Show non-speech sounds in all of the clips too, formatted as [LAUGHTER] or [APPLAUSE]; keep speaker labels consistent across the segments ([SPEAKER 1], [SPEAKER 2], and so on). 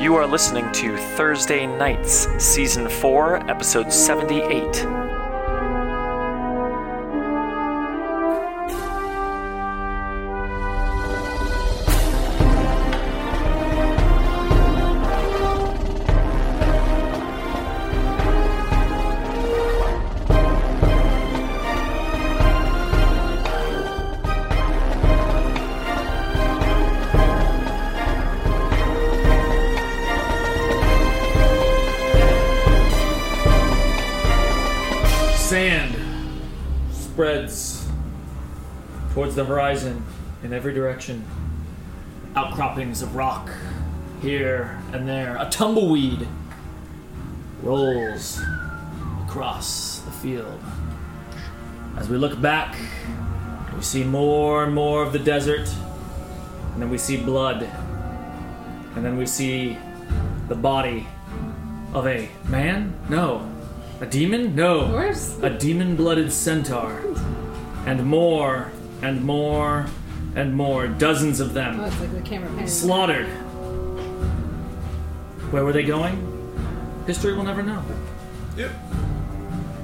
[SPEAKER 1] You are listening to Thursday Nights, Season 4, Episode 78.
[SPEAKER 2] Sand spreads towards the horizon in every direction. Outcroppings of rock here and there. A tumbleweed rolls across the field. As we look back, we see more and more of the desert, and then we see blood, and then we see the body of a man? No. A demon? No
[SPEAKER 3] Where's
[SPEAKER 2] a demon blooded centaur, and more and more and more, dozens of
[SPEAKER 3] Oh,
[SPEAKER 2] them,
[SPEAKER 3] it's like the camera pan.
[SPEAKER 2] slaughtered. Where were they going? History will never know.
[SPEAKER 4] Yep.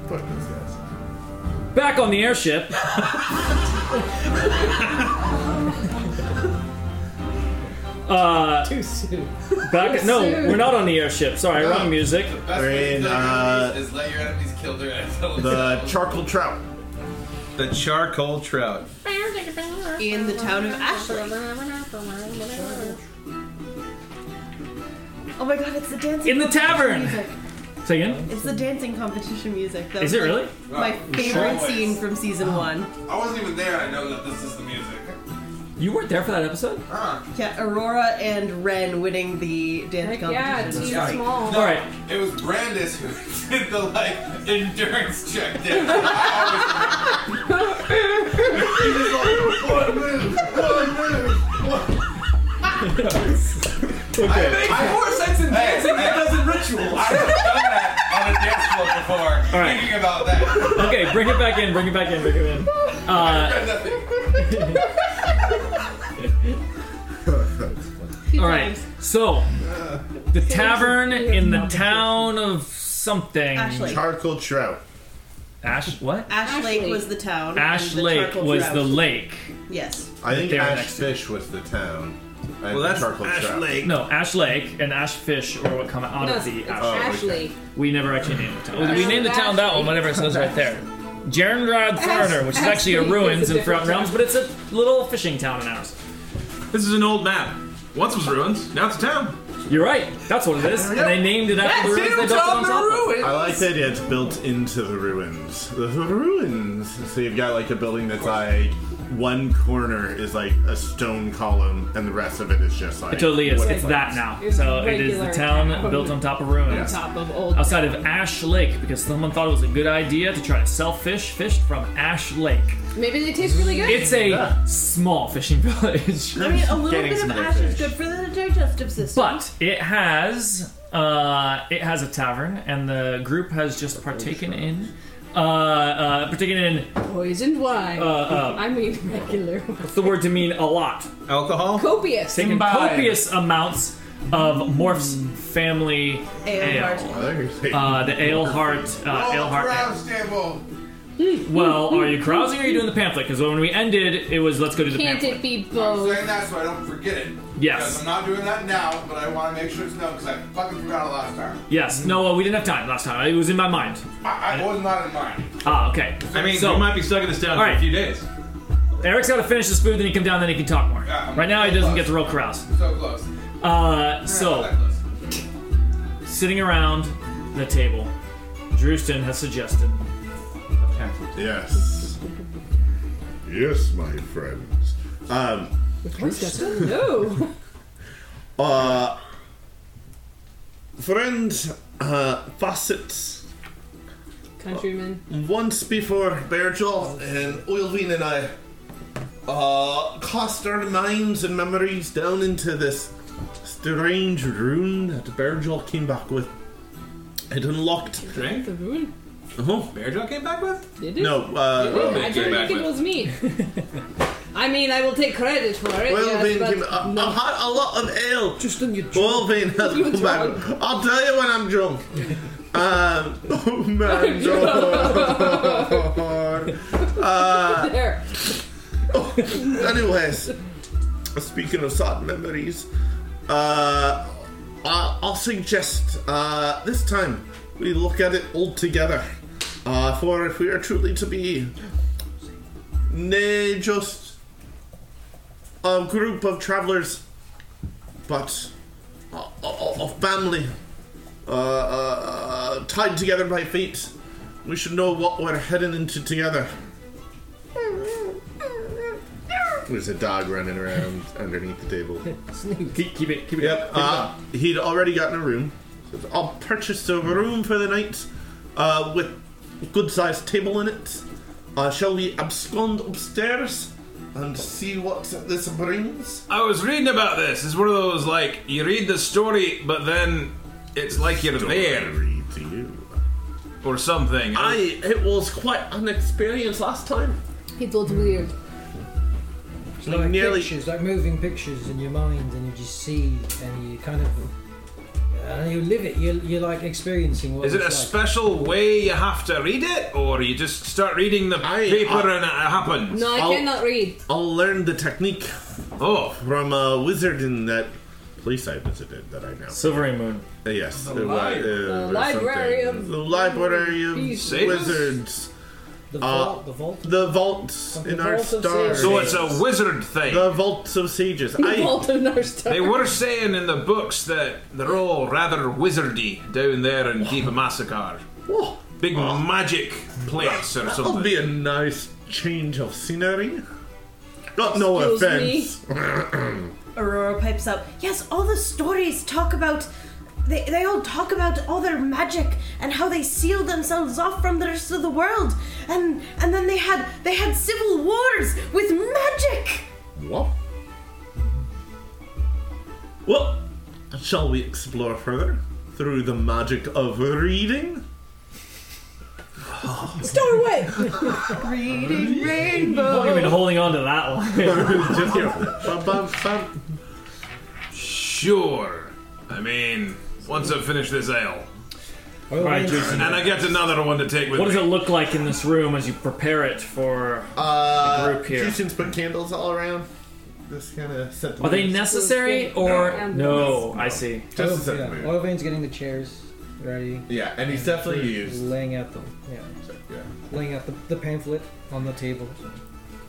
[SPEAKER 4] Fuck those guys.
[SPEAKER 2] Back on the airship. [LAUGHS]
[SPEAKER 3] Too soon.
[SPEAKER 2] Uh, Back no, we're not on the airship. Sorry, wrong music.
[SPEAKER 5] Best
[SPEAKER 4] We're
[SPEAKER 5] way
[SPEAKER 4] in,
[SPEAKER 5] to kill your
[SPEAKER 4] uh,
[SPEAKER 5] enemies is let your enemies kill their enemies. [LAUGHS]
[SPEAKER 4] The charcoal trout.
[SPEAKER 5] the charcoal trout.
[SPEAKER 6] in the town of Ashley. Oh my god, it's the dancing
[SPEAKER 2] In the tavern.
[SPEAKER 6] competition music.
[SPEAKER 2] Say again.
[SPEAKER 6] It's the dancing competition music. That
[SPEAKER 2] Is
[SPEAKER 6] was,
[SPEAKER 2] it
[SPEAKER 6] like,
[SPEAKER 2] really?
[SPEAKER 6] My
[SPEAKER 5] Wow.
[SPEAKER 6] favorite
[SPEAKER 5] Always.
[SPEAKER 6] scene from season one.
[SPEAKER 5] I wasn't even there. I know that this is the music.
[SPEAKER 2] You weren't there for that episode?
[SPEAKER 5] Huh.
[SPEAKER 6] Yeah, Aurora and Ren winning the dance
[SPEAKER 3] Like, yeah,
[SPEAKER 6] competition.
[SPEAKER 3] team
[SPEAKER 5] Sorry.
[SPEAKER 3] small.
[SPEAKER 5] No,
[SPEAKER 2] All right.
[SPEAKER 5] It was Brandis who [LAUGHS] did the like endurance check down. I was- He was like, one move, one move.
[SPEAKER 4] Okay.
[SPEAKER 5] I more sense in dancing than it does in rituals. I have done that on a dance floor before.
[SPEAKER 2] right.
[SPEAKER 5] Thinking about [LAUGHS] that.
[SPEAKER 2] Okay, bring it back in. Bring it back in. Bring it in.
[SPEAKER 4] Uh,
[SPEAKER 2] All right. So, the tavern in the town of something.
[SPEAKER 6] Ashley.
[SPEAKER 4] Charcoal trout.
[SPEAKER 2] Ash. What?
[SPEAKER 6] Ash Lake was the town.
[SPEAKER 2] Ash
[SPEAKER 6] and the
[SPEAKER 2] Lake
[SPEAKER 6] charcoal
[SPEAKER 2] was
[SPEAKER 6] trout.
[SPEAKER 2] the lake.
[SPEAKER 6] Yes.
[SPEAKER 4] I think
[SPEAKER 2] They're
[SPEAKER 4] Ash
[SPEAKER 2] next to-
[SPEAKER 4] Fish was the town. And
[SPEAKER 5] Well,
[SPEAKER 4] the
[SPEAKER 5] that's
[SPEAKER 4] charcoal
[SPEAKER 5] Ash
[SPEAKER 4] trout.
[SPEAKER 5] Lake.
[SPEAKER 2] No, Ash Lake and Ash Fish are what come out
[SPEAKER 3] No,
[SPEAKER 2] of
[SPEAKER 3] it's,
[SPEAKER 2] the
[SPEAKER 3] it's
[SPEAKER 2] Ash.
[SPEAKER 4] okay.
[SPEAKER 3] Ashley.
[SPEAKER 2] We never actually named the town. We
[SPEAKER 3] Ash-
[SPEAKER 2] named the town that one whenever it says right there. Jarenrod Farner, which is
[SPEAKER 3] Ash
[SPEAKER 2] actually a
[SPEAKER 3] Lake is a
[SPEAKER 2] ruins in
[SPEAKER 3] different
[SPEAKER 2] Front
[SPEAKER 3] town.
[SPEAKER 2] Realms, but it's a little fishing town in ours.
[SPEAKER 7] This is an old map. Once was ruins, now it's a town.
[SPEAKER 2] You're right. That's what it is. And they named it after the ruins they built it on top of.
[SPEAKER 4] I like the idea it's built into the ruins. The ruins. So you've got like a building that's like one corner is like a stone column, and the rest of it is just like.
[SPEAKER 2] It totally is.
[SPEAKER 4] what
[SPEAKER 2] It's
[SPEAKER 4] like.
[SPEAKER 2] that now.
[SPEAKER 3] It's
[SPEAKER 2] So it is the
[SPEAKER 3] regular
[SPEAKER 2] town
[SPEAKER 3] town.
[SPEAKER 2] built on top of ruins.
[SPEAKER 3] Top of old.
[SPEAKER 2] outside of Ash Lake because someone thought it was a good idea to try to sell fish fished from Ash Lake.
[SPEAKER 3] Maybe they taste really good.
[SPEAKER 2] It's a
[SPEAKER 4] Yeah.
[SPEAKER 2] small fishing [LAUGHS] village,
[SPEAKER 6] I mean, a little
[SPEAKER 4] Getting
[SPEAKER 6] bit
[SPEAKER 4] some
[SPEAKER 6] of
[SPEAKER 4] of their
[SPEAKER 6] ash is
[SPEAKER 4] fish.
[SPEAKER 6] good for the digestive system.
[SPEAKER 2] but it has uh, it has a tavern, and the group has just partaken in. Uh, uh, partaken in
[SPEAKER 3] poisoned wine.
[SPEAKER 2] uh.
[SPEAKER 3] I mean, [LAUGHS] regular.
[SPEAKER 2] what's the word to mean a lot,
[SPEAKER 7] Alcohol?
[SPEAKER 3] Copious.
[SPEAKER 2] taken
[SPEAKER 7] Imbibe.
[SPEAKER 2] copious amounts of Morph's family
[SPEAKER 6] Ale
[SPEAKER 2] ale,
[SPEAKER 6] heart.
[SPEAKER 4] Oh, there's a-
[SPEAKER 2] uh, the ale heart,
[SPEAKER 5] Oh,
[SPEAKER 2] uh, ale heart. ale.
[SPEAKER 5] Rouse table.
[SPEAKER 2] Well, are you carousing or are you doing the pamphlet? Because when we ended, it was let's go to the
[SPEAKER 3] Can't
[SPEAKER 2] pamphlet.
[SPEAKER 3] it be
[SPEAKER 5] I'm
[SPEAKER 3] both?
[SPEAKER 5] saying that so I don't forget it.
[SPEAKER 2] Yes.
[SPEAKER 5] Because I'm not doing that now, but I want to make sure it's known because I fucking forgot it last time.
[SPEAKER 2] Yes. No, uh, we didn't have time last time. It was in my mind.
[SPEAKER 5] I, I was not in mind.
[SPEAKER 2] Ah, okay.
[SPEAKER 7] I mean,
[SPEAKER 2] so
[SPEAKER 7] we might be stuck in this
[SPEAKER 2] All
[SPEAKER 7] town for
[SPEAKER 2] right.
[SPEAKER 7] a few days.
[SPEAKER 2] Eric's got to finish his food, then he come down, then he can talk more.
[SPEAKER 5] Yeah, I'm
[SPEAKER 2] right now, he doesn't
[SPEAKER 5] close.
[SPEAKER 2] get to real carouse.
[SPEAKER 5] So close.
[SPEAKER 2] Uh,
[SPEAKER 5] Not
[SPEAKER 2] so
[SPEAKER 5] that close.
[SPEAKER 2] sitting around the table, Drewston has suggested.
[SPEAKER 4] Yes. Yes, my friends. Um.
[SPEAKER 3] No. [LAUGHS]
[SPEAKER 4] Uh, friend uh, Fawcett,
[SPEAKER 3] Countryman.
[SPEAKER 4] once before Bearjaw and Oilveen and I uh, cast our minds and memories down into this strange rune that Bearjaw came back with. It unlocked.
[SPEAKER 7] Drink?
[SPEAKER 3] The ruin.
[SPEAKER 4] Oh,
[SPEAKER 7] Bear Jaw came back with?
[SPEAKER 3] Did it?
[SPEAKER 4] no,
[SPEAKER 3] Did it?
[SPEAKER 4] uh,
[SPEAKER 3] I
[SPEAKER 7] came
[SPEAKER 3] didn't
[SPEAKER 7] back
[SPEAKER 3] think it
[SPEAKER 7] with-
[SPEAKER 3] was me. I mean, I will take credit for it. yes,
[SPEAKER 4] Boilvane
[SPEAKER 3] but
[SPEAKER 4] came. I- I've had a lot of ale.
[SPEAKER 3] Just on your jaw.
[SPEAKER 4] Boilvane has
[SPEAKER 3] You
[SPEAKER 4] come back. I'll tell you when I'm drunk. Um, [LAUGHS] oh man, [LAUGHS] Oh, uh,
[SPEAKER 3] There.
[SPEAKER 4] [LAUGHS] anyways, speaking of sad memories, uh, I, I'll suggest uh, this time we look at it all together. Uh, for if we are truly to be, nay, just a group of travelers, but a, a, a a family uh, uh, tied together by fate, we should know what we're heading into together. There's a dog running around [LAUGHS] underneath the table.
[SPEAKER 2] Keep, keep it. Keep it.
[SPEAKER 4] Yep. Uh, he'd already gotten a room. I'll purchase a room for the night uh, with good sized table in it. Uh, shall we abscond upstairs and see what this brings?
[SPEAKER 7] I was reading about this. It's one of those like you read the story, but then it's like you're there
[SPEAKER 4] to you.
[SPEAKER 7] or something.
[SPEAKER 4] I. It was quite an experience last time.
[SPEAKER 3] It was weird.
[SPEAKER 8] It's like
[SPEAKER 4] Nearly-
[SPEAKER 8] pictures, like moving pictures in your mind, and you just see, and you kind of, and you live it. You're, you're like experiencing what
[SPEAKER 7] Is it a
[SPEAKER 8] it's like.
[SPEAKER 7] special way you have to read it, or you just start reading the
[SPEAKER 4] I-
[SPEAKER 7] paper
[SPEAKER 4] I-
[SPEAKER 7] and it happens?
[SPEAKER 3] No, I
[SPEAKER 4] I'll-
[SPEAKER 3] cannot read.
[SPEAKER 4] I'll learn the technique
[SPEAKER 7] Oh,
[SPEAKER 4] from a wizard in that place I visited that I know.
[SPEAKER 2] Silvery Moon.
[SPEAKER 4] Uh, Yes, the,
[SPEAKER 5] li-
[SPEAKER 4] uh,
[SPEAKER 3] the library of-
[SPEAKER 4] the library of
[SPEAKER 3] Peace.
[SPEAKER 4] wizards,
[SPEAKER 8] the
[SPEAKER 4] uh,
[SPEAKER 8] vault, the vault.
[SPEAKER 4] the vaults
[SPEAKER 8] Of the
[SPEAKER 4] in our
[SPEAKER 8] vault of
[SPEAKER 4] stars,
[SPEAKER 8] sages.
[SPEAKER 7] so it's a wizard thing.
[SPEAKER 4] the vaults of sages.
[SPEAKER 3] [LAUGHS]
[SPEAKER 4] I,
[SPEAKER 3] Walter Narstar.
[SPEAKER 7] They were saying in the books that they're all rather wizardy down there in Deep Massacre.
[SPEAKER 4] oh,
[SPEAKER 7] Big magic place or
[SPEAKER 4] that'll
[SPEAKER 7] something.
[SPEAKER 4] be a nice change of scenery. Not no
[SPEAKER 3] Excuse
[SPEAKER 4] offense.
[SPEAKER 6] Aurora pipes up. Yes, all the stories talk about. They, they all talk about all their magic and how they sealed themselves off from the rest of the world, and and then they had they had civil wars with magic.
[SPEAKER 4] What? Well, shall we explore further through the magic of reading?
[SPEAKER 3] Star away!
[SPEAKER 6] Reading
[SPEAKER 2] I've
[SPEAKER 6] rainbow.
[SPEAKER 2] been holding on to that one. [LAUGHS]
[SPEAKER 4] Just here. Bum, bum, bum.
[SPEAKER 7] Sure. I mean, once I finish this ale,
[SPEAKER 8] Oil
[SPEAKER 2] Right,
[SPEAKER 8] painting.
[SPEAKER 2] Jason.
[SPEAKER 7] and I get another one to take with
[SPEAKER 2] What does
[SPEAKER 7] me.
[SPEAKER 2] it look like in this room as you prepare it for?
[SPEAKER 4] Uh,
[SPEAKER 2] group here.
[SPEAKER 4] Christians put candles all around. This kind of set.
[SPEAKER 2] Are they necessary or no? I see.
[SPEAKER 4] Just a
[SPEAKER 8] Oil,
[SPEAKER 4] second,
[SPEAKER 8] Oh, yeah.
[SPEAKER 4] wait.
[SPEAKER 8] Oil veins getting the chairs ready.
[SPEAKER 4] Yeah, and he's definitely used.
[SPEAKER 8] Laying out the yeah,
[SPEAKER 4] Yeah,
[SPEAKER 8] laying out the, the pamphlet on the table.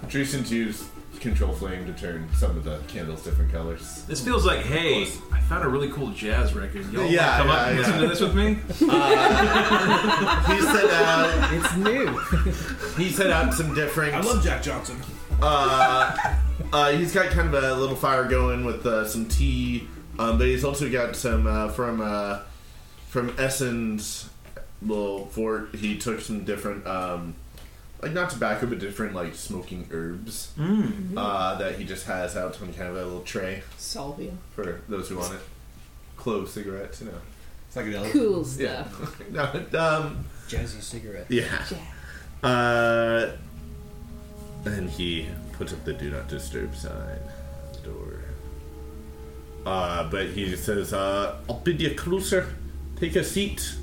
[SPEAKER 4] Jason's used control flame to turn some of the candles different colors.
[SPEAKER 7] This feels like, hey, I found a really cool jazz record. Y'all wanna
[SPEAKER 4] Yeah,
[SPEAKER 7] come
[SPEAKER 4] yeah,
[SPEAKER 7] up and listen
[SPEAKER 4] yeah.
[SPEAKER 7] to this with me?
[SPEAKER 4] He set out.
[SPEAKER 8] It's new. [LAUGHS]
[SPEAKER 4] He set out some different.
[SPEAKER 5] I love Jack Johnson.
[SPEAKER 4] uh, uh, he's got kind of a little fire going with uh, some tea, um, but he's also got some uh, from uh, from Essen's little fort. He took some different, um, like not tobacco, but different like smoking herbs
[SPEAKER 5] Mm.
[SPEAKER 4] uh, that he just has out on kind of a little tray
[SPEAKER 3] Salvia.
[SPEAKER 4] for those who want it. Clove cigarettes, you know.
[SPEAKER 5] Psychedelic.
[SPEAKER 3] Cool
[SPEAKER 4] Yeah.
[SPEAKER 3] stuff.
[SPEAKER 4] no, um,
[SPEAKER 8] Jazzy cigarette.
[SPEAKER 4] yeah.
[SPEAKER 3] Yeah.
[SPEAKER 4] Uh, and he puts up the do not disturb sign on the door. Uh, but he says, uh, I'll bid you closer. Take a seat.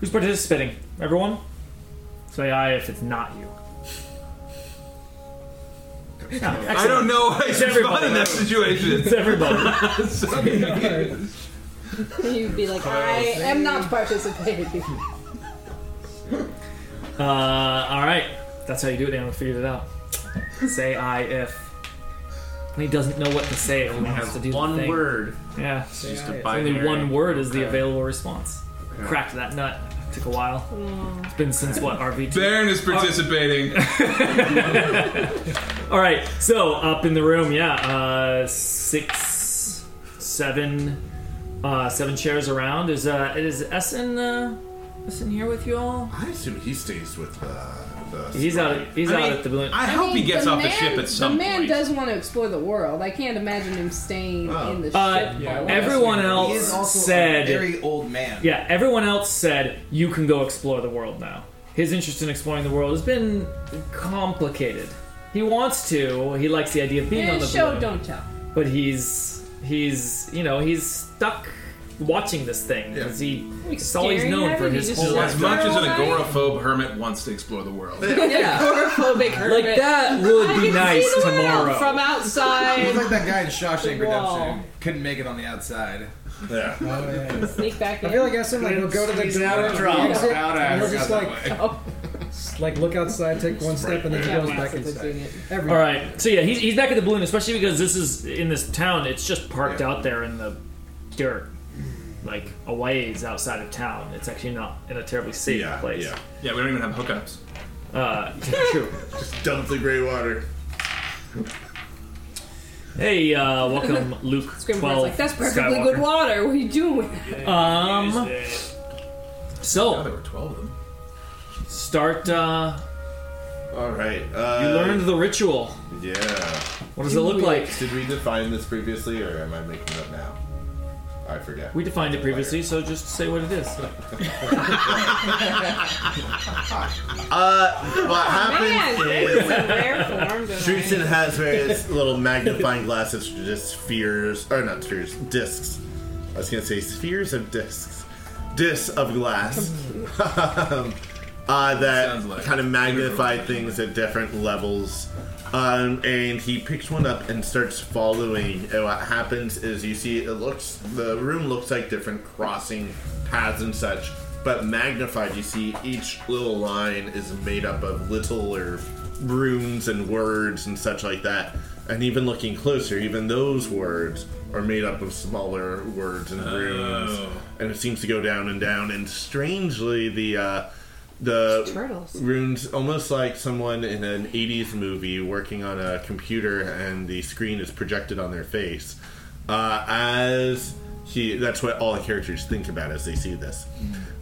[SPEAKER 2] Who's participating? Everyone. Say aye if it's not you. Ah,
[SPEAKER 7] I don't know [LAUGHS] how
[SPEAKER 2] It's
[SPEAKER 7] to respond
[SPEAKER 2] everybody.
[SPEAKER 7] in that situation.
[SPEAKER 2] It's everybody.
[SPEAKER 3] You'd be like, I am not participating.
[SPEAKER 2] Uh, all right. That's how you do it, Dan. We figured it out. Say I if. And he doesn't know what to say if he wants to do the
[SPEAKER 1] One
[SPEAKER 2] thing.
[SPEAKER 1] word.
[SPEAKER 2] Yeah.
[SPEAKER 1] Just
[SPEAKER 8] Yeah,
[SPEAKER 1] a
[SPEAKER 8] it's
[SPEAKER 2] Only
[SPEAKER 1] binary.
[SPEAKER 2] one word is the available response. Cracked that nut. Took a while. It's been since what RV2.
[SPEAKER 7] Baron is participating.
[SPEAKER 2] All right. So up in the room, yeah, uh, six, seven, uh, seven chairs around. Is uh, is Essen uh, Essen here with you all?
[SPEAKER 4] I assume he stays with uh, the.
[SPEAKER 2] He's out. He's
[SPEAKER 7] I
[SPEAKER 2] out
[SPEAKER 7] mean,
[SPEAKER 2] at the balloon.
[SPEAKER 5] Uh,
[SPEAKER 7] I hope he gets off the ship at some
[SPEAKER 3] The man
[SPEAKER 7] point.
[SPEAKER 3] does want to explore the world. I can't imagine him staying
[SPEAKER 4] Oh.
[SPEAKER 3] in the ship.
[SPEAKER 2] Uh,
[SPEAKER 3] all
[SPEAKER 2] everyone
[SPEAKER 5] He
[SPEAKER 2] else
[SPEAKER 5] is also
[SPEAKER 2] said
[SPEAKER 5] a very old man.
[SPEAKER 2] Yeah, everyone else said you can go explore the world now. His interest in exploring the world has been complicated. He wants to. He likes the idea of being on the
[SPEAKER 3] It's show
[SPEAKER 2] balloon.
[SPEAKER 3] don't tell.
[SPEAKER 2] [LAUGHS] But he's he's you know he's stuck watching this thing because he he's always
[SPEAKER 3] staring
[SPEAKER 2] known
[SPEAKER 3] at
[SPEAKER 2] for
[SPEAKER 3] it, he
[SPEAKER 2] his
[SPEAKER 3] just
[SPEAKER 2] whole
[SPEAKER 3] like-
[SPEAKER 7] As
[SPEAKER 2] life.
[SPEAKER 7] much as an
[SPEAKER 3] Alright.
[SPEAKER 7] agoraphobe hermit wants to explore the world.
[SPEAKER 3] Yeah, agoraphobic hermit.
[SPEAKER 2] Like that would
[SPEAKER 3] I
[SPEAKER 2] be
[SPEAKER 3] can
[SPEAKER 2] nice
[SPEAKER 3] see the world
[SPEAKER 2] tomorrow.
[SPEAKER 3] from
[SPEAKER 2] [LAUGHS]
[SPEAKER 5] He's
[SPEAKER 3] outside.
[SPEAKER 5] like that guy in Shawshank
[SPEAKER 3] Wall.
[SPEAKER 5] Redemption. Couldn't make it on the outside.
[SPEAKER 7] Yeah.
[SPEAKER 3] Sneak back in.
[SPEAKER 8] I feel like that's something like we'll go to the door,
[SPEAKER 5] Out
[SPEAKER 8] we exit,
[SPEAKER 5] out
[SPEAKER 8] and he'll just like,
[SPEAKER 5] that way.
[SPEAKER 8] like look outside, take one step, and then he
[SPEAKER 3] Yeah,
[SPEAKER 8] goes
[SPEAKER 3] yeah,
[SPEAKER 8] back
[SPEAKER 3] so they're doing
[SPEAKER 8] inside.
[SPEAKER 3] it.
[SPEAKER 8] Every
[SPEAKER 2] All right, so yeah, he's, he's back at the balloon, especially because this is in this town. It's just parked out there in the dirt, like a ways outside of town. It's actually not in a terribly safe
[SPEAKER 4] Yeah,
[SPEAKER 2] place.
[SPEAKER 4] yeah.
[SPEAKER 7] Yeah, we don't even have hookups.
[SPEAKER 2] Uh, [LAUGHS] true.
[SPEAKER 4] Dump the gray water.
[SPEAKER 2] Hey, uh,
[SPEAKER 3] [LAUGHS]
[SPEAKER 2] welcome, Luke.
[SPEAKER 3] Scrimgeour's
[SPEAKER 2] Twelve.
[SPEAKER 3] like, that's perfectly
[SPEAKER 2] Skywalker.
[SPEAKER 3] good water. What are you doing with that?
[SPEAKER 2] Um.
[SPEAKER 7] Oh, there
[SPEAKER 2] So
[SPEAKER 7] were 12 of them.
[SPEAKER 2] start. Uh,
[SPEAKER 4] All right.
[SPEAKER 2] you
[SPEAKER 4] Uh,
[SPEAKER 2] learned the ritual.
[SPEAKER 4] Yeah.
[SPEAKER 2] What does it look like?
[SPEAKER 4] Did we define this previously, or am I making it up now? I forget.
[SPEAKER 2] We defined it previously, so just say what it is.
[SPEAKER 4] Uh, what happens
[SPEAKER 3] Man,
[SPEAKER 4] is.
[SPEAKER 3] this is in rare form.
[SPEAKER 4] Streetson
[SPEAKER 3] tonight.
[SPEAKER 4] has various little magnifying glasses, which are just spheres, or not spheres, discs. I was gonna say spheres of discs, discs of
[SPEAKER 7] [LAUGHS]
[SPEAKER 4] glass, [LAUGHS] um, uh, that
[SPEAKER 7] Sounds like
[SPEAKER 4] kind of magnify things at different levels. Um, and he picks one up and starts following. And what happens is you see it looks the room looks like different crossing paths and such, but magnified. You see each little line is made up of little or runes and words and such like that. And even looking closer, even those words are made up of smaller words and runes. And it seems to go down and down. And strangely, the uh, the
[SPEAKER 3] Turtles.
[SPEAKER 4] runes almost like someone in an 80s movie working on a computer and the screen is projected on their face uh, as he that's what all the characters think about as they see this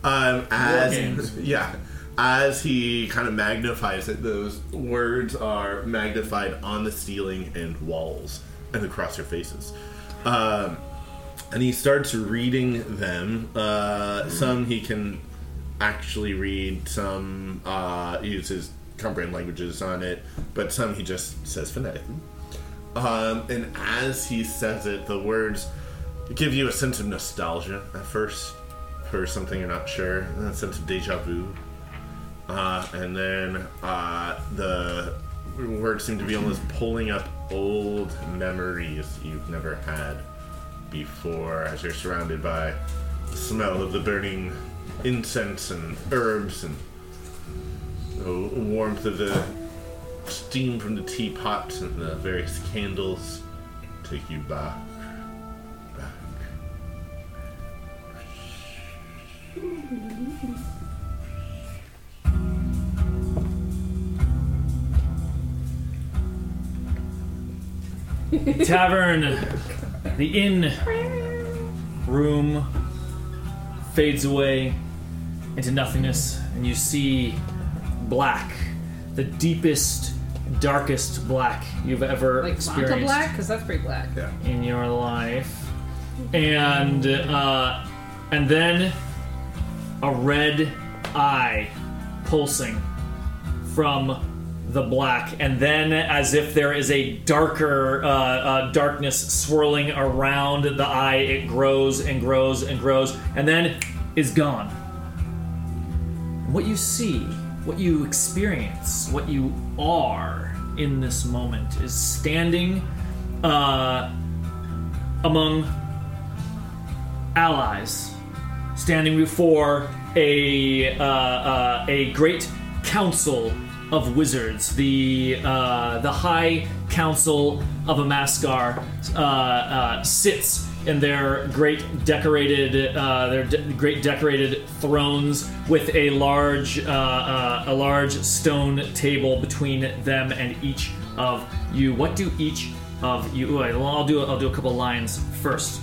[SPEAKER 4] um, as yeah as he kind of magnifies it those words are magnified on the ceiling and walls and across their faces um, and he starts reading them. Uh, Some he can actually read, some uh, uses comprehend languages on it, but some he just says phonetically. Um, and as he says it, the words give you a sense of nostalgia at first for something you're not sure, and a sense of deja vu. Uh, and then uh, the words seem to be almost pulling up old memories you've never had before as you're surrounded by the smell of the burning incense and herbs and the warmth of the steam from the teapots and the various candles take you back. back.
[SPEAKER 2] tavern, the inn room fades away into nothingness, and you see black, the deepest, darkest black you've ever
[SPEAKER 3] Like Santa
[SPEAKER 2] experienced
[SPEAKER 3] black? Because that's pretty black.
[SPEAKER 2] in your life, and uh, and then a red eye pulsing from the black, and then as if there is a darker uh, uh, darkness swirling around the eye, it grows and grows and grows, and then is gone. And what you see, what you experience, what you are in this moment is standing uh, among allies, standing before a uh, uh, a great council of wizards, the uh, the High Council of Amaskar uh, uh, sits in their great decorated uh, their de- great decorated thrones with a large uh, uh, a large stone table between them and each of you. What do each of you? ooh, I'll do I'll do a couple lines first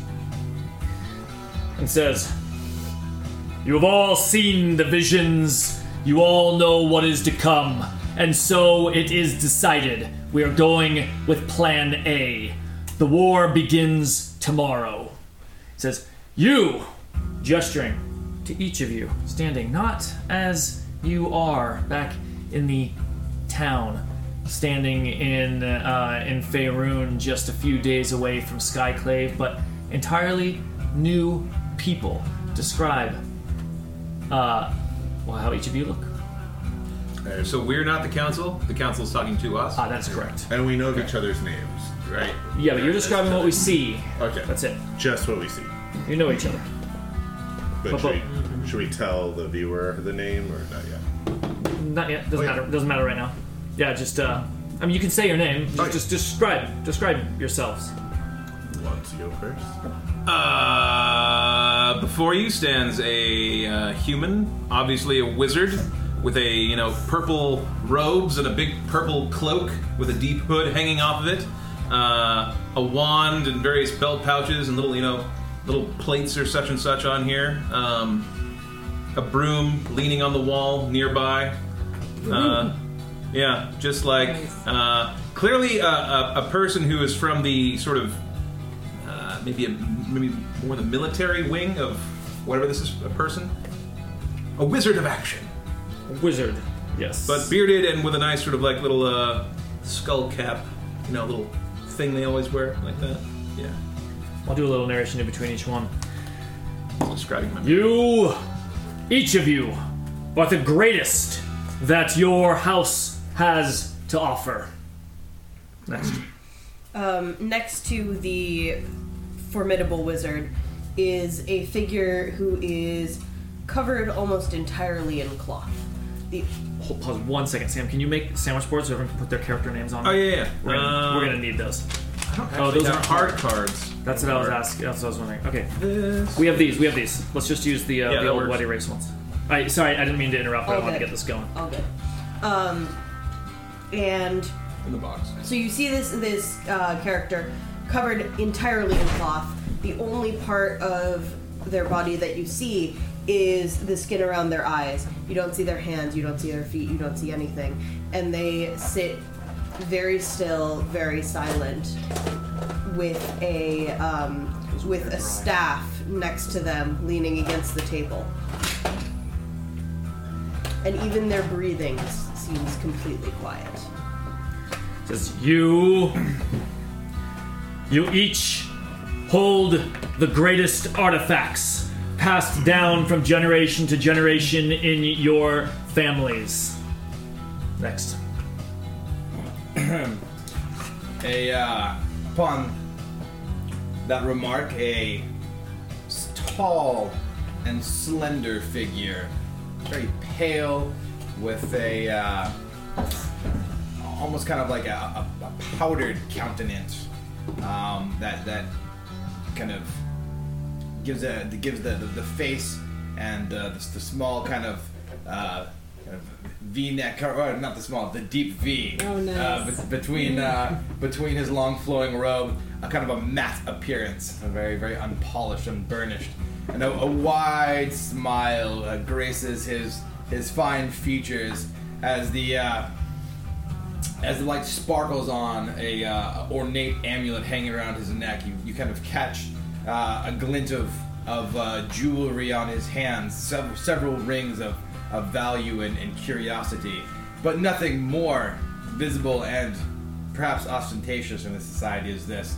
[SPEAKER 2] and says, You have all seen the visions, you all know what is to come, and so it is decided. We are going with Plan A. The war begins tomorrow. He says, You, gesturing to each of you, standing not as you are back in the town, standing in uh, in Faerun, just a few days away from Skyclave, but entirely new people. Describe uh, well, how each of you look.
[SPEAKER 9] So we're not the council. The council's talking to us.
[SPEAKER 2] Ah, that's correct.
[SPEAKER 4] And we know each other's names, right?
[SPEAKER 2] Yeah, but you're describing what we see.
[SPEAKER 4] Okay.
[SPEAKER 2] That's it.
[SPEAKER 4] Just what we see.
[SPEAKER 2] You know each other.
[SPEAKER 4] But
[SPEAKER 2] But-
[SPEAKER 4] should, we, should we tell the viewer the name or not yet?
[SPEAKER 2] Not yet.
[SPEAKER 4] Oh,
[SPEAKER 2] Doesn't
[SPEAKER 4] yeah.
[SPEAKER 2] matter. Doesn't matter right now. Yeah, just uh, I mean, you can say your name. Just,
[SPEAKER 4] Oh, yeah.
[SPEAKER 2] just describe describe yourselves.
[SPEAKER 4] Want to go first?
[SPEAKER 9] Uh, before you stands a uh, human, obviously a wizard, with a you know purple robes and a big purple cloak with a deep hood hanging off of it, uh, a wand and various belt pouches and little you know little plates or such and such on here, um, a broom leaning on the wall nearby. Uh, yeah, just like uh, clearly a, a, a person who is from the sort of uh, maybe a, maybe more the military wing of whatever this is a person, a wizard of action,
[SPEAKER 2] Wizard. Yes.
[SPEAKER 9] but bearded and with a nice sort of like little uh, skull cap, you know, little thing they always wear like that. Yeah,
[SPEAKER 2] I'll do a little narration in between each one.
[SPEAKER 9] describing my.
[SPEAKER 2] You, each of you, are the greatest that your house has to offer. Next.
[SPEAKER 6] Um, next to the formidable wizard is a figure who is covered almost entirely in cloth. The
[SPEAKER 2] Hold, pause one second, Sam. Can you make sandwich boards so everyone can put their character names on?
[SPEAKER 9] Oh yeah, yeah.
[SPEAKER 2] We're gonna,
[SPEAKER 9] Uh,
[SPEAKER 2] we're gonna need those.
[SPEAKER 9] I don't
[SPEAKER 2] oh,
[SPEAKER 9] actually
[SPEAKER 2] those
[SPEAKER 9] have
[SPEAKER 2] aren't
[SPEAKER 9] hard cards.
[SPEAKER 2] That's what I was asking. That's what I was wondering. Okay,
[SPEAKER 9] This.
[SPEAKER 2] we have these. We have these. Let's just use the uh,
[SPEAKER 9] Yeah,
[SPEAKER 2] the
[SPEAKER 9] that
[SPEAKER 2] old
[SPEAKER 9] works.
[SPEAKER 2] wet erase ones. I sorry, I didn't mean to interrupt. But I
[SPEAKER 6] All
[SPEAKER 2] wanted to
[SPEAKER 6] good.
[SPEAKER 2] get this going.
[SPEAKER 6] all good. Um, and
[SPEAKER 9] in the box.
[SPEAKER 6] So you see this this uh, character covered entirely in cloth. The only part of their body that you see is the skin around their eyes. You don't see their hands. You don't see their feet. You don't see anything. And they sit very still, very silent, with a um, with a staff next to them, leaning against the table. And even their breathing s- seems completely quiet.
[SPEAKER 2] says you you each hold the greatest artifacts passed down from generation to generation in your families next
[SPEAKER 7] A uh, upon that remark, a s- tall and slender figure, very pale, with a uh, almost kind of like a, a, a powdered countenance um, that that kind of gives a gives the the, the face and uh, the, the small kind of. Uh, kind of V-neck, or or not the small, the deep V
[SPEAKER 10] Oh, nice.
[SPEAKER 7] uh, bet- [LAUGHS] between uh, between his long flowing robe, a kind of a matte appearance, a very very unpolished, unburnished, and a, a wide smile uh, graces his his fine features as the uh, as the light sparkles on a uh, ornate amulet hanging around his neck. You you kind of catch uh, a glint of of uh, jewelry on his hands, several, several rings of, of value and, and curiosity, but nothing more visible and perhaps ostentatious in this society is this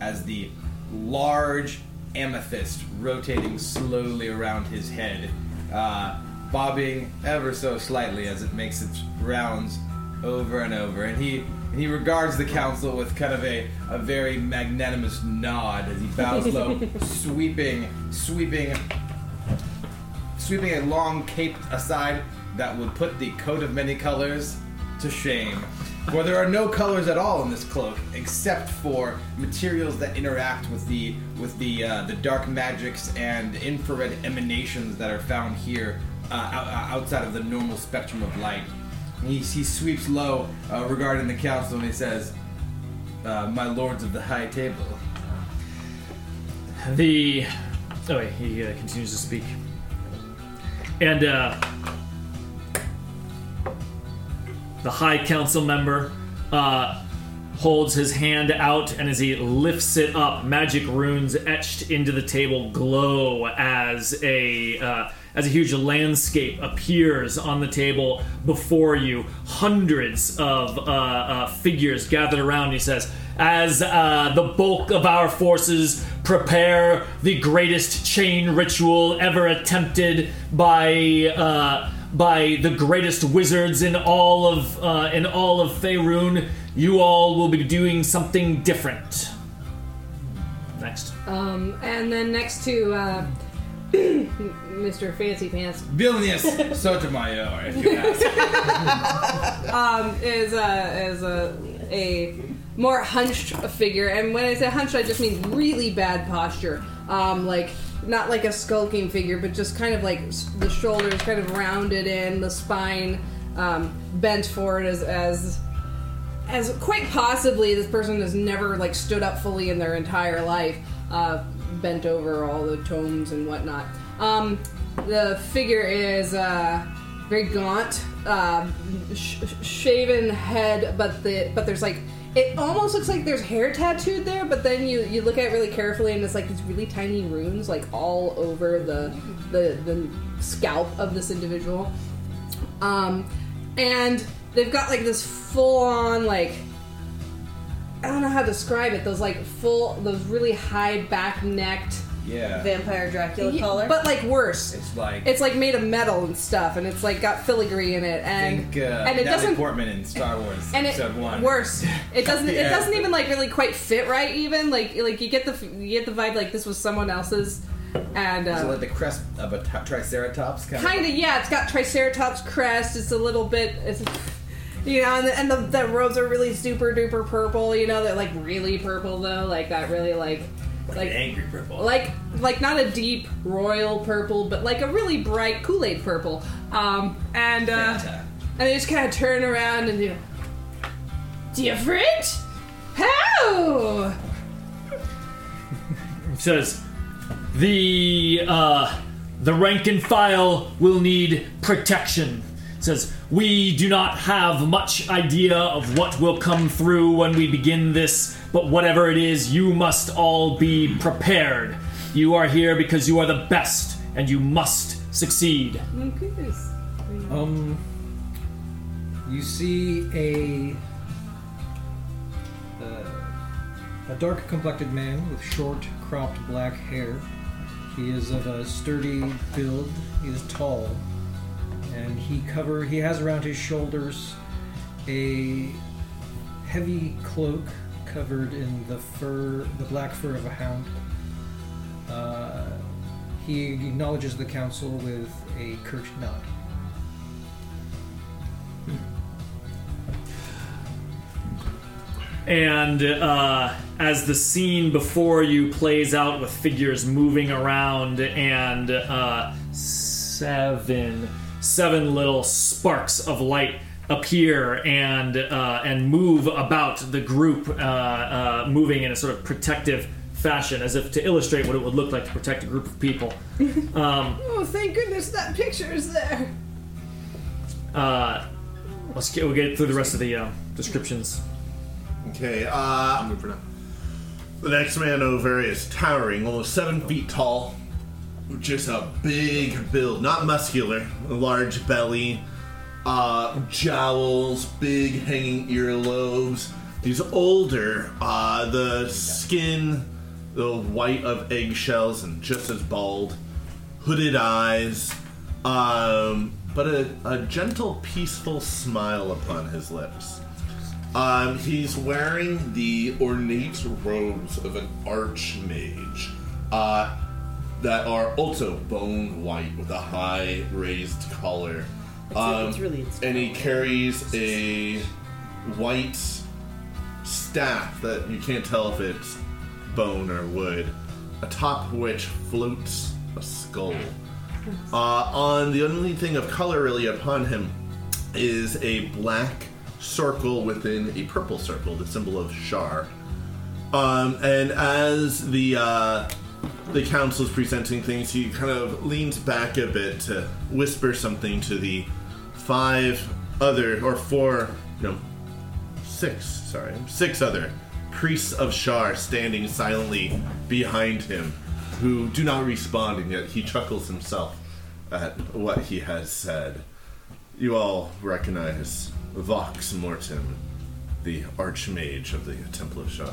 [SPEAKER 7] as the large amethyst rotating slowly around his head, uh, bobbing ever so slightly as it makes its rounds over and over. And he and he regards the council with kind of a, a very magnanimous nod as he bows low, sweeping, sweeping sweeping a long cape aside that would put the coat of many colors to shame. For there are no colors at all in this cloak, except for materials that interact with the with the uh, the dark magics and infrared emanations that are found here uh, out, uh, outside of the normal spectrum of light. And He, he sweeps low uh, regarding the council and he says, uh, "My lords of the high table."
[SPEAKER 2] the oh wait, he uh, continues to speak and uh the high council member uh holds his hand out, and as he lifts it up, magic runes etched into the table glow as a uh, as a huge landscape appears on the table before you. Hundreds of uh, uh, figures gathered around. He says, "As uh, the bulk of our forces prepare the greatest chain ritual ever attempted by." Uh, by the greatest wizards in all of uh, in all of Faerun, you all will be doing something different. Next,
[SPEAKER 3] Um, and then next to uh, [CLEARS THROAT] Mr. Fancy Pants
[SPEAKER 5] Vilnius Sotomayor, if you ask.
[SPEAKER 3] is a is a a more hunched figure, and when I say hunched, I just mean really bad posture. Um, like not like a skulking figure, but just kind of like s- the shoulders kind of rounded in, the spine um, bent forward as as as quite possibly this person has never like stood up fully in their entire life, uh, bent over all the tomes and whatnot. Um, the figure is uh, very gaunt, uh, sh- sh- shaven head, but the but there's like it almost looks like there's hair tattooed there, but then you you look at it really carefully and it's like these really tiny runes like all over the the, the scalp of this individual. Um, and they've got like this full on like I don't know how to describe it. Those like full, those really high back necked,
[SPEAKER 5] Yeah.
[SPEAKER 6] Vampire Dracula collar.
[SPEAKER 3] but like worse.
[SPEAKER 5] It's like
[SPEAKER 3] It's like made of metal and stuff, and it's like got filigree in it,
[SPEAKER 5] I
[SPEAKER 3] and
[SPEAKER 5] think uh,
[SPEAKER 3] and it
[SPEAKER 5] Natalie
[SPEAKER 3] doesn't
[SPEAKER 5] Portman in Star Wars
[SPEAKER 3] [LAUGHS] and
[SPEAKER 5] episode
[SPEAKER 3] it
[SPEAKER 5] one.
[SPEAKER 3] worse. It doesn't. It
[SPEAKER 5] [LAUGHS] Yeah.
[SPEAKER 3] doesn't even like really quite fit right. Even like like you get the f- you get the vibe like this was someone else's, and uh,
[SPEAKER 5] So like the crest of a t- triceratops kind
[SPEAKER 3] kind of yeah it's got triceratops crest it's a little bit it's you know and the, and the, the robes are really super duper purple you know they're like really purple though like that really like like
[SPEAKER 2] angry purple.
[SPEAKER 3] like like not a deep royal purple but like a really bright kool-aid purple um and uh and they just kind of turn around and do different how
[SPEAKER 2] It says the uh, the rank and file will need protection. It says we do not have much idea of what will come through when we begin this, but whatever it is, you must all be prepared. You are here because you are the best, and you must succeed.
[SPEAKER 8] Um, you see a uh, a dark-complected man with short, cropped black hair. He is of a sturdy build. He is tall, and he cover he has around his shoulders a heavy cloak covered in the fur, the black fur of a hound. Uh, he acknowledges the council with a curt nod.
[SPEAKER 2] And uh, as the scene before you plays out with figures moving around and uh, seven seven little sparks of light appear and uh, and move about the group, uh, uh, moving in a sort of protective fashion, as if to illustrate what it would look like to protect a group of people.
[SPEAKER 3] oh thank goodness that picture is there
[SPEAKER 2] Uh, let's get, we'll get through the rest of the uh, descriptions.
[SPEAKER 4] Okay, uh,
[SPEAKER 7] I'll move for now.
[SPEAKER 4] the next man over is towering, almost seven feet tall. Just a big build, not muscular, a large belly, uh, jowls, big hanging earlobes. He's older, uh, the skin, the white of eggshells, and just as bald. Hooded eyes, um, but a, a gentle, peaceful smile upon his lips. Um, he's wearing the ornate robes of an archmage uh, that are also bone white with a high raised collar. Um,
[SPEAKER 6] it's really
[SPEAKER 4] and he carries a white staff that you can't tell if it's bone or wood, atop which floats a skull. Uh, on the only thing of color really upon him is a black circle within a purple circle, the symbol of Shar. Um, and as the uh, the council is presenting things, he kind of leans back a bit to whisper something to the five other or four, you know, six, sorry, six other priests of Shar standing silently behind him, who do not respond, and yet he chuckles himself at what he has said. You all recognize Vox Mortem, the archmage of the Temple of Shar.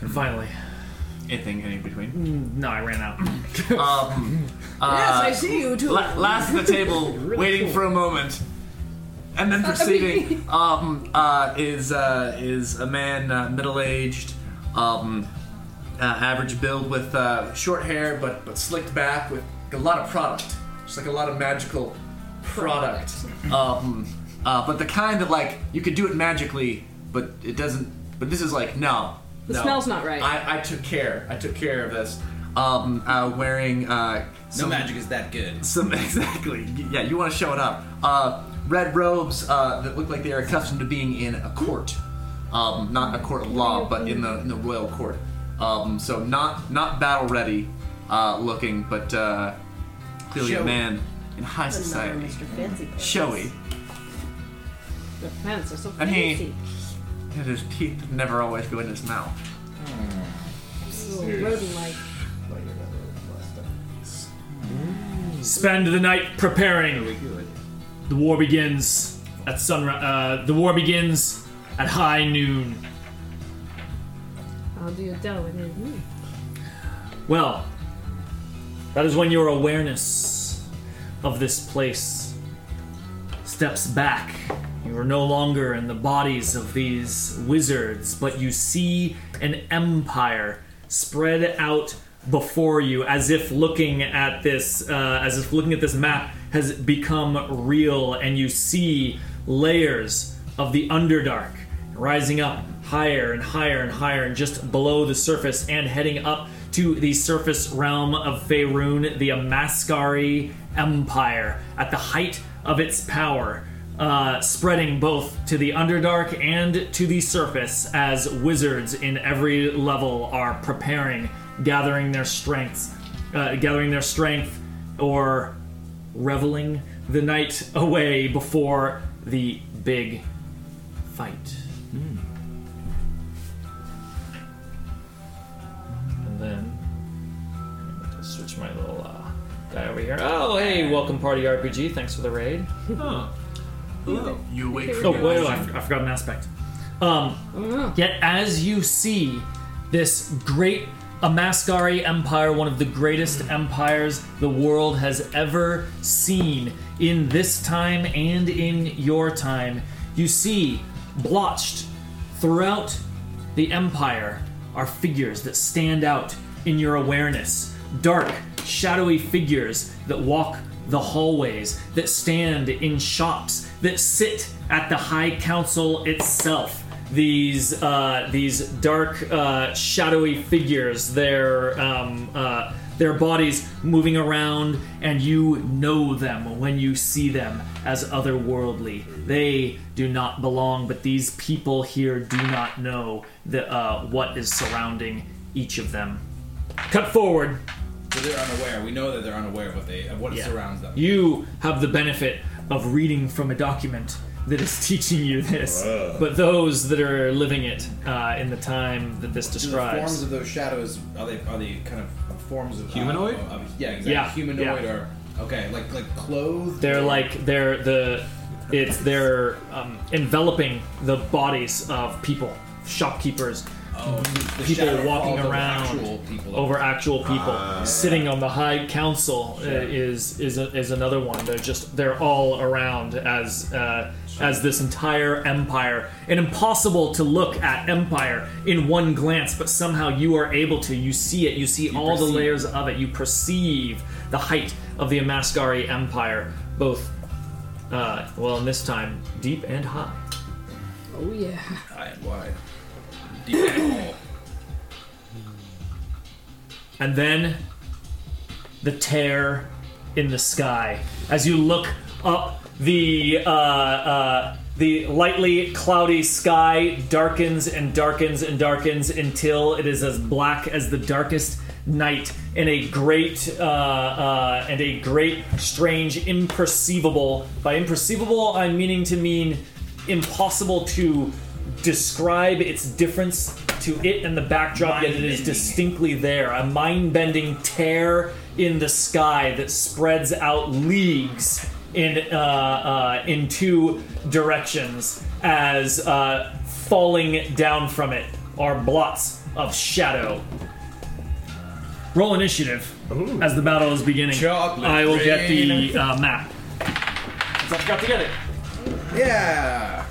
[SPEAKER 2] And finally,
[SPEAKER 11] Anything
[SPEAKER 3] [LAUGHS]
[SPEAKER 11] in between.
[SPEAKER 2] no, I ran out.
[SPEAKER 3] yes, I see you too.
[SPEAKER 11] La- last at the table, waiting for a moment, and
[SPEAKER 3] [LAUGHS]
[SPEAKER 11] then proceeding um, uh, is uh, is a man uh, middle aged, um, uh, average build with uh, short hair but but slicked back with a lot of product, just like a lot of magical product. Um, uh, but the kind that like you could do it magically, but it doesn't. But this is like no.
[SPEAKER 3] The
[SPEAKER 11] no.
[SPEAKER 3] smell's not right.
[SPEAKER 11] I, I took care. I took care of this. Um, uh, wearing
[SPEAKER 5] No
[SPEAKER 11] uh, some-
[SPEAKER 5] magic is that good.
[SPEAKER 11] some exactly. Yeah, you want to show it up. Uh, red robes uh, that look like they are accustomed to being in a court, um, not a court of law, but in the in the royal court. Um, so not not battle ready uh, looking, but uh, clearly a
[SPEAKER 5] Showy.
[SPEAKER 11] man in high society,
[SPEAKER 6] Mr. Fancy Pants.
[SPEAKER 11] showy,
[SPEAKER 3] The pants are so
[SPEAKER 11] and he
[SPEAKER 3] fancy.
[SPEAKER 11] and his teeth never always go in his mouth.
[SPEAKER 3] Little rodent-like.
[SPEAKER 2] Spend the night preparing. The war begins at sunrise. Uh, the war begins at high noon.
[SPEAKER 3] How do you tell when it's me?
[SPEAKER 2] Well, that is when your awareness of this place steps back. You are no longer in the bodies of these wizards, but you see an empire spread out before you as if looking at this uh, as if looking at this map has become real and you see layers of the underdark rising up higher and higher and higher and just below the surface and heading up to the surface realm of Faerun, the Amaskari Empire, at the height of its power, uh, spreading both to the Underdark and to the surface as wizards in every level are preparing, gathering their strengths, uh, gathering their strength, or reveling the night away before the big fight. And then I'll switch my little uh, guy over here. Oh, hey, welcome party RPG. Thanks for the raid.
[SPEAKER 7] Hello.
[SPEAKER 11] You wait for Oh.
[SPEAKER 2] Oh, wait, wait, I, I forgot an aspect. Um, yet as you see this great Amaskari Empire, one of the greatest empires the world has ever seen, in this time and in your time, you see blotched throughout the empire are figures that stand out in your awareness. Dark, shadowy figures that walk the hallways, that stand in shops, that sit at the High Council itself. These uh, these dark, uh, shadowy figures, their um, uh, their bodies moving around, and you know them when you see them as otherworldly. They do not belong, but these people here do not know the, uh, what is surrounding each of them. Cut forward.
[SPEAKER 5] So they're unaware. We know that they're unaware of what they of what
[SPEAKER 2] Yeah.
[SPEAKER 5] surrounds them.
[SPEAKER 2] You have the benefit of reading from a document that is [LAUGHS] teaching you this,
[SPEAKER 4] Wow.
[SPEAKER 2] but those that are living it uh, in the time that this
[SPEAKER 5] So the forms
[SPEAKER 2] describes.
[SPEAKER 5] of those shadows are they are they kind of forms of uh,
[SPEAKER 7] Humanoid?
[SPEAKER 5] Of, of- yeah, exactly.
[SPEAKER 2] Yeah,
[SPEAKER 5] Humanoid
[SPEAKER 2] yeah.
[SPEAKER 5] or okay, like like clothed.
[SPEAKER 2] they're
[SPEAKER 5] or-
[SPEAKER 2] like they're the it's they're um, enveloping the bodies of people, shopkeepers,
[SPEAKER 5] oh, the
[SPEAKER 2] people
[SPEAKER 5] shadow
[SPEAKER 2] walking
[SPEAKER 5] falls over
[SPEAKER 2] around
[SPEAKER 5] actual people. Ah.
[SPEAKER 2] over actual people sitting on the high council uh, is is a, is another one they're just they're all around as uh, as this entire empire an impossible to look at empire in one glance but somehow you are able to you see it you see all the
[SPEAKER 5] perceive.
[SPEAKER 2] layers of it you perceive the height of the Amaskari empire both uh, well in this time deep and high
[SPEAKER 3] Oh [LAUGHS] yeah.
[SPEAKER 5] High and wide. Deep and tall.
[SPEAKER 2] And then the tear in the sky as you look up the uh, uh, the lightly cloudy sky darkens and darkens and darkens until it is as black as the darkest night and a great uh, uh, and a great strange imperceivable by imperceivable I'm meaning to mean impossible to describe its difference to it and the backdrop, yet it is
[SPEAKER 5] Mind-bending.
[SPEAKER 2] distinctly there. A mind bending tear in the sky that spreads out leagues in, uh, uh, in two directions as uh, falling down from it are blots of shadow. Roll initiative as the battle is beginning.
[SPEAKER 5] Chocolate
[SPEAKER 2] I will get
[SPEAKER 5] rain.
[SPEAKER 2] the uh, map. I forgot to get it.
[SPEAKER 5] Yeah.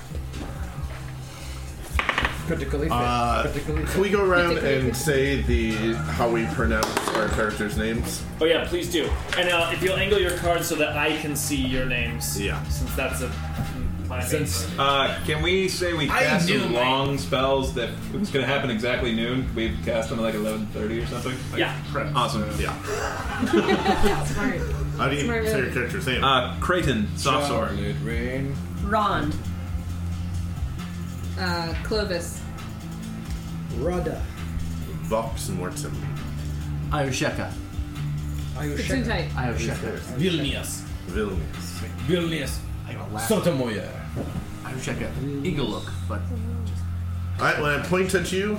[SPEAKER 8] Critically fit.
[SPEAKER 4] Uh,
[SPEAKER 8] critically
[SPEAKER 4] Can
[SPEAKER 8] fit.
[SPEAKER 4] we go around and say the how we pronounce our characters' names?
[SPEAKER 2] Oh yeah, please do. And uh, if you'll angle your card so that I can see your names.
[SPEAKER 4] Yeah.
[SPEAKER 2] Since that's a mm, my
[SPEAKER 5] Since-
[SPEAKER 7] Uh, can we say we
[SPEAKER 5] I
[SPEAKER 7] cast
[SPEAKER 5] knew
[SPEAKER 7] some
[SPEAKER 5] my-
[SPEAKER 7] long spells that if it was going to happen exactly noon? We cast them at like eleven thirty or something. Like,
[SPEAKER 2] Yeah.
[SPEAKER 7] awesome.
[SPEAKER 4] Yeah.
[SPEAKER 3] Smart.
[SPEAKER 4] How do you
[SPEAKER 3] Smart
[SPEAKER 4] say your
[SPEAKER 3] move.
[SPEAKER 4] character's name?
[SPEAKER 7] Uh, Creighton, soft sword.
[SPEAKER 5] Chocolate rain.
[SPEAKER 6] Rond.
[SPEAKER 3] Uh, Clovis.
[SPEAKER 8] Rada.
[SPEAKER 4] Vox and Mortem.
[SPEAKER 11] Iosheka.
[SPEAKER 3] It's in tight.
[SPEAKER 11] Iosheka.
[SPEAKER 5] Vilnius.
[SPEAKER 4] Vilnius.
[SPEAKER 5] Vilnius.
[SPEAKER 11] I got laugh.
[SPEAKER 5] Sotomoyor.
[SPEAKER 11] Iosheka. Eagle look, but
[SPEAKER 4] Alright, when I point at you,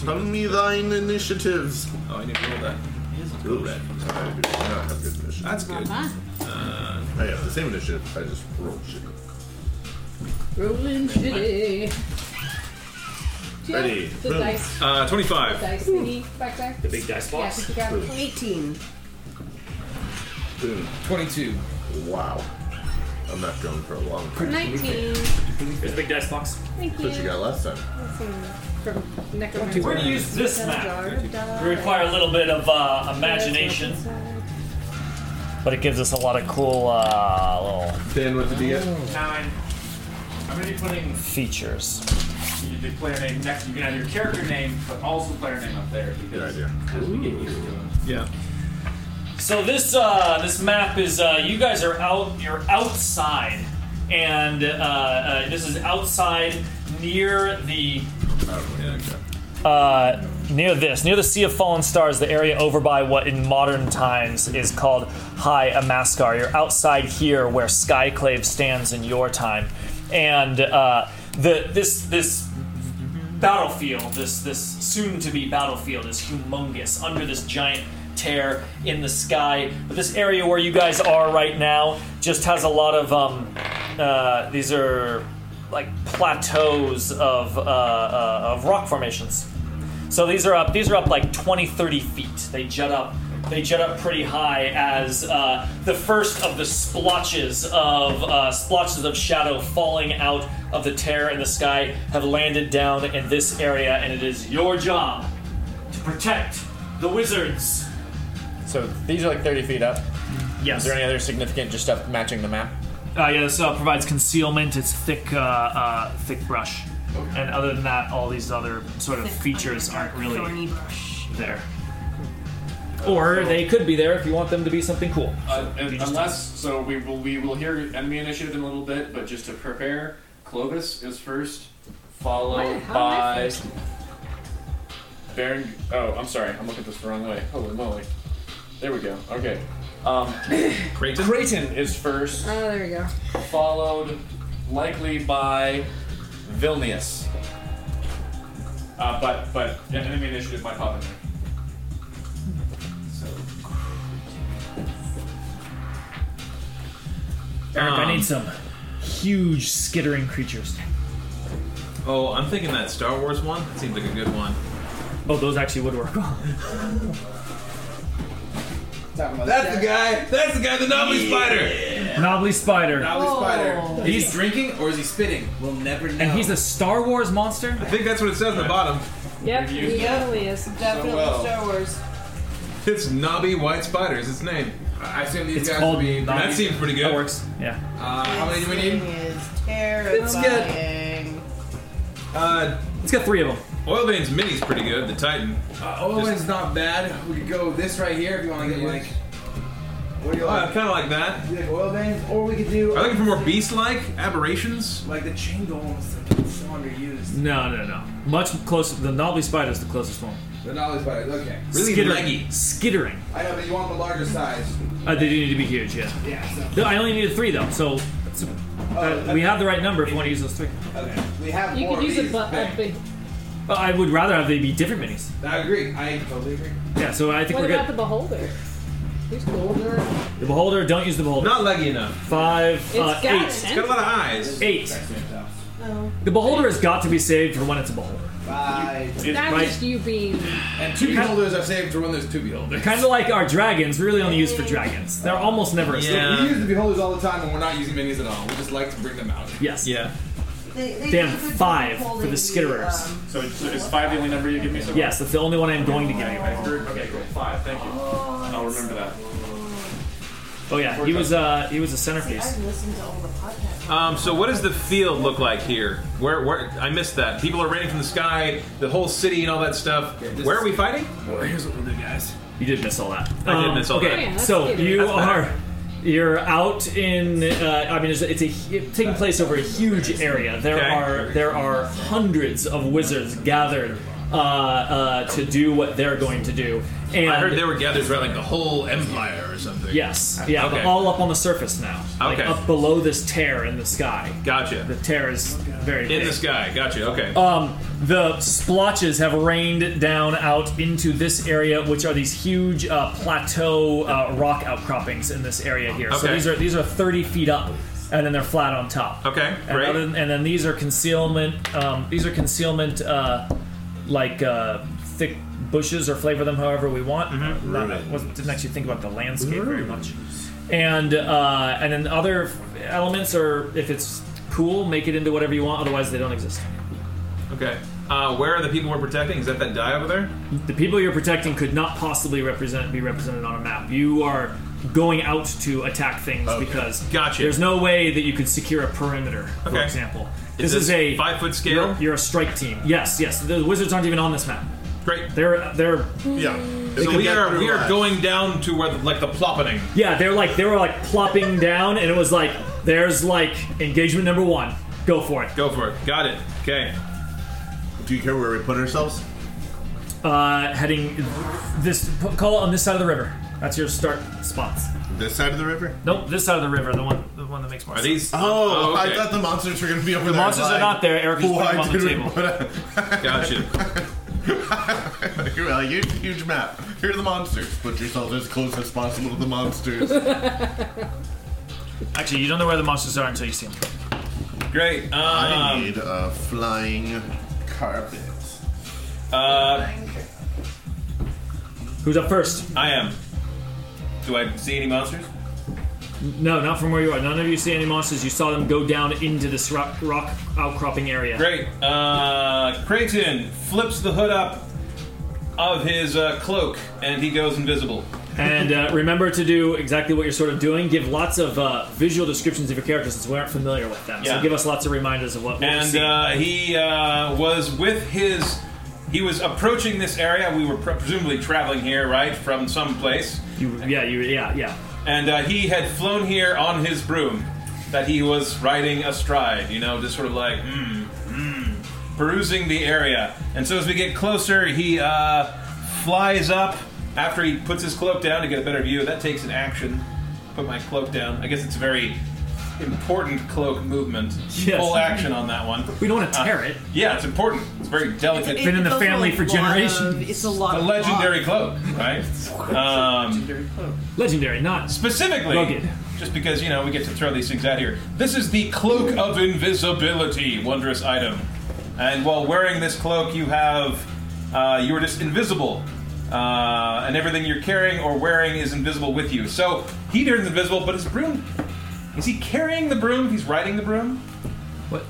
[SPEAKER 4] tell me thine initiatives.
[SPEAKER 7] Oh, I need to roll that.
[SPEAKER 4] Ooh, I do not have good initiative.
[SPEAKER 7] That's good.
[SPEAKER 3] Huh?
[SPEAKER 4] I have the same initiative, I just rolled shit.
[SPEAKER 3] Rolling shitty. Do you have
[SPEAKER 4] Ready.
[SPEAKER 3] The
[SPEAKER 4] Boom.
[SPEAKER 3] dice,
[SPEAKER 7] Uh, twenty-five.
[SPEAKER 3] dice thingy back there?
[SPEAKER 2] the big dice
[SPEAKER 3] Yeah,
[SPEAKER 2] box.
[SPEAKER 3] you got it.
[SPEAKER 6] 18.
[SPEAKER 4] Boom.
[SPEAKER 5] 22.
[SPEAKER 4] Wow. I'm not going for a long time.
[SPEAKER 3] 19.
[SPEAKER 2] There's a big dice box.
[SPEAKER 3] Thank you.
[SPEAKER 4] What you got last time?
[SPEAKER 3] From Necromancer.
[SPEAKER 2] We're gonna use this map. We
[SPEAKER 6] map.
[SPEAKER 2] require a little bit of uh, imagination, but it gives us a lot of cool uh, little
[SPEAKER 4] Dan, what did you get?
[SPEAKER 2] nine.
[SPEAKER 12] I'm gonna be putting
[SPEAKER 2] features.
[SPEAKER 12] you do player name next. You can have your character name, but also player name up there.
[SPEAKER 4] Good
[SPEAKER 12] Because
[SPEAKER 4] idea.
[SPEAKER 12] as we get used to it.
[SPEAKER 7] Yeah.
[SPEAKER 2] So this uh, this map is uh, you guys are out you're outside, and uh, uh, this is outside near the
[SPEAKER 7] Yeah, okay.
[SPEAKER 2] uh, near this, near the Sea of Fallen Stars, the area over by what in modern times is called High Amaskar. You're outside here where Skyclave stands in your time, and uh, the this this battlefield, this this soon-to-be battlefield, is humongous under this giant tear in the sky. But this area where you guys are right now just has a lot of um, uh, these are like plateaus of uh, uh, of rock formations. So these are up. These are up like 20, 30 feet. They jut up. They jut up pretty high as uh, the first of the splotches of uh, splotches of shadow falling out of the tear in the sky have landed down in this area, and it is your job to protect the wizards.
[SPEAKER 13] So these are like 30 feet up.
[SPEAKER 2] Yes.
[SPEAKER 13] Is there any other significant just stuff matching the map?
[SPEAKER 2] Uh, yeah, this uh, provides concealment. It's thick, uh, uh, thick brush, and other than that, all these other sort of features aren't really there. Or they could be there if you want them to be something cool.
[SPEAKER 12] Uh, and unless so, we will we will hear enemy initiative in a little bit, but just to prepare, Clovis is first,
[SPEAKER 3] Why
[SPEAKER 12] followed
[SPEAKER 3] the hell am I
[SPEAKER 12] by Baron. Oh, I'm sorry, I'm looking at this the wrong way. Holy moly! There we go. Okay,
[SPEAKER 3] [LAUGHS]
[SPEAKER 12] um,
[SPEAKER 7] Creighton.
[SPEAKER 12] Creighton is first,
[SPEAKER 3] Oh, there we go.
[SPEAKER 12] followed likely by Vilnius. Uh, but but yeah, enemy initiative might pop in there. So
[SPEAKER 2] Eric, I
[SPEAKER 7] Um,
[SPEAKER 2] need some huge skittering creatures.
[SPEAKER 7] Oh, I'm thinking that Star Wars one. That seems like a good one.
[SPEAKER 2] Oh, those actually would work.
[SPEAKER 5] That's the guy. That's the guy. The Nobby Spider.
[SPEAKER 2] Knobbly Spider.
[SPEAKER 5] Nobby
[SPEAKER 3] Oh.
[SPEAKER 5] Spider. Is
[SPEAKER 2] He's-
[SPEAKER 5] he drinking or is he spitting? We'll never know.
[SPEAKER 2] And he's a Star Wars monster?
[SPEAKER 7] I think that's what it says on the bottom.
[SPEAKER 3] Yep,
[SPEAKER 12] Review.
[SPEAKER 3] he totally is.
[SPEAKER 6] Definitely
[SPEAKER 5] well.
[SPEAKER 6] Star Wars.
[SPEAKER 7] It's Nobby White Spider is its name.
[SPEAKER 5] I assume these
[SPEAKER 2] It's
[SPEAKER 5] guys
[SPEAKER 2] called
[SPEAKER 5] will be.
[SPEAKER 2] Nobby.
[SPEAKER 7] That seems pretty good.
[SPEAKER 2] That works. Yeah.
[SPEAKER 5] Uh, how many do we
[SPEAKER 6] This
[SPEAKER 5] need?
[SPEAKER 6] thing is terrifying.
[SPEAKER 7] Uh,
[SPEAKER 2] Let's get three of them.
[SPEAKER 7] Oil Veins Mini's pretty good. The Titan.
[SPEAKER 5] Uh, Owen's not bad. We could go this right here if you want to get like. What do you
[SPEAKER 7] Oh, I
[SPEAKER 5] like?
[SPEAKER 7] kind of like that.
[SPEAKER 5] You like oil veins, or we could do
[SPEAKER 7] Are you looking for more beast-like aberrations?
[SPEAKER 5] like the chain golems that are so underused.
[SPEAKER 2] No, no, no. Much closer. The Knobbly Spider is the closest one.
[SPEAKER 5] The knowledge spiders, okay.
[SPEAKER 7] Really
[SPEAKER 2] skittering.
[SPEAKER 7] leggy.
[SPEAKER 2] Skittering.
[SPEAKER 5] I know, but you want the larger size.
[SPEAKER 2] Uh, they do need to be huge, yeah.
[SPEAKER 5] Yeah, so.
[SPEAKER 2] No, I only needed three though, so Uh, we have the right number if you want to use those three.
[SPEAKER 5] Okay. We have
[SPEAKER 3] You
[SPEAKER 5] more
[SPEAKER 3] could
[SPEAKER 5] of
[SPEAKER 3] use a
[SPEAKER 5] these
[SPEAKER 3] butt.
[SPEAKER 5] than-
[SPEAKER 3] A big.
[SPEAKER 2] But I would rather have they be different minis.
[SPEAKER 5] I agree. I totally agree.
[SPEAKER 2] Yeah, so I think
[SPEAKER 3] What
[SPEAKER 2] we're
[SPEAKER 3] about
[SPEAKER 2] good.
[SPEAKER 3] the beholder? He's colder.
[SPEAKER 2] The-, beholder, don't use the beholder.
[SPEAKER 7] Not leggy enough.
[SPEAKER 2] Five,
[SPEAKER 3] It's
[SPEAKER 2] uh,
[SPEAKER 3] got
[SPEAKER 2] eight.
[SPEAKER 3] an
[SPEAKER 7] It's got a lot of eyes.
[SPEAKER 2] Eight. The beholder has got to be saved for when it's a beholder.
[SPEAKER 5] Bye.
[SPEAKER 3] That's
[SPEAKER 2] right.
[SPEAKER 3] just you being.
[SPEAKER 5] And two beholders are saved for when there's two beholders.
[SPEAKER 2] Kind of like our dragons, we really only use for dragons. They're almost never a save.
[SPEAKER 7] Yeah.
[SPEAKER 5] We use the beholders all the time, and we're not using minis at all. We just like to bring them out.
[SPEAKER 2] Yes.
[SPEAKER 7] Yeah.
[SPEAKER 6] They, they
[SPEAKER 2] Damn,
[SPEAKER 6] do a good job
[SPEAKER 2] five
[SPEAKER 6] of
[SPEAKER 2] for the
[SPEAKER 6] holding
[SPEAKER 2] skitterers.
[SPEAKER 6] um,
[SPEAKER 12] So, so is five the only number you give me so far?
[SPEAKER 2] Yes, that's the only one I'm going to give you.
[SPEAKER 12] Okay, cool. Five. Thank you. I'll remember that.
[SPEAKER 2] Oh yeah, he was uh he was a centerpiece.
[SPEAKER 6] I've listened to all the podcasts.
[SPEAKER 7] Um, so what does the field look like here? Where, where? I missed that. People are raining from the sky, the whole city, and all that stuff.
[SPEAKER 5] this
[SPEAKER 7] where
[SPEAKER 5] is-
[SPEAKER 7] are we fighting?
[SPEAKER 5] here's what we'll do, guys.
[SPEAKER 2] You did miss all that.
[SPEAKER 7] I did miss all
[SPEAKER 2] okay,
[SPEAKER 7] that.
[SPEAKER 3] Yeah, that's
[SPEAKER 2] so
[SPEAKER 3] good.
[SPEAKER 2] you
[SPEAKER 7] That's better.
[SPEAKER 2] are you're out in. Uh, I mean, it's, it's a hu- it's taking place over a huge area. There
[SPEAKER 7] Okay.
[SPEAKER 2] are there are hundreds of wizards gathered uh, uh, to do what they're going to do. And
[SPEAKER 7] I heard they were gathered throughout like the whole empire or something.
[SPEAKER 2] Yes, yeah,
[SPEAKER 7] Okay.
[SPEAKER 2] but all up on the surface now, like
[SPEAKER 7] Okay.
[SPEAKER 2] up below this tear in the sky. The
[SPEAKER 7] Gotcha.
[SPEAKER 2] tear is very
[SPEAKER 7] In
[SPEAKER 2] big.
[SPEAKER 7] the sky. Gotcha. Okay.
[SPEAKER 2] Um, the splotches have rained down out into this area, which are these huge uh, plateau uh, rock outcroppings in this area here. So
[SPEAKER 7] Okay.
[SPEAKER 2] these are these are 30 feet up, and then they're flat on top.
[SPEAKER 7] Okay,
[SPEAKER 2] And,
[SPEAKER 7] great.
[SPEAKER 2] other than- and then these are concealment. Um, these are concealment, uh, like uh, thick bushes, or flavor them however we want.
[SPEAKER 7] Mm-hmm.
[SPEAKER 2] Not- I wasn't, didn't actually think about the landscape very much. And uh, and then other elements are if it's cool, make it into whatever you want. Otherwise, they don't exist.
[SPEAKER 7] Okay. Uh, where are the people we're protecting? Is that that guy over there?
[SPEAKER 2] The people you're protecting could not possibly represent be represented on a map. You are going out to attack things because
[SPEAKER 7] Gotcha.
[SPEAKER 2] there's no way that you could secure a perimeter, for
[SPEAKER 7] Okay.
[SPEAKER 2] example.
[SPEAKER 7] Is
[SPEAKER 2] This is,
[SPEAKER 7] this
[SPEAKER 2] a
[SPEAKER 7] five-foot scale?
[SPEAKER 2] You're, you're a strike team. Yes, yes. The wizards aren't even on this map.
[SPEAKER 7] Great.
[SPEAKER 2] They're they're
[SPEAKER 4] Yeah.
[SPEAKER 7] So we are we are going down to where the, like the ploppening.
[SPEAKER 2] yeah they're like they were like plopping down, and it was like there's like engagement number one. Go for it.
[SPEAKER 7] Go for it. Got it. Okay.
[SPEAKER 4] Do you care where we put ourselves?
[SPEAKER 2] Uh, heading this call it on this side of the river. That's your start spots.
[SPEAKER 4] This side of the river?
[SPEAKER 2] Nope, this side of the river. The one the one that makes more
[SPEAKER 7] Are
[SPEAKER 2] sense.
[SPEAKER 7] these?
[SPEAKER 4] Oh,
[SPEAKER 7] okay.
[SPEAKER 4] I thought the monsters were going to be over
[SPEAKER 2] The
[SPEAKER 4] there.
[SPEAKER 2] monsters are not there. Eric is putting
[SPEAKER 4] Why
[SPEAKER 2] them on the
[SPEAKER 4] did we
[SPEAKER 2] table.
[SPEAKER 4] put a- [LAUGHS]
[SPEAKER 7] [LAUGHS] Gotcha.
[SPEAKER 4] You're like, here's a huge map. Here are the monsters. Put yourselves as close as possible to
[SPEAKER 2] [LAUGHS]
[SPEAKER 4] the monsters.
[SPEAKER 2] Actually, you don't know where the monsters are until you see them.
[SPEAKER 7] Great.
[SPEAKER 4] I
[SPEAKER 7] Um,
[SPEAKER 4] need a flying carpet.
[SPEAKER 7] uh,
[SPEAKER 2] Who's up first?
[SPEAKER 7] I am. Do I see any monsters?
[SPEAKER 2] No, not from where you are. None of you see any monsters. You saw them go down into this rock, rock outcropping area.
[SPEAKER 7] Great. Uh, Creighton flips the hood up of his uh, cloak and he goes invisible.
[SPEAKER 2] And uh, remember to do exactly what you're sort of doing. Give lots of uh, visual descriptions of your characters since we aren't familiar with them.
[SPEAKER 7] Yeah.
[SPEAKER 2] So give us lots of reminders of what. what you
[SPEAKER 7] And
[SPEAKER 2] see.
[SPEAKER 7] uh, he uh, was with his. He was approaching this area. We were pre- presumably traveling here, right, from some place.
[SPEAKER 2] you, yeah, you, yeah, yeah.
[SPEAKER 7] And uh, he had flown here on his broom that he was riding astride, you know, just sort of like, mm, mm, perusing the area. And so as we get closer, he uh, flies up after he puts his cloak down to get a better view. That takes an action. Put my cloak down. I guess it's a very important cloak movement.
[SPEAKER 2] Yes.
[SPEAKER 7] Full action on that one. Uh,
[SPEAKER 2] We don't want to tear it.
[SPEAKER 7] Yeah, it's important. It's very delicate.
[SPEAKER 2] Been in the
[SPEAKER 14] Those are
[SPEAKER 2] family
[SPEAKER 14] a
[SPEAKER 2] for
[SPEAKER 14] lot of-
[SPEAKER 2] generations.
[SPEAKER 14] it's a lot
[SPEAKER 7] a
[SPEAKER 14] of
[SPEAKER 7] legendary cloak, right? Um,
[SPEAKER 2] Legendary, not
[SPEAKER 7] Specifically,
[SPEAKER 2] Rugged.
[SPEAKER 7] just because you know we get to throw these things out here. This is the cloak of invisibility, wondrous item. And while wearing this cloak, you have uh, you are just invisible, uh, and everything you're carrying or wearing is invisible with you. So he turns invisible, but his broom. Is he carrying the broom? He's riding the broom.
[SPEAKER 2] What?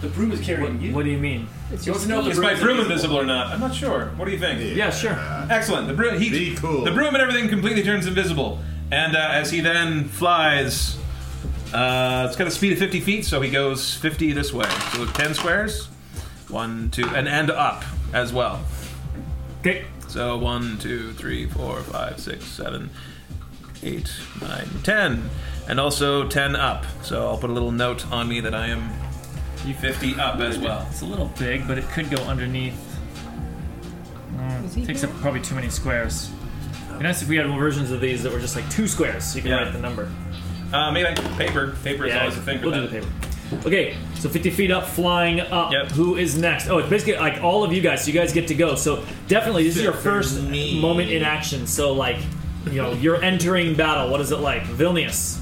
[SPEAKER 12] The broom is carrying you.
[SPEAKER 2] What do you mean?
[SPEAKER 12] You want to know if the
[SPEAKER 7] Is my broom invisible or not? I'm not sure. What do you think?
[SPEAKER 2] Yeah, sure.
[SPEAKER 7] Excellent. The broom. He,
[SPEAKER 4] Be cool.
[SPEAKER 7] The broom and everything completely turns invisible, and uh, as he then flies, uh, it's got a speed of 50 feet, so he goes 50 this way. So 10 squares, one, two, and and up as well.
[SPEAKER 2] Okay.
[SPEAKER 7] So one, two, three, four, five, six, seven, eight, nine, ten, and also 10 up. So I'll put a little note on me that I am 50 up as well.
[SPEAKER 2] It's a little big, but it could go underneath.
[SPEAKER 3] he
[SPEAKER 2] takes up probably too many squares. It'd be nice if we had versions of these that were just like two squares, so you can
[SPEAKER 7] Yeah.
[SPEAKER 2] write the number.
[SPEAKER 7] Uh, maybe like paper. Paper is
[SPEAKER 2] Yeah,
[SPEAKER 7] always a thing. for
[SPEAKER 2] we'll do
[SPEAKER 7] that.
[SPEAKER 2] the paper. Okay, so 50 feet up, flying up.
[SPEAKER 7] Yep.
[SPEAKER 2] Who is next? Oh, it's basically like all of you guys. So you guys get to go. So definitely, this is your first moment in action. So like, you know, you're entering battle. What is it like, Vilnius?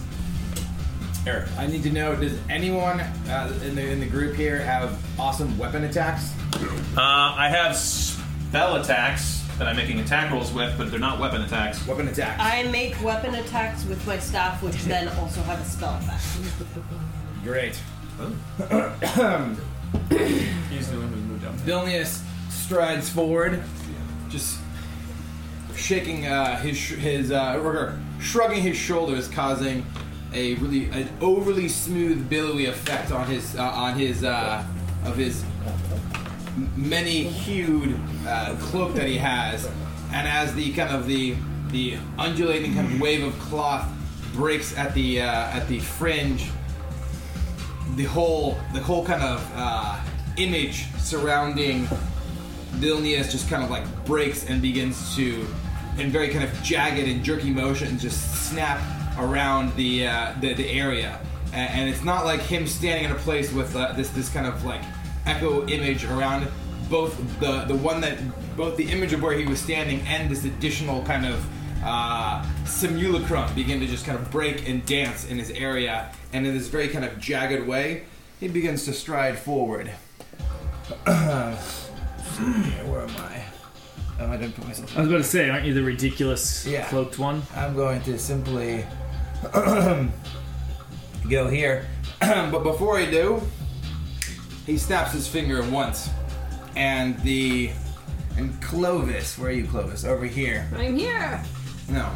[SPEAKER 5] Eric, I need to know: Does anyone uh, in the in the group here have awesome weapon attacks?
[SPEAKER 7] Uh, I have spell attacks that I'm making attack rolls with, but they're not weapon attacks.
[SPEAKER 5] Weapon attacks.
[SPEAKER 6] I make weapon attacks with my staff, which then also have a spell effect.
[SPEAKER 5] Great.
[SPEAKER 12] He's the one who moved up.
[SPEAKER 5] Vilnius strides forward, just shaking uh, his sh- his uh, or her, shrugging his shoulders, causing a really an overly smooth billowy effect on his uh, on his uh, of his many hued uh, cloak that he has, and as the kind of the the undulating kind of wave of cloth breaks at the uh, at the fringe, the whole the whole kind of uh, image surrounding Vilnius just kind of like breaks and begins to, in very kind of jagged and jerky motions, just snap around the uh, the, the area. A- And it's not like him standing in a place with uh, this this kind of like echo image around both the the one that both the image of where he was standing and this additional kind of uh, simulacrum begin to just kind of break and dance in his area. And in this very kind of jagged way, he begins to stride forward. [COUGHS] Yeah, where am I? Oh, I didn't put myself.
[SPEAKER 2] I was about to say, aren't you the ridiculous
[SPEAKER 5] Yeah.
[SPEAKER 2] cloaked one?
[SPEAKER 5] I'm going to simply [CLEARS THROAT] go here. [CLEARS THROAT] but before I do, he snaps his finger once. And the. And Clovis, where are you, Clovis? Over here.
[SPEAKER 3] I'm here.
[SPEAKER 5] No.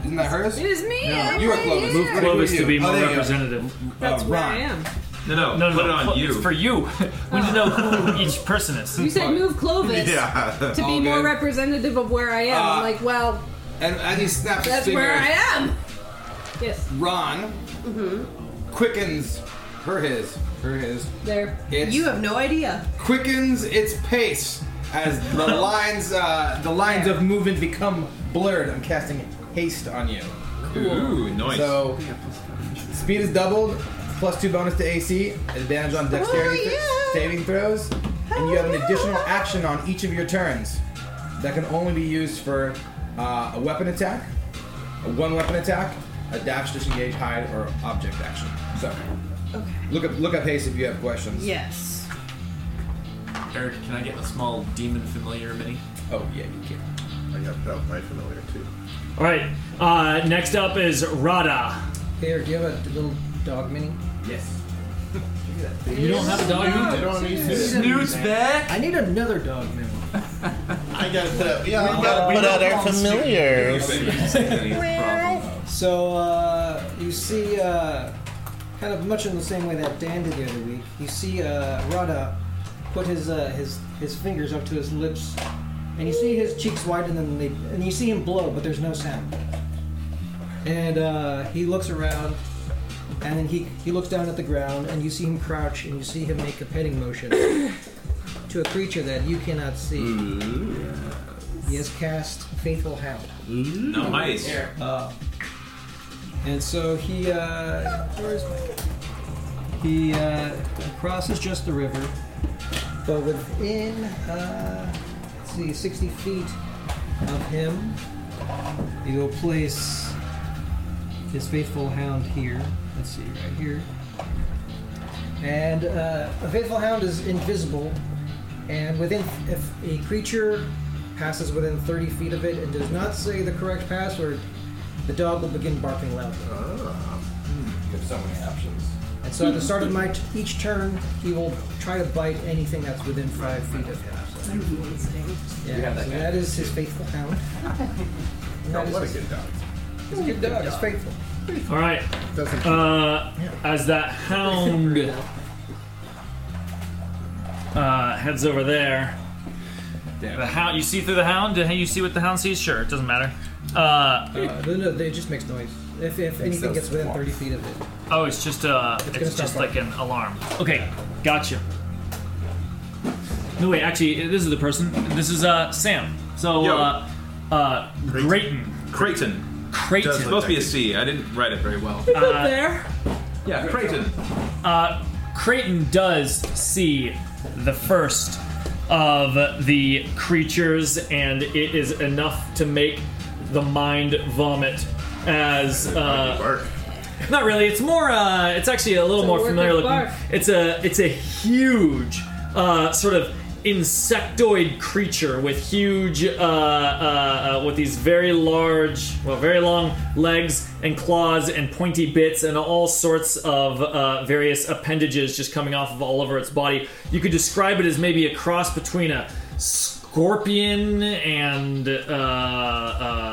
[SPEAKER 5] Isn't that hers?
[SPEAKER 3] It is me. I'm
[SPEAKER 5] You are
[SPEAKER 3] right
[SPEAKER 5] Clovis.
[SPEAKER 3] here.
[SPEAKER 5] Move Clo-
[SPEAKER 2] Clovis
[SPEAKER 5] you?
[SPEAKER 2] to be
[SPEAKER 5] Oh,
[SPEAKER 2] more
[SPEAKER 5] there you go.
[SPEAKER 2] representative.
[SPEAKER 3] That's
[SPEAKER 5] Uh,
[SPEAKER 3] where
[SPEAKER 5] Ron.
[SPEAKER 3] I am.
[SPEAKER 7] No, no,
[SPEAKER 2] No, no,
[SPEAKER 7] put
[SPEAKER 2] no.
[SPEAKER 7] it on
[SPEAKER 2] Clo-
[SPEAKER 7] you.
[SPEAKER 2] It's for you. [LAUGHS] we need to know who each person is.
[SPEAKER 3] You said move Clovis
[SPEAKER 4] Yeah.
[SPEAKER 3] to
[SPEAKER 4] [LAUGHS]
[SPEAKER 3] be
[SPEAKER 5] All
[SPEAKER 3] more
[SPEAKER 5] good.
[SPEAKER 3] representative of where I am.
[SPEAKER 5] Uh,
[SPEAKER 3] I'm like, well,
[SPEAKER 5] And as he snaps his
[SPEAKER 3] that's
[SPEAKER 5] finger.
[SPEAKER 3] where I
[SPEAKER 5] [LAUGHS]
[SPEAKER 3] am. Yes,
[SPEAKER 5] Ron
[SPEAKER 6] Mm-hmm.
[SPEAKER 5] quickens her his. Her his.
[SPEAKER 3] there.
[SPEAKER 5] It's
[SPEAKER 6] You have no idea.
[SPEAKER 5] quickens its pace as
[SPEAKER 6] [LAUGHS]
[SPEAKER 5] the lines uh, the lines of movement become blurred. I'm casting haste on you.
[SPEAKER 7] Ooh, nice.
[SPEAKER 5] So speed is doubled, plus two bonus to AC, advantage on dexterity
[SPEAKER 6] Oh,
[SPEAKER 5] th-
[SPEAKER 6] yeah.
[SPEAKER 5] saving throws, and you have an
[SPEAKER 6] yeah.
[SPEAKER 5] additional action on each of your turns that can only be used for uh, a weapon attack, a one weapon attack, a dash, disengage, hide, or object action. So
[SPEAKER 6] Okay.
[SPEAKER 5] look up look up haste if you have questions.
[SPEAKER 6] Yes.
[SPEAKER 13] Eric, can I get a small demon familiar mini?
[SPEAKER 5] Oh yeah, you can.
[SPEAKER 4] I got that my familiar too.
[SPEAKER 2] All right. Uh, next up is Rada.
[SPEAKER 8] Hey, Eric, do you have a little dog mini?
[SPEAKER 5] Yes.
[SPEAKER 2] You don't have a dog.
[SPEAKER 13] Snoots back.
[SPEAKER 8] I need another dog mini.
[SPEAKER 4] I got that. Yeah, we got, we got our familiars.
[SPEAKER 8] So uh, you see, uh, kind of much in the same way that Dan did the other week. You see uh, Rada put his uh, his his fingers up to his lips, and you see his cheeks widen, and they and you see him blow, but there's no sound. And uh, he looks around, and then he he looks down at the ground, and you see him crouch, and you see him make a petting motion [COUGHS] to a creature that you cannot see. He has cast Faithful Hound. Uh,
[SPEAKER 7] no, nice.
[SPEAKER 8] And so he, uh, where is my? He uh, crosses just the river, but within, uh, let's see, 60 feet of him, he will place his faithful hound here. Let's see, right here. And uh, a faithful hound is invisible, and within, if a creature passes within 30 feet of it and does not say the correct password, the dog will begin barking loudly.
[SPEAKER 5] You have so many options.
[SPEAKER 8] And so at the start of my t- each turn, he will try to bite anything that's within five feet of him. So- Yeah, so that is his faithful hound. And that is
[SPEAKER 4] What a
[SPEAKER 8] his-
[SPEAKER 4] good dog.
[SPEAKER 8] he's a good dog. He's faithful.
[SPEAKER 2] All right.
[SPEAKER 4] Doesn't
[SPEAKER 2] Uh, as that hound uh, heads over there, the hound. You see through the hound. Do you see what the hound sees? Sure, it doesn't matter. Uh,
[SPEAKER 8] Uh, no, no, it just makes noise. If, if anything
[SPEAKER 5] those
[SPEAKER 8] gets within
[SPEAKER 5] squawks.
[SPEAKER 8] 30 feet of it.
[SPEAKER 2] oh, it's just uh,
[SPEAKER 8] It's
[SPEAKER 2] it's,
[SPEAKER 8] gonna
[SPEAKER 2] just
[SPEAKER 8] start
[SPEAKER 2] like an alarm. Okay, gotcha. No wait, actually, this is the person. This is uh Sam. So
[SPEAKER 7] Yo.
[SPEAKER 2] uh, uh, Grayton.
[SPEAKER 7] Creighton.
[SPEAKER 2] Creighton.
[SPEAKER 7] It's supposed to be a C. I didn't write it very well.
[SPEAKER 3] there.
[SPEAKER 7] Yeah, Creighton.
[SPEAKER 2] Uh, Creighton does see the first of the creatures, and it is enough to make the mind vomit. As uh, not really, it's more. Uh, it's actually a little
[SPEAKER 3] It's a
[SPEAKER 2] more
[SPEAKER 3] work
[SPEAKER 2] familiar
[SPEAKER 3] of
[SPEAKER 2] looking.
[SPEAKER 3] barf.
[SPEAKER 2] It's a it's a huge uh, sort of insectoid creature with huge uh, uh, uh, with these very large well very long legs and claws and pointy bits and all sorts of uh, various appendages just coming off of all over its body you could describe it as maybe a cross between a scorpion and uh,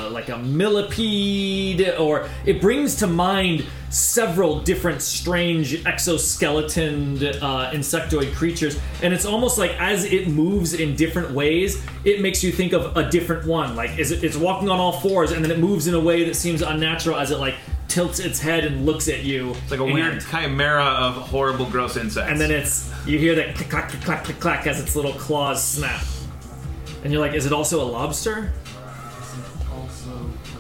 [SPEAKER 2] uh, like a millipede or it brings to mind several different strange exoskeleton uh, insectoid creatures and it's almost like as it moves in different ways it makes you think of a different one like is it, it's walking on all fours and then it moves in a way that seems unnatural as it like tilts its head and looks at you
[SPEAKER 7] It's like a weird chimera of horrible, gross insects.
[SPEAKER 2] and then it's you hear that click clack click clack click clack as its little claws snap and you're like is it also a lobster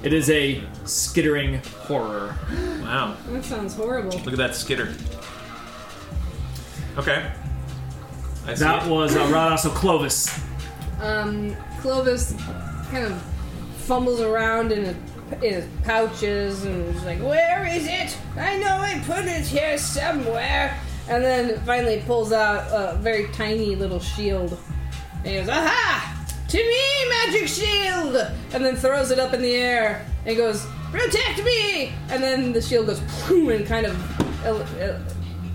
[SPEAKER 2] it is a skittering horror
[SPEAKER 7] wow,
[SPEAKER 3] That sounds horrible.
[SPEAKER 7] look at that skitter. Okay. I see.
[SPEAKER 2] That
[SPEAKER 7] it.
[SPEAKER 2] was uh, Rodas of Clovis.
[SPEAKER 3] Um, Clovis kind of fumbles around in, a, in his pouches and is like, Where is it? I know I put it here somewhere. And then finally pulls out a very tiny little shield. And he goes, Aha! To me, magic shield! And then throws it up in the air and goes, Protect me! And then the shield goes, Ploom! And kind of, el- el-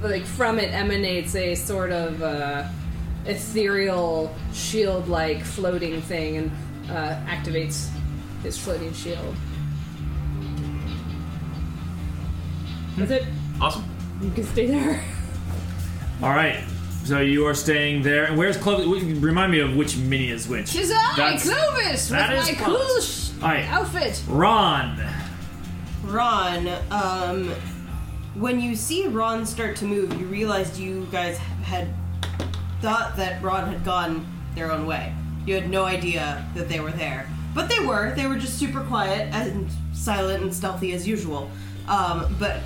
[SPEAKER 3] like, from it emanates a sort of. Uh, ethereal shield like floating thing and uh, activates his floating shield. That's it.
[SPEAKER 7] awesome.
[SPEAKER 3] You can stay there.
[SPEAKER 2] All right. So you are staying there. And where's Clovis? wh- Remind me of which mini is which.
[SPEAKER 3] Tis I,
[SPEAKER 2] That's-
[SPEAKER 3] Clovis, with
[SPEAKER 2] that is
[SPEAKER 3] my cool
[SPEAKER 2] Clovis.
[SPEAKER 3] sh-
[SPEAKER 2] All right.
[SPEAKER 3] outfit.
[SPEAKER 2] Ron.
[SPEAKER 6] Ron, um, when you see Ron start to move, you realized you guys had thought that Ron had gone their own way. You had no idea that they were there. But they were. They were just super quiet and silent and stealthy as usual. Um, but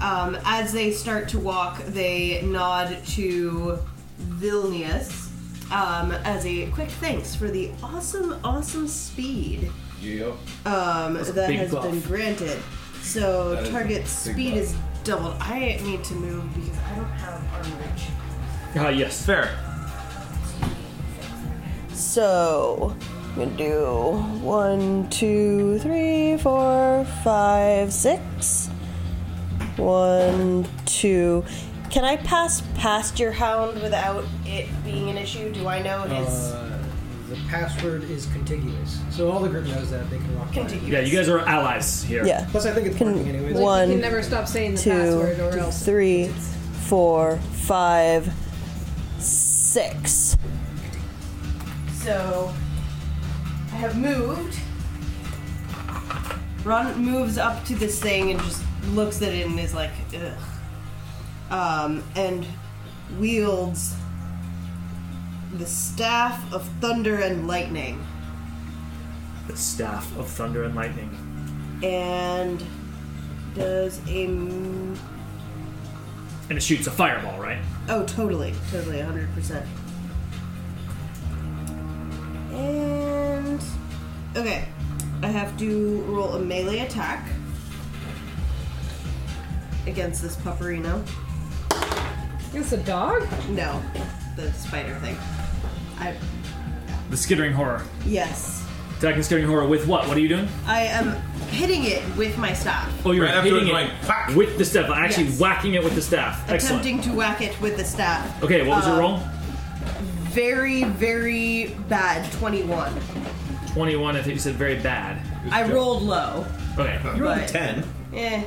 [SPEAKER 6] um, as they start to walk, they nod to Vilnius um, as a quick thanks for the awesome, awesome speed
[SPEAKER 5] Geo.
[SPEAKER 6] um, that
[SPEAKER 2] big
[SPEAKER 6] has
[SPEAKER 2] buff.
[SPEAKER 6] been granted. So
[SPEAKER 5] That is a
[SPEAKER 6] target
[SPEAKER 5] big
[SPEAKER 6] speed
[SPEAKER 5] buff.
[SPEAKER 6] is doubled. I need to move because I don't have armor.
[SPEAKER 2] Ah, yes.
[SPEAKER 7] Fair.
[SPEAKER 6] So I'm gonna do one, two, three, four, five, six. One, two. Can I pass past your hound without it being an issue? Do I know his
[SPEAKER 8] Uh, the password is contiguous, so all the group knows that they can walk by.
[SPEAKER 6] contiguous?
[SPEAKER 2] Yeah, you guys are allies here.
[SPEAKER 14] Yeah.
[SPEAKER 8] Plus, I think it's
[SPEAKER 14] Can-
[SPEAKER 8] working anyways.
[SPEAKER 3] Like,
[SPEAKER 14] One,
[SPEAKER 3] you can never stop saying the
[SPEAKER 14] Two,
[SPEAKER 3] password or else.
[SPEAKER 14] three, four, five, six.
[SPEAKER 6] So I have moved. Ron moves up to this thing and just looks at it and is like, ugh. Um, and wields the staff of thunder and lightning.
[SPEAKER 2] The staff of thunder and lightning.
[SPEAKER 6] And does a. m-
[SPEAKER 2] And it shoots a fireball, right?
[SPEAKER 6] Oh, totally. Totally, 100%. And. Okay. I have to roll a melee attack against this pufferino.
[SPEAKER 3] It's a dog?
[SPEAKER 6] No, the spider thing. I.
[SPEAKER 2] The skittering horror.
[SPEAKER 6] Yes.
[SPEAKER 2] Attacking skittering horror with what? What are you doing?
[SPEAKER 6] I am hitting it with my staff.
[SPEAKER 2] Oh, you're
[SPEAKER 7] Right after
[SPEAKER 2] hitting
[SPEAKER 7] it's
[SPEAKER 2] it
[SPEAKER 7] like, whack.
[SPEAKER 2] with the staff. Actually,
[SPEAKER 6] Yes.
[SPEAKER 2] whacking it with the staff. Excellent.
[SPEAKER 6] Attempting to whack it with the staff.
[SPEAKER 2] Okay, what was
[SPEAKER 6] Um,
[SPEAKER 2] your roll?
[SPEAKER 6] Very, very bad 21.
[SPEAKER 2] 21. I think you said very bad.
[SPEAKER 6] I rolled low.
[SPEAKER 2] Okay.
[SPEAKER 6] but,
[SPEAKER 4] Ten.
[SPEAKER 6] Eh.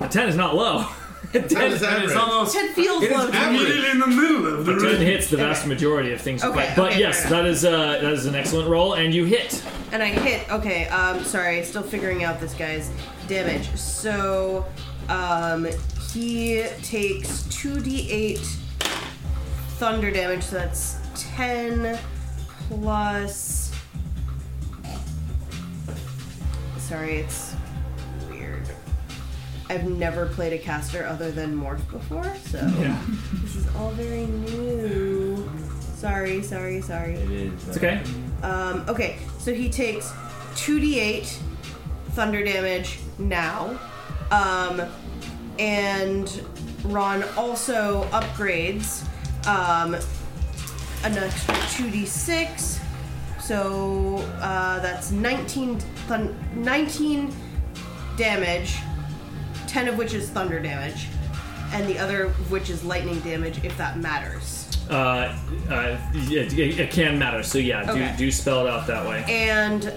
[SPEAKER 2] A 10 is not low. [LAUGHS] A 10
[SPEAKER 4] is average.
[SPEAKER 13] It's almost.
[SPEAKER 6] 10 feels low to me.
[SPEAKER 4] in the middle of the
[SPEAKER 2] Ten hits the vast majority of things. you
[SPEAKER 6] Okay,
[SPEAKER 2] fight. but
[SPEAKER 6] okay,
[SPEAKER 2] yes,
[SPEAKER 6] fair
[SPEAKER 2] that is uh, that is an excellent roll, and you hit.
[SPEAKER 6] And I hit. Okay, um, sorry, still figuring out this guy's damage. So, um, he takes 2d8 thunder damage, so that's 10 plus. Sorry, it's I've never played a caster other than Morph before, so
[SPEAKER 2] Yeah.
[SPEAKER 6] this is all very new. Sorry, sorry, sorry. It
[SPEAKER 2] is. It's okay.
[SPEAKER 6] Um, okay, so he takes 2d8 thunder damage now. Um, and Ron also upgrades um, an extra 2d6. So uh, that's 19, thun- 19 damage, 10 of which is thunder damage, and the other of which is lightning damage, if that matters.
[SPEAKER 2] Uh, uh, yeah, it, it can matter. So yeah,
[SPEAKER 6] Okay.
[SPEAKER 2] do do spell it out that way.
[SPEAKER 6] And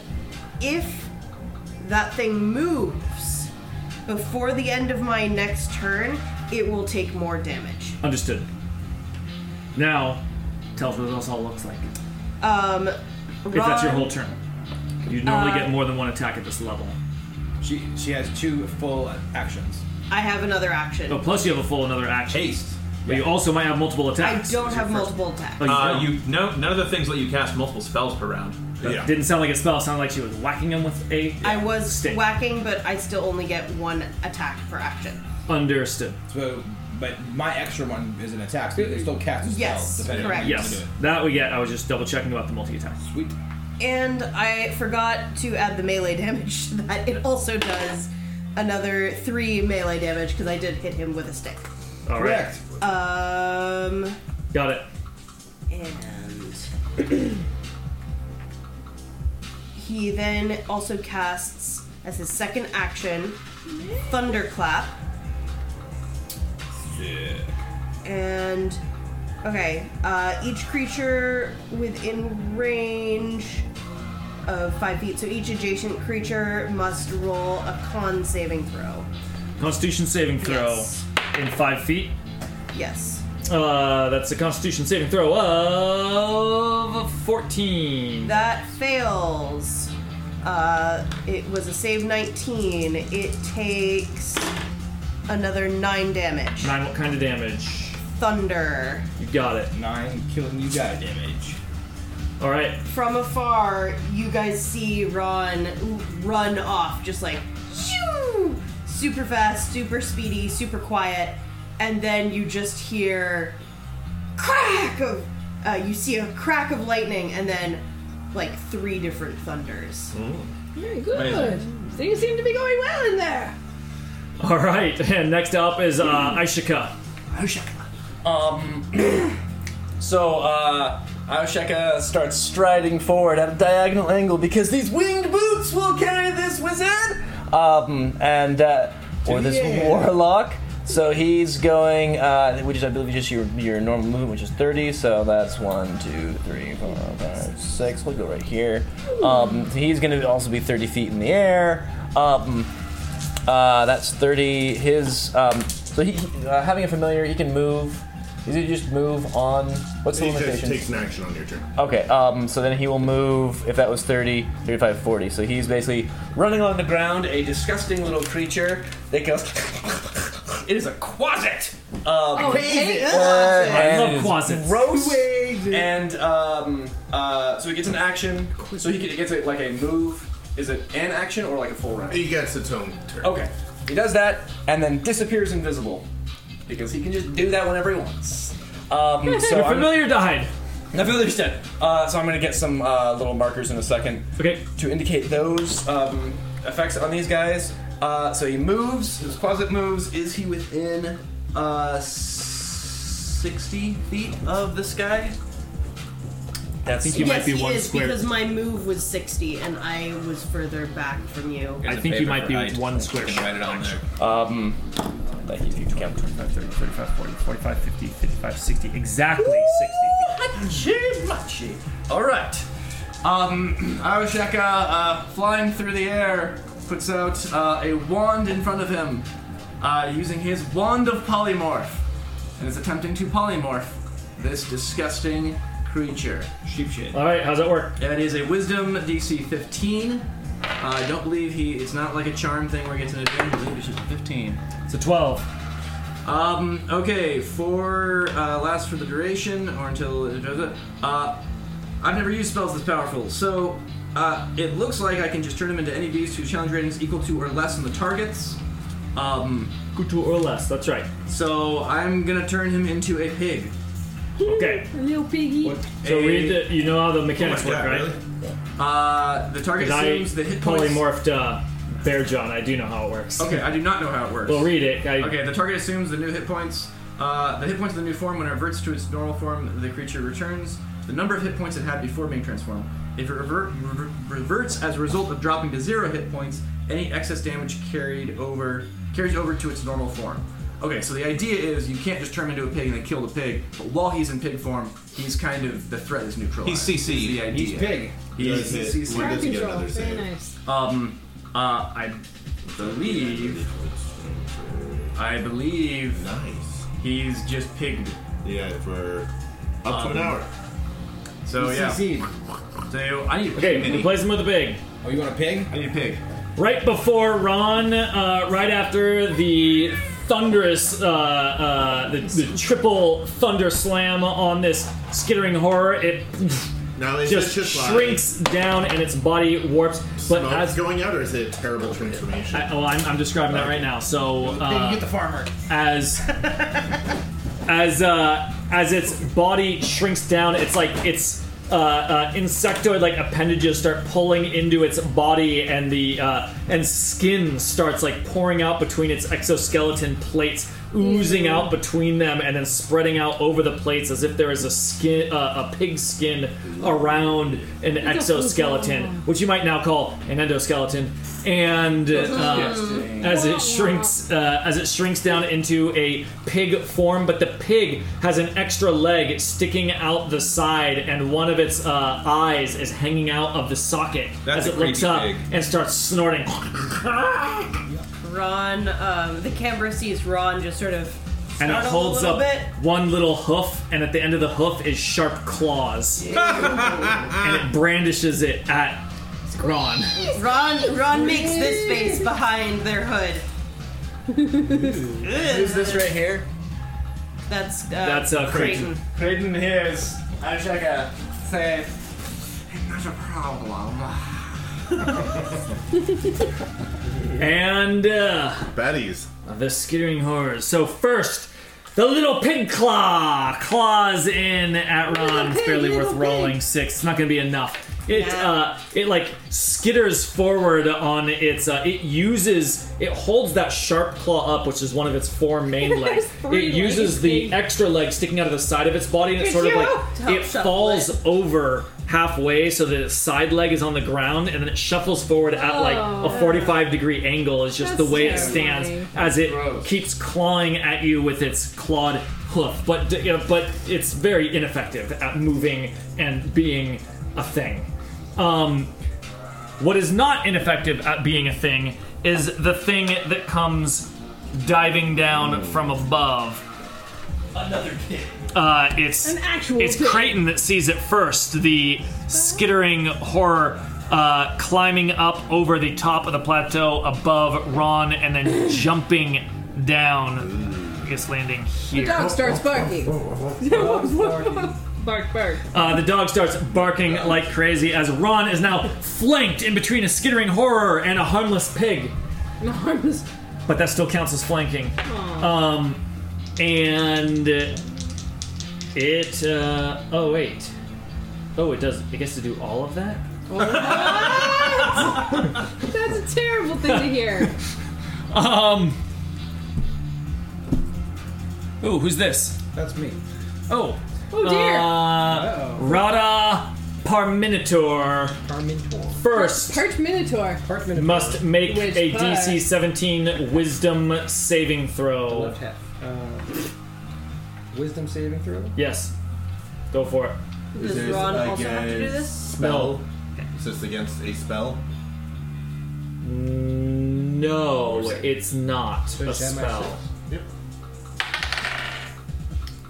[SPEAKER 6] if that thing moves before the end of my next turn, it will take more damage.
[SPEAKER 2] Understood. Now, tell us what this all looks like.
[SPEAKER 6] Um,
[SPEAKER 2] If that's your
[SPEAKER 6] Ron-
[SPEAKER 2] whole turn, you normally
[SPEAKER 6] Uh,
[SPEAKER 2] get more than one attack at this level.
[SPEAKER 8] She she has two full actions.
[SPEAKER 6] I have another action.
[SPEAKER 2] Oh, plus you have a full another action. Haste. But you also might have multiple
[SPEAKER 6] I
[SPEAKER 2] attacks.
[SPEAKER 6] don't have
[SPEAKER 2] Your first-
[SPEAKER 6] multiple attacks.
[SPEAKER 2] Oh, you
[SPEAKER 15] Uh,
[SPEAKER 2] don't?
[SPEAKER 15] you no, none of the things let you cast multiple spells per round.
[SPEAKER 2] That Didn't sound like a spell. It sounded like she was whacking him with a.
[SPEAKER 6] I was
[SPEAKER 2] Stick.
[SPEAKER 6] whacking, but I still only get one attack per action.
[SPEAKER 2] Understood.
[SPEAKER 8] So, but my extra one is an attack, so they still cast a spell.
[SPEAKER 6] Yes,
[SPEAKER 8] Oh, depending
[SPEAKER 6] correct.
[SPEAKER 8] On how you do
[SPEAKER 2] Yes,
[SPEAKER 8] it.
[SPEAKER 2] that we get. I was just double checking about the multi attack.
[SPEAKER 8] Sweet.
[SPEAKER 6] And I forgot to add the melee damage [LAUGHS] to that. It also does another three melee damage because I did hit him with a stick.
[SPEAKER 2] All right.
[SPEAKER 6] Um,
[SPEAKER 2] Got it.
[SPEAKER 6] and he then also casts as his second action thunderclap and okay uh, each creature within range of five feet so each adjacent creature must roll a con saving throw
[SPEAKER 2] Constitution saving throw in five feet.
[SPEAKER 6] yes
[SPEAKER 2] Uh, that's a Constitution saving throw of fourteen.
[SPEAKER 6] That fails. Uh, it was a save 19. It takes another 9 damage.
[SPEAKER 2] Nine. What kind of damage?
[SPEAKER 6] Thunder.
[SPEAKER 2] You got it.
[SPEAKER 8] Nine killing you got damage.
[SPEAKER 2] All right. [LAUGHS]
[SPEAKER 6] From afar, you guys see Ron run off, just like shoo! super fast, super speedy, super quiet, and then you just hear crack of uh, you see a crack of lightning, and then like three different thunders.
[SPEAKER 3] Very good.
[SPEAKER 2] Amazing.
[SPEAKER 3] Things seem to be going well in there.
[SPEAKER 2] All right. [LAUGHS] And next up is uh, Ishika.
[SPEAKER 6] Oh,
[SPEAKER 7] Um, [CLEARS THROAT] so uh, Aosheka starts striding forward at a diagonal angle because these winged boots will carry this wizard, um, and uh, or this
[SPEAKER 16] Yeah.
[SPEAKER 7] warlock. So he's going, uh, which is I believe just your your normal movement, which is thirty. So that's one, two, three, four, five, six. We'll go right here. Um, he's going to also be thirty feet in the air. Um, uh, that's 30. His um, so he uh, having a familiar, he can move. Is he just move on? What's the
[SPEAKER 4] He just
[SPEAKER 7] limitation?
[SPEAKER 4] takes an action on your turn.
[SPEAKER 2] Oh.
[SPEAKER 7] Okay, um, so then he will move, if that was 30, 35, 40. So he's basically running along the ground, a disgusting little creature that goes. [LAUGHS] it is a quasit! Um,
[SPEAKER 16] Oh, hey,
[SPEAKER 7] uh,
[SPEAKER 16] quasit. I
[SPEAKER 7] and
[SPEAKER 16] love
[SPEAKER 7] it is
[SPEAKER 16] quasits.
[SPEAKER 7] Gross! And um, uh, so he gets an action. So he get- gets a, like a move. Is it an action or like a full round?
[SPEAKER 4] He gets its own turn.
[SPEAKER 7] Okay. He does that and then disappears invisible because he can just do that whenever he wants. [LAUGHS] Um, so
[SPEAKER 2] Your
[SPEAKER 7] I'm-
[SPEAKER 2] familiar died.
[SPEAKER 7] now, Fiddler Dead. Uh, so I'm going to get some uh, little markers in a second.
[SPEAKER 2] Okay.
[SPEAKER 7] To indicate those um, effects on these guys. Uh, so he moves. His closet moves. Is he within uh, 60 feet of this guy? That's
[SPEAKER 6] yes, he is because my move was 60 and I was further back from you.
[SPEAKER 7] I think you might be one square. Write it on there. Um, that you can count.
[SPEAKER 2] 25, 30, 35, 40, 45, 50, 55, 60. Exactly
[SPEAKER 7] 60. Machi. All right. Um, [CLEARS THROAT] Aosheka, uh, flying through the air, puts out uh, a wand in front of him, uh, using his wand of polymorph, and is attempting to polymorph this disgusting creature. Sheepshade.
[SPEAKER 2] All right. How's that work?
[SPEAKER 7] It is a wisdom DC 15. Uh, I don't believe he. It's not like a charm thing where he gets an advantage. I believe it's just a 15.
[SPEAKER 2] It's a 12.
[SPEAKER 7] Um, okay, for uh, lasts for the duration or until it does it. Uh, I've never used spells this powerful, so uh, it looks like I can just turn them into any beast whose challenge rating is equal to or less than the target's.
[SPEAKER 11] Um,
[SPEAKER 2] Kutu or less, that's right.
[SPEAKER 11] So I'm gonna turn him into a pig.
[SPEAKER 2] Okay.
[SPEAKER 3] Little piggy.
[SPEAKER 2] So read the, you know how the mechanics
[SPEAKER 11] Oh my
[SPEAKER 2] work,
[SPEAKER 11] God,
[SPEAKER 2] right?
[SPEAKER 11] really? Uh, the target assumes
[SPEAKER 2] I
[SPEAKER 11] the hit points.
[SPEAKER 2] polymorphed uh, Bear John. I do know how it works.
[SPEAKER 11] Okay, I do not know how it works.
[SPEAKER 2] Well, read it. I,
[SPEAKER 11] Okay, the target assumes the new hit points. Uh, the hit points of the new form, when it reverts to its normal form, the creature returns the number of hit points it had before being transformed. If it revert, rever- reverts as a result of dropping to zero hit points, any excess damage carried over carries over to its normal form. Okay, so the idea is you can't just turn him into a pig and then kill the pig. But while he's in pig form, he's kind of the threat is neutral.
[SPEAKER 7] He's CC'd.
[SPEAKER 11] The idea.
[SPEAKER 7] He's pig.
[SPEAKER 11] He's,
[SPEAKER 7] That's it.
[SPEAKER 11] he's CC'd.
[SPEAKER 7] One doesn't
[SPEAKER 3] get another save. Very nice.
[SPEAKER 11] Um, uh, I believe. I believe. Nice. He's just pigged. Yeah, for
[SPEAKER 4] up to an hour.
[SPEAKER 11] So
[SPEAKER 4] He's
[SPEAKER 11] yeah.
[SPEAKER 4] CC'd.
[SPEAKER 11] So I need. [LAUGHS]
[SPEAKER 2] Okay, replace him with a pig.
[SPEAKER 11] Oh, you want a pig? I need a pig.
[SPEAKER 2] Right before Ron, uh, right after the thunderous, uh, uh, the, the triple thunder slam on this skittering horror, it
[SPEAKER 4] Now is
[SPEAKER 2] just
[SPEAKER 4] it just like-
[SPEAKER 2] shrinks down and its body warps. But
[SPEAKER 4] Smoke's
[SPEAKER 2] as
[SPEAKER 4] going out, or is it a terrible transformation?
[SPEAKER 2] I, oh, I'm, I'm describing that right now. So uh,
[SPEAKER 4] get the
[SPEAKER 2] farmer as as uh, as its body shrinks down. It's like its uh, uh, insectoid like appendages start pulling into its body, and the uh, and skin starts like pouring out between its exoskeleton plates, oozing out between them, and then spreading out over the plates as if there is a skin uh, a pig skin around an exoskeleton, which you might now call an endoskeleton, and uh,
[SPEAKER 12] Interesting.
[SPEAKER 2] as it shrinks uh, as it shrinks down into a pig form, but the pig has an extra leg sticking out the side, and one of its uh, eyes is hanging out of the socket
[SPEAKER 7] That's
[SPEAKER 2] as
[SPEAKER 7] a
[SPEAKER 2] it looks
[SPEAKER 7] creepy
[SPEAKER 2] up
[SPEAKER 7] pig.
[SPEAKER 2] and starts snorting.
[SPEAKER 6] Ron, um, the camera sees Ron just sort of
[SPEAKER 2] And it
[SPEAKER 6] startled
[SPEAKER 2] holds
[SPEAKER 6] a little
[SPEAKER 2] up
[SPEAKER 6] bit.
[SPEAKER 2] one little hoof, and at the end of the hoof is sharp claws. and it brandishes it at Ron.
[SPEAKER 6] Ron, Ron makes this face behind their hood. Who's
[SPEAKER 11] this right here?
[SPEAKER 6] That's uh,
[SPEAKER 2] That's uh, Creighton.
[SPEAKER 5] Creighton hears. I check a safe.
[SPEAKER 11] Not a problem.
[SPEAKER 2] and uh, baddies. The skittering horrors. So first, the little pig claw claws in at Ron. It's barely worth rolling six. It's not going to be enough. It uh, it like skitters forward on its. Uh, it uses it holds that sharp claw up, which is one of its four
[SPEAKER 11] [LAUGHS]
[SPEAKER 2] main legs.
[SPEAKER 11] three
[SPEAKER 2] It uses
[SPEAKER 11] legs,
[SPEAKER 2] the extra leg sticking out of the side of its body, and it
[SPEAKER 11] Good
[SPEAKER 2] sort of like
[SPEAKER 11] job. Top
[SPEAKER 2] it
[SPEAKER 11] shuffle
[SPEAKER 2] falls over halfway so that its side leg is on the ground, and then it shuffles forward at like
[SPEAKER 11] Oh.
[SPEAKER 2] a forty-five degree angle. Is just just the
[SPEAKER 11] That's
[SPEAKER 2] way it
[SPEAKER 11] terrifying.
[SPEAKER 2] stands as it keeps clawing at you with its clawed hoof. But d- you know, but it's very ineffective at moving and being a thing. Um, what is not ineffective at being a thing is the thing that comes diving down from above.
[SPEAKER 12] Another kid.
[SPEAKER 2] Uh, it's
[SPEAKER 12] An actual
[SPEAKER 2] it's
[SPEAKER 12] pig.
[SPEAKER 2] Creighton that sees it first. The skittering horror uh, climbing up over the top of the plateau above Ron, and then jumping down. I guess landing here.
[SPEAKER 3] The dog starts barking. bark, bark.
[SPEAKER 2] Uh, the dog starts barking like crazy as Ron is now flanked in between a skittering horror and a harmless pig.
[SPEAKER 3] No harmless.
[SPEAKER 2] But that still counts as flanking.
[SPEAKER 3] Aw.
[SPEAKER 2] Um, and it. Uh, oh wait. Oh, it does. It gets to do all of that.
[SPEAKER 3] That's a terrible thing to hear.
[SPEAKER 2] Um. Ooh, who's this?
[SPEAKER 8] That's me.
[SPEAKER 2] Oh.
[SPEAKER 3] Oh dear.
[SPEAKER 2] Uh, Rada Parminitor.
[SPEAKER 8] Parminitor.
[SPEAKER 2] First.
[SPEAKER 3] Perch Minotaur.
[SPEAKER 8] Perch
[SPEAKER 2] Must make
[SPEAKER 3] Which
[SPEAKER 2] a
[SPEAKER 3] part?
[SPEAKER 2] DC 17 Wisdom saving throw.
[SPEAKER 8] left half. Uh, wisdom saving throw.
[SPEAKER 2] Yes. Go for it.
[SPEAKER 4] Is there, like, a Spell. Is this against a spell?
[SPEAKER 2] No, it's not a
[SPEAKER 8] it's at my
[SPEAKER 2] spell.
[SPEAKER 8] six.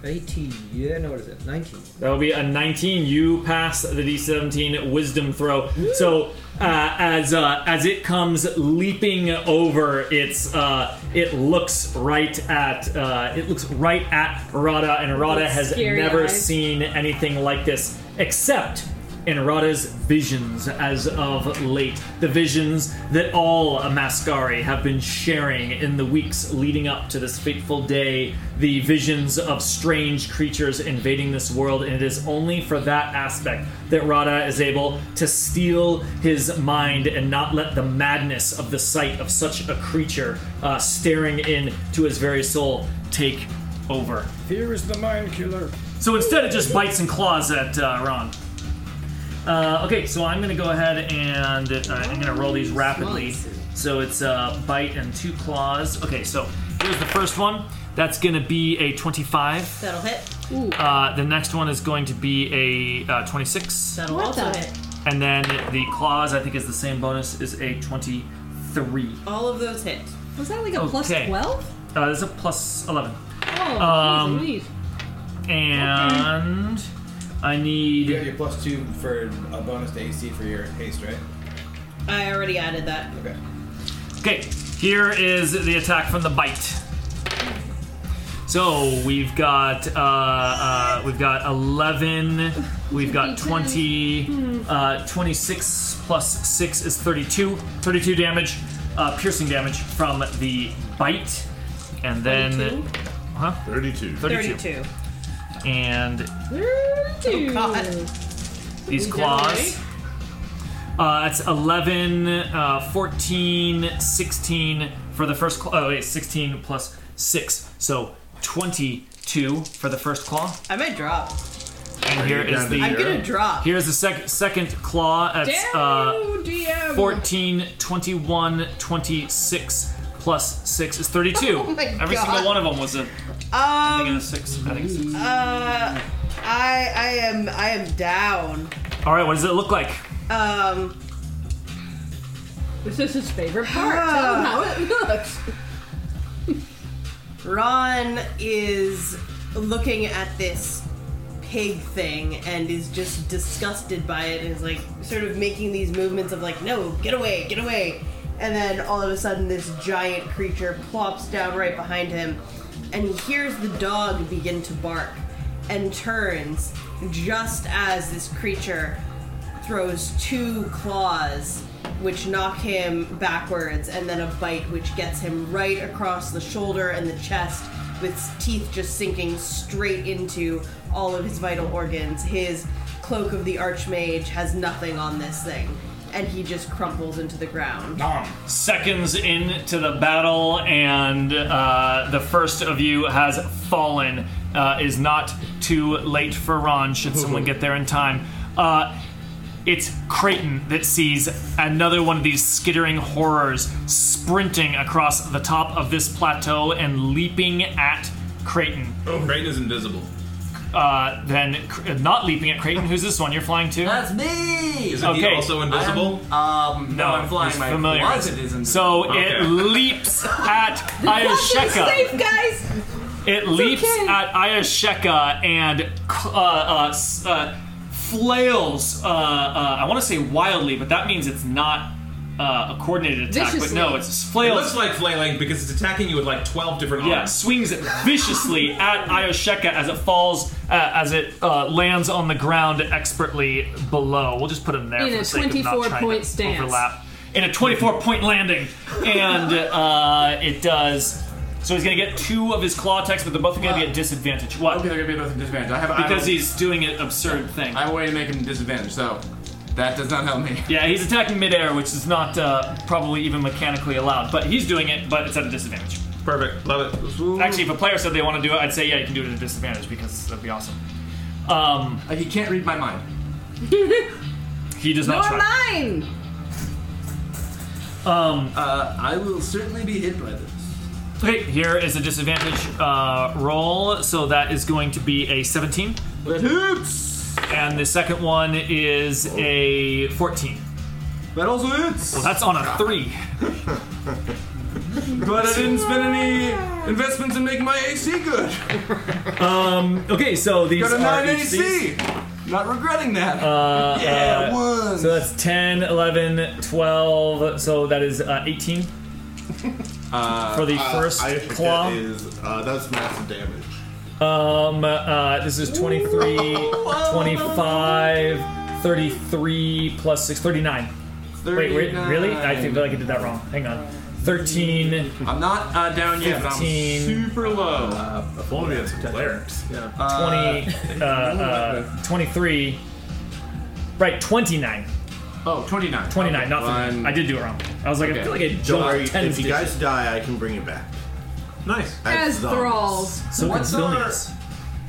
[SPEAKER 8] Eighteen. Yeah, no, what is it? Nineteen.
[SPEAKER 2] That will be a 19. You pass the D17 wisdom throw. So uh, as uh, as it comes leaping over, it's uh, it looks right at uh, it looks right at Rada, and Rada
[SPEAKER 11] With
[SPEAKER 2] has
[SPEAKER 11] scary
[SPEAKER 2] never
[SPEAKER 11] eyes.
[SPEAKER 2] seen anything like this except in Rada's visions as of late, the visions that all Mascari have been sharing in the weeks leading up to this fateful day, the visions of strange creatures invading this world, and it is only for that aspect that Rada is able to steal his mind and not let the madness of the sight of such a creature uh, staring in to his very soul take over.
[SPEAKER 17] Fear is the mind killer.
[SPEAKER 2] So instead, it just bites and claws at uh, Ron. Uh, okay, so I'm going to go ahead and uh, I'm going to roll these rapidly. So it's uh, bite and two claws. Okay, so here's the first one. That's going to be a 25.
[SPEAKER 6] That'll hit.
[SPEAKER 2] Uh, the next one is going to be a uh, 26.
[SPEAKER 6] That'll also hit.
[SPEAKER 2] And then the claws, I think, is the same bonus, is a 23.
[SPEAKER 6] All of those hit.
[SPEAKER 3] Was that like a plus
[SPEAKER 2] Okay.
[SPEAKER 3] 12?
[SPEAKER 2] Uh, there's a plus 11.
[SPEAKER 3] Oh,
[SPEAKER 2] Um,
[SPEAKER 3] geez Louise.
[SPEAKER 2] And I need.
[SPEAKER 5] You have your plus two for a bonus to AC for your haste, right?
[SPEAKER 6] I already added that. Okay.
[SPEAKER 2] Okay, here is the attack from the bite. So we've got uh, uh, we've got eleven, we've got twenty, uh, twenty-six plus six is thirty-two. Thirty-two damage, uh, piercing damage from the bite, and then
[SPEAKER 6] 32?
[SPEAKER 2] huh? Thirty-two. Thirty-two.
[SPEAKER 6] 32.
[SPEAKER 2] And
[SPEAKER 6] Oh, God.
[SPEAKER 2] these
[SPEAKER 6] We did
[SPEAKER 2] claws. Uh, it's 11, uh, 14, 16 for the first claw. Oh, wait, 16 plus 6. So 22 for the first claw.
[SPEAKER 6] I might drop.
[SPEAKER 2] And here is the.
[SPEAKER 6] I'm gonna drop.
[SPEAKER 2] Here's the sec- second claw. That's uh,
[SPEAKER 6] DM.
[SPEAKER 2] 14, 21, 26 plus 6 is 32.
[SPEAKER 6] [LAUGHS] Oh my
[SPEAKER 2] Every
[SPEAKER 6] God.
[SPEAKER 2] single one of them was a. I think it
[SPEAKER 6] Um.
[SPEAKER 2] was 6. I think it's 6.
[SPEAKER 6] Uh. I. I am. I am down.
[SPEAKER 2] Alright, what does it look like?
[SPEAKER 6] Um.
[SPEAKER 3] This is his favorite part.
[SPEAKER 6] Oh,
[SPEAKER 3] Tell him how it looks.
[SPEAKER 6] Ron is looking at this pig thing and is just disgusted by it and is like sort of making these movements of like, no, get away, get away. And then all of a sudden, this giant creature plops down right behind him and he hears the dog begin to bark and turns just as this creature throws two claws which knock him backwards and then a bite which gets him right across the shoulder and the chest with teeth just sinking straight into all of his vital organs his cloak of the archmage has nothing on this thing and he just crumples into the ground
[SPEAKER 2] seconds into the battle, and uh, the first of you has fallen. Uh, is not too late for Ron, should someone get there in time. Uh, it's Creighton that sees another one of these skittering horrors sprinting across the top of this plateau and leaping at Creighton.
[SPEAKER 7] Oh, Creighton is invisible.
[SPEAKER 2] Uh, then, Cr- not leaping at Creighton, who's this one you're flying to?
[SPEAKER 11] That's me.
[SPEAKER 7] Isn't he also invisible?
[SPEAKER 11] um, no, I'm flying.
[SPEAKER 2] he's
[SPEAKER 11] My
[SPEAKER 2] familiar.
[SPEAKER 11] closet is invisible.
[SPEAKER 2] So
[SPEAKER 11] [LAUGHS]
[SPEAKER 2] it
[SPEAKER 7] Okay.
[SPEAKER 2] leaps at Iosheka.
[SPEAKER 6] guys
[SPEAKER 2] It leaps at Iosheka and uh, uh, s- uh, flails. Uh, uh, I want to say wildly, but that means it's not uh, a coordinated attack. But no, it's
[SPEAKER 7] It
[SPEAKER 2] flails.
[SPEAKER 7] looks like flailing because it's attacking you with like 12 different
[SPEAKER 2] Yeah,
[SPEAKER 7] arms.
[SPEAKER 2] swings viciously at Iosheka as it falls, uh, as it uh, lands on the ground expertly below. We'll just put him there
[SPEAKER 3] In
[SPEAKER 2] for
[SPEAKER 3] a
[SPEAKER 2] the sake of not
[SPEAKER 3] 24
[SPEAKER 2] trying
[SPEAKER 3] point
[SPEAKER 2] to
[SPEAKER 3] stance.
[SPEAKER 2] overlap. In a 24 point landing, and uh, it does. So he's going to get two of his claw attacks, but they're both going to be at disadvantage. What?
[SPEAKER 17] Okay, they're gonna be both at disadvantage. I have I
[SPEAKER 2] because
[SPEAKER 17] have-
[SPEAKER 2] he's doing an absurd thing.
[SPEAKER 17] I have a way to make him disadvantage, so that does not help me.
[SPEAKER 2] Yeah, he's attacking midair, which is not uh, probably even mechanically allowed, but he's doing it, but it's at a disadvantage.
[SPEAKER 7] Perfect. Love it.
[SPEAKER 2] Actually, if a player said they want to do it, I'd say, yeah, you can do it at a disadvantage because that'd be awesome. Um,
[SPEAKER 17] Like he can't read my mind.
[SPEAKER 2] he does not
[SPEAKER 3] Nor
[SPEAKER 2] try.
[SPEAKER 3] mine!
[SPEAKER 2] Um,
[SPEAKER 11] Uh, I will certainly be hit by this.
[SPEAKER 2] okay, here is a disadvantage uh, roll, so that is going to be a 17.
[SPEAKER 11] It hurts.
[SPEAKER 2] And the second one is a 14.
[SPEAKER 11] That also hurts.
[SPEAKER 2] Well, that's on a 3.
[SPEAKER 17] But I didn't spend any investments in making my AC good.
[SPEAKER 2] Um, okay, so these
[SPEAKER 17] Got a
[SPEAKER 2] are
[SPEAKER 17] 9
[SPEAKER 2] each these-
[SPEAKER 17] AC. Not regretting that.
[SPEAKER 2] Uh,
[SPEAKER 17] yeah,
[SPEAKER 2] uh,
[SPEAKER 17] one.
[SPEAKER 2] So that's 10, 11, 12, so that is uh, 18
[SPEAKER 4] Uh,
[SPEAKER 2] for the
[SPEAKER 4] uh,
[SPEAKER 2] first
[SPEAKER 4] I think
[SPEAKER 2] claw.
[SPEAKER 4] That is, uh, that's massive damage.
[SPEAKER 2] Um, uh, this is 23, 25, 33 plus 6, 39. Wait, wait, really? I think like I did that wrong. Hang on. 13.
[SPEAKER 7] I'm not uh, down yet, but I'm
[SPEAKER 2] 15.
[SPEAKER 7] super low.
[SPEAKER 2] Uh,
[SPEAKER 4] if only we had some clerics.
[SPEAKER 7] Yeah.
[SPEAKER 2] 20, uh, uh, 23. Right, 29.
[SPEAKER 7] Oh, 29.
[SPEAKER 2] 29, not 39. I did do it wrong. I was like, I feel like I jumped 10
[SPEAKER 4] If you guys
[SPEAKER 2] digits.
[SPEAKER 4] die, I can bring it back.
[SPEAKER 7] Nice.
[SPEAKER 3] As
[SPEAKER 4] zombies.
[SPEAKER 3] thralls.
[SPEAKER 2] So
[SPEAKER 7] What's
[SPEAKER 2] can
[SPEAKER 7] our-
[SPEAKER 2] Vilnius.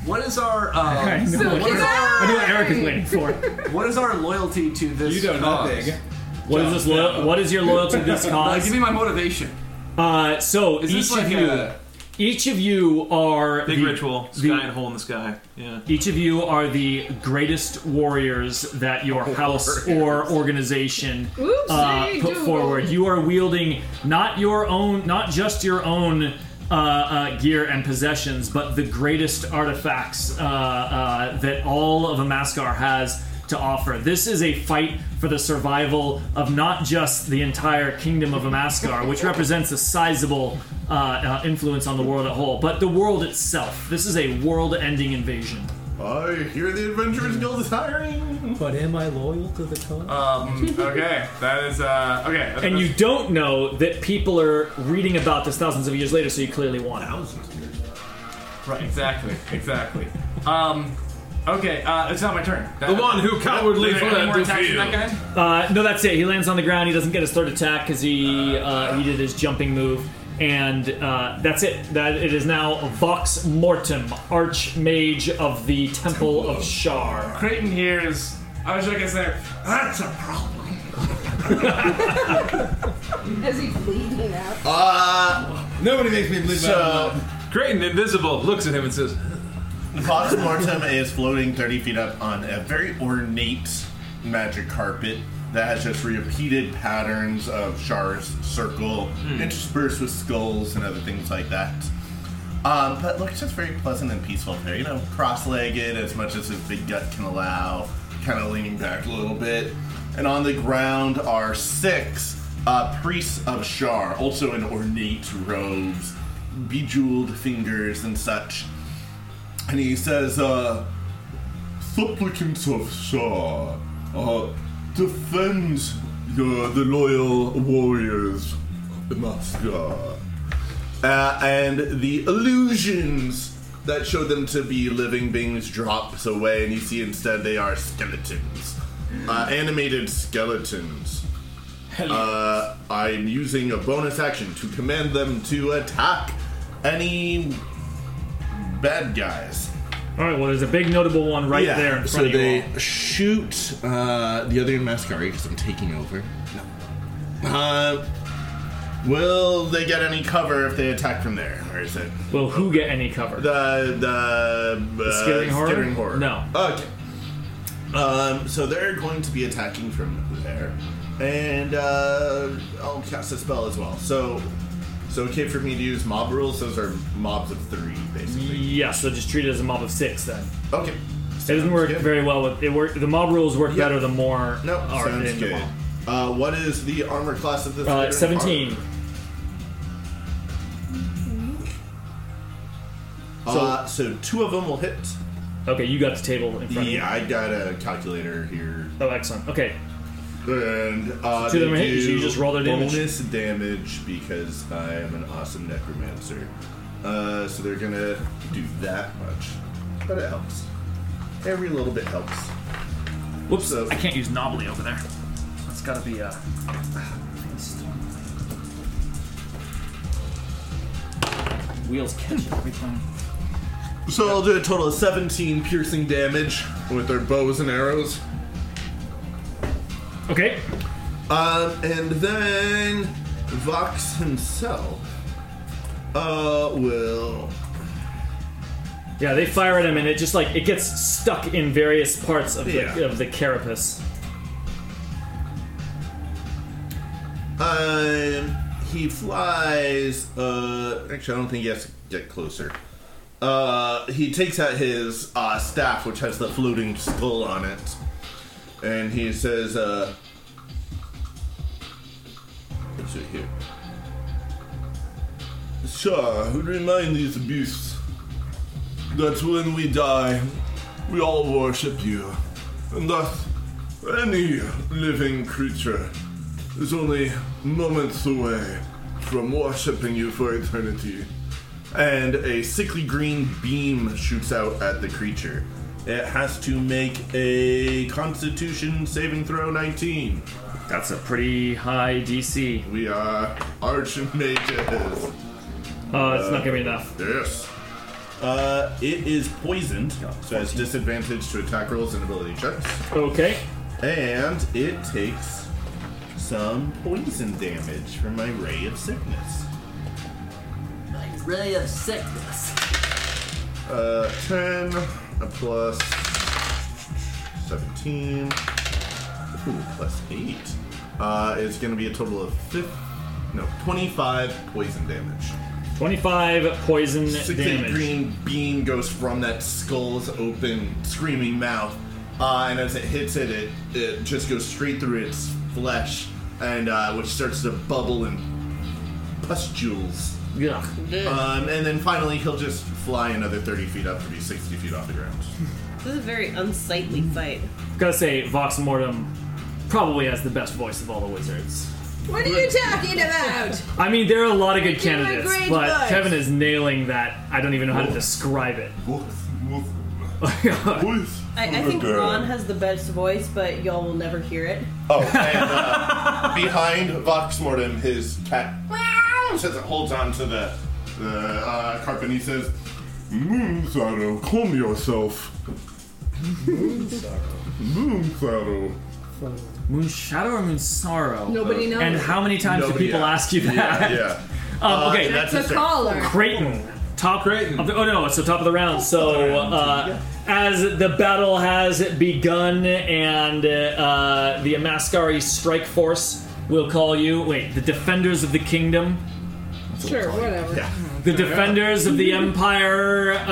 [SPEAKER 11] What is our?
[SPEAKER 2] [LAUGHS]
[SPEAKER 11] Um,
[SPEAKER 8] uh,
[SPEAKER 2] I know. I
[SPEAKER 11] what is
[SPEAKER 2] know-
[SPEAKER 11] our-
[SPEAKER 2] I knew what Eric was waiting for.
[SPEAKER 11] What is our loyalty to this?
[SPEAKER 2] You know
[SPEAKER 11] cause?
[SPEAKER 2] nothing. [LAUGHS] What is this loyal? What is your loyalty [LAUGHS] to this
[SPEAKER 11] Uh,
[SPEAKER 2] cause?
[SPEAKER 11] give me my motivation.
[SPEAKER 2] Uh, so
[SPEAKER 11] Is
[SPEAKER 2] each
[SPEAKER 11] this
[SPEAKER 2] of
[SPEAKER 11] like
[SPEAKER 2] you,
[SPEAKER 11] a-
[SPEAKER 2] each of you are
[SPEAKER 7] Big
[SPEAKER 2] the-
[SPEAKER 7] ritual. Sky
[SPEAKER 2] the-
[SPEAKER 7] and hole in the sky. Yeah.
[SPEAKER 2] Each of you are the greatest warriors that your house or organization uh,
[SPEAKER 7] Oopsie
[SPEAKER 2] put
[SPEAKER 7] doodle.
[SPEAKER 2] forward. You are wielding not your own, not just your own uh, uh, gear and possessions, but the greatest artifacts uh, uh, that all of Amaskar has to offer. This is a fight for the survival of not just the entire kingdom of Amaskar, which represents a sizable uh, uh, influence on the world at whole, but the world itself. This is a world-ending invasion.
[SPEAKER 4] I hear the Adventurers Guild is hiring.
[SPEAKER 8] But am I loyal to the cause?
[SPEAKER 7] Um, okay, that is uh, okay. that's-
[SPEAKER 2] And you don't know that people are reading about this thousands of years later, so you clearly want thousands.
[SPEAKER 7] Right. Exactly. Exactly.
[SPEAKER 13] Um,
[SPEAKER 7] okay. Uh, it's not my turn.
[SPEAKER 2] The one who cowardly
[SPEAKER 7] Were there any
[SPEAKER 2] fled
[SPEAKER 7] more
[SPEAKER 2] the
[SPEAKER 7] attacks from
[SPEAKER 2] field.
[SPEAKER 7] that guy?
[SPEAKER 2] Uh, no, that's it. He lands on the ground. He doesn't get his third attack because he uh, he did his jumping move, and uh, that's it. That it is now Vox Mortem, Archmage of the Temple, of Shar.
[SPEAKER 12] Creighton here is. I wish I could say, that's a problem.
[SPEAKER 3] As he's bleeding out.
[SPEAKER 4] Uh,
[SPEAKER 5] Nobody makes me
[SPEAKER 4] bleed so,
[SPEAKER 7] Creighton, invisible, looks at him and says,
[SPEAKER 4] Vox Mortem is floating 30 feet up on a very ornate magic carpet that has just repeated patterns of Shar's circle, interspersed with skulls and other things like that. Um, but looks just very pleasant and peaceful there. You know, cross-legged as much as his big gut can allow, kind of leaning back a little bit. And on the ground are six uh, priests of Shar, also in ornate robes, bejeweled fingers and such. And he says, uh, Supplicants of Shah, uh, defend your, the loyal warriors, Maskar. Uh, and the illusions that show them to be living beings drops away, and you see instead they are skeletons. Uh, animated skeletons. Uh, I'm using a bonus action to command them to attack any bad guys.
[SPEAKER 2] All right. Well, there's a big notable one right
[SPEAKER 4] Yeah,
[SPEAKER 2] there in front
[SPEAKER 4] so
[SPEAKER 2] of you.
[SPEAKER 4] they
[SPEAKER 2] all.
[SPEAKER 4] shoot uh, the other Mascari because I'm taking over. No. Uh, will they get any cover if they attack from there, or is it
[SPEAKER 2] Will who get any cover?
[SPEAKER 4] The the,
[SPEAKER 2] The
[SPEAKER 4] uh,
[SPEAKER 2] Skittering Horror?
[SPEAKER 4] Skittering horror.
[SPEAKER 2] No.
[SPEAKER 4] Okay. Um, so they're going to be attacking from there, and uh, I'll cast a spell as well. So, so okay for me to use mob rules. Those are mobs of three, basically.
[SPEAKER 2] Yeah, so just treat it as a mob of six then.
[SPEAKER 4] Okay.
[SPEAKER 2] Mm-hmm. it doesn't work very well with it. Work the mob rules work better the more
[SPEAKER 4] No,
[SPEAKER 2] are
[SPEAKER 4] sounds
[SPEAKER 2] in the
[SPEAKER 4] good.
[SPEAKER 2] mob.
[SPEAKER 4] Uh, what is the armor class of this?
[SPEAKER 2] Uh,
[SPEAKER 4] Skittering
[SPEAKER 2] Seventeen. So-
[SPEAKER 4] Horror? Uh, so two of them will hit.
[SPEAKER 2] Okay, you got the table in front.
[SPEAKER 4] Yeah,
[SPEAKER 2] of
[SPEAKER 4] I got a calculator here.
[SPEAKER 2] Oh, excellent. Okay.
[SPEAKER 4] And uh,
[SPEAKER 2] So two of them
[SPEAKER 4] they
[SPEAKER 2] hit,
[SPEAKER 4] do
[SPEAKER 2] so you just roll their damage.
[SPEAKER 4] Bonus damage because I am an awesome necromancer. Uh, so they're gonna do that much, but it helps. Every little bit helps.
[SPEAKER 2] Whoops! I can't use knobbly over there. That's gotta be uh. Wheels catch every time.
[SPEAKER 4] So I'll do a total of 17 piercing damage with their bows and arrows.
[SPEAKER 2] Okay.
[SPEAKER 4] Um, and then Vox himself uh, will.
[SPEAKER 2] Yeah, they fire at him, and it just like it gets stuck in various parts of the
[SPEAKER 4] Yeah.
[SPEAKER 2] of the carapace.
[SPEAKER 4] Um, he flies. Uh, actually, I don't think he has to get closer. Uh, he takes out his uh, staff, which has the floating skull on it, and he says, uh, "Let's see here." Sure, who'd remind these abuse that when we die, we all worship you, and thus Any living creature is only moments away from worshipping you for eternity. And a sickly green beam shoots out at the creature. It has to make a Constitution saving throw 19.
[SPEAKER 2] That's a pretty high DC.
[SPEAKER 4] We are archmages.
[SPEAKER 2] Oh, it's not gonna be enough.
[SPEAKER 4] Yes. Uh, it is poisoned, so it has disadvantage to attack rolls and ability checks.
[SPEAKER 2] Okay.
[SPEAKER 4] And it takes some poison damage from my ray of sickness.
[SPEAKER 18] My ray of sickness.
[SPEAKER 4] Uh, 10 plus 17 ooh, plus 8 uh, is going to be a total of 5 no 25 poison damage
[SPEAKER 2] 25 poison
[SPEAKER 4] Six
[SPEAKER 2] damage.
[SPEAKER 4] green beam goes from that skull's open screaming mouth uh, and as it hits it, it it just goes straight through its flesh and uh, which starts to bubble and pustules
[SPEAKER 2] yeah
[SPEAKER 4] um, and then finally he'll just fly another 30 feet up to be 60 feet off the ground
[SPEAKER 6] This is a very unsightly fight.
[SPEAKER 2] Gotta say, Vox Mortem probably has the best voice of all the wizards.
[SPEAKER 3] What are you talking about?
[SPEAKER 2] I mean, there are a lot of good
[SPEAKER 3] Give him a
[SPEAKER 2] candidates,
[SPEAKER 3] great
[SPEAKER 2] but
[SPEAKER 3] voice.
[SPEAKER 2] Kevin is nailing that. I don't even know how to describe it.
[SPEAKER 6] I, I think
[SPEAKER 4] Okay.
[SPEAKER 6] Ron has the best voice, but y'all will never hear it.
[SPEAKER 4] uh, behind Vox Mortem, his cat says it holds on to the the uh, carpet and he says,
[SPEAKER 19] Moonshadow, calm yourself.
[SPEAKER 4] Moonshadow.
[SPEAKER 2] Moon Shadow or Moon Sorrow?
[SPEAKER 3] Nobody knows.
[SPEAKER 2] And how many times
[SPEAKER 4] Nobody-
[SPEAKER 2] do people
[SPEAKER 4] yeah.
[SPEAKER 2] ask you that?
[SPEAKER 4] Yeah, yeah.
[SPEAKER 2] [LAUGHS] um,
[SPEAKER 4] Uh,
[SPEAKER 2] okay,
[SPEAKER 4] That's That's a a caller. caller.
[SPEAKER 2] Creighton. Top Creighton. Of the, oh no, so top of the round. So uh, as the battle has begun and uh, the Amaskari strike force will call you. Wait, the defenders of the kingdom.
[SPEAKER 3] Sure, whatever.
[SPEAKER 2] The defenders of the Empire uh,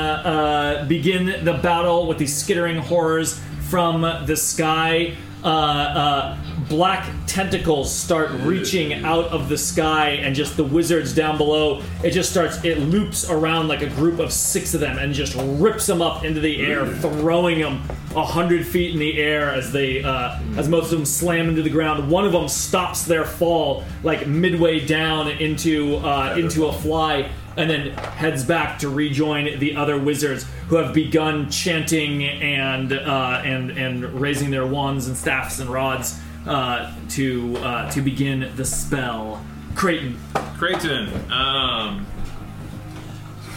[SPEAKER 2] uh, begin the battle with these skittering horrors from the sky. Uh, uh, black tentacles start reaching out of the sky, and just the wizards down below, it just starts, it loops around like a group of six of them and just rips them up into the air, throwing them a hundred feet in the air as they, uh, as most of them slam into the ground. One of them stops their fall like midway down into uh, into a fly, and then heads back to rejoin the other wizards who have begun chanting and uh, and and raising their wands and staffs and rods uh, to uh, to begin the spell. Creighton.
[SPEAKER 7] Creighton, um, [LAUGHS]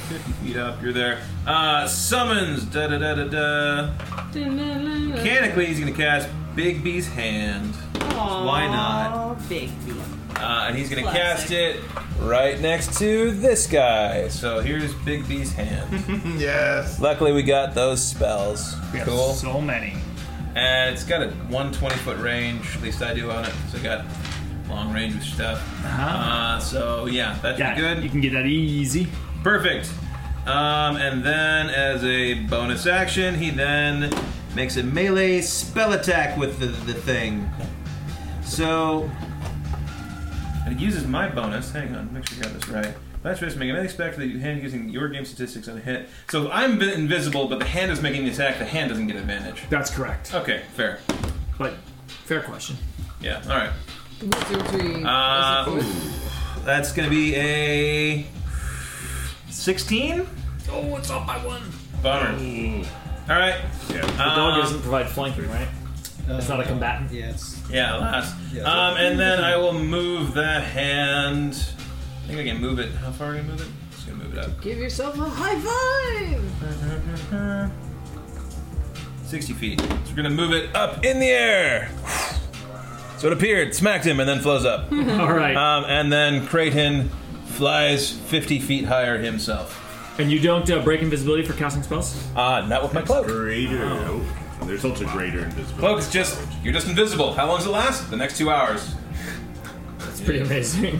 [SPEAKER 7] 50 feet up, you're there. Uh, summons, da da da da da. Mechanically, he's gonna cast Bigby's Hand. Why not?
[SPEAKER 6] Big B.
[SPEAKER 7] Uh, and he's gonna
[SPEAKER 6] Classic.
[SPEAKER 7] cast it right next to this guy. So here's Bigby's Hand.
[SPEAKER 4] yes.
[SPEAKER 7] Luckily, we got those spells.
[SPEAKER 2] We have
[SPEAKER 7] cool.
[SPEAKER 2] so many.
[SPEAKER 7] And it's got a 120 foot range, at least I do on it. So I got long range with stuff. Uh, so yeah, that should be good. You
[SPEAKER 2] can get that easy.
[SPEAKER 7] Perfect. Um, and then as a bonus action, he then makes a melee spell attack with the, the thing. So and it uses my bonus. Hang on, make sure I got this right. Last choice, make an attack spec for the hand using your game statistics on a hit. So if I'm vi- invisible, but the hand is making the attack, the hand doesn't get advantage.
[SPEAKER 2] That's correct.
[SPEAKER 7] Okay, fair.
[SPEAKER 2] But fair question.
[SPEAKER 7] Yeah, alright.
[SPEAKER 3] Wizardry.
[SPEAKER 7] Uh, ooh, that's gonna be a 16?
[SPEAKER 2] Oh, it's off by one.
[SPEAKER 7] Bummer. Alright.
[SPEAKER 2] Yeah. The
[SPEAKER 7] Um,
[SPEAKER 2] dog doesn't provide flanking, right? it's not a combatant.
[SPEAKER 8] Yeah, it's
[SPEAKER 7] Yeah, last.
[SPEAKER 8] Yeah.
[SPEAKER 7] Um, and then I will move the hand. I think I can move it. How far are we gonna move it? Just gonna move it up.
[SPEAKER 3] Give yourself a high five!
[SPEAKER 7] 60 feet. So we're gonna move it up in the air. So it appeared, smacked him, and then flows [LAUGHS] up.
[SPEAKER 2] All right.
[SPEAKER 7] Um, and then Creighton flies 50 feet higher himself.
[SPEAKER 2] And you don't uh, break invisibility for casting spells?
[SPEAKER 7] Ah, not with my cloak.
[SPEAKER 4] Greater.
[SPEAKER 7] Oh.
[SPEAKER 4] There's also greater invisibility.
[SPEAKER 7] Cloak is just, you're just invisible. How long does it last? The next two hours.
[SPEAKER 2] That's pretty
[SPEAKER 7] [LAUGHS]
[SPEAKER 2] amazing.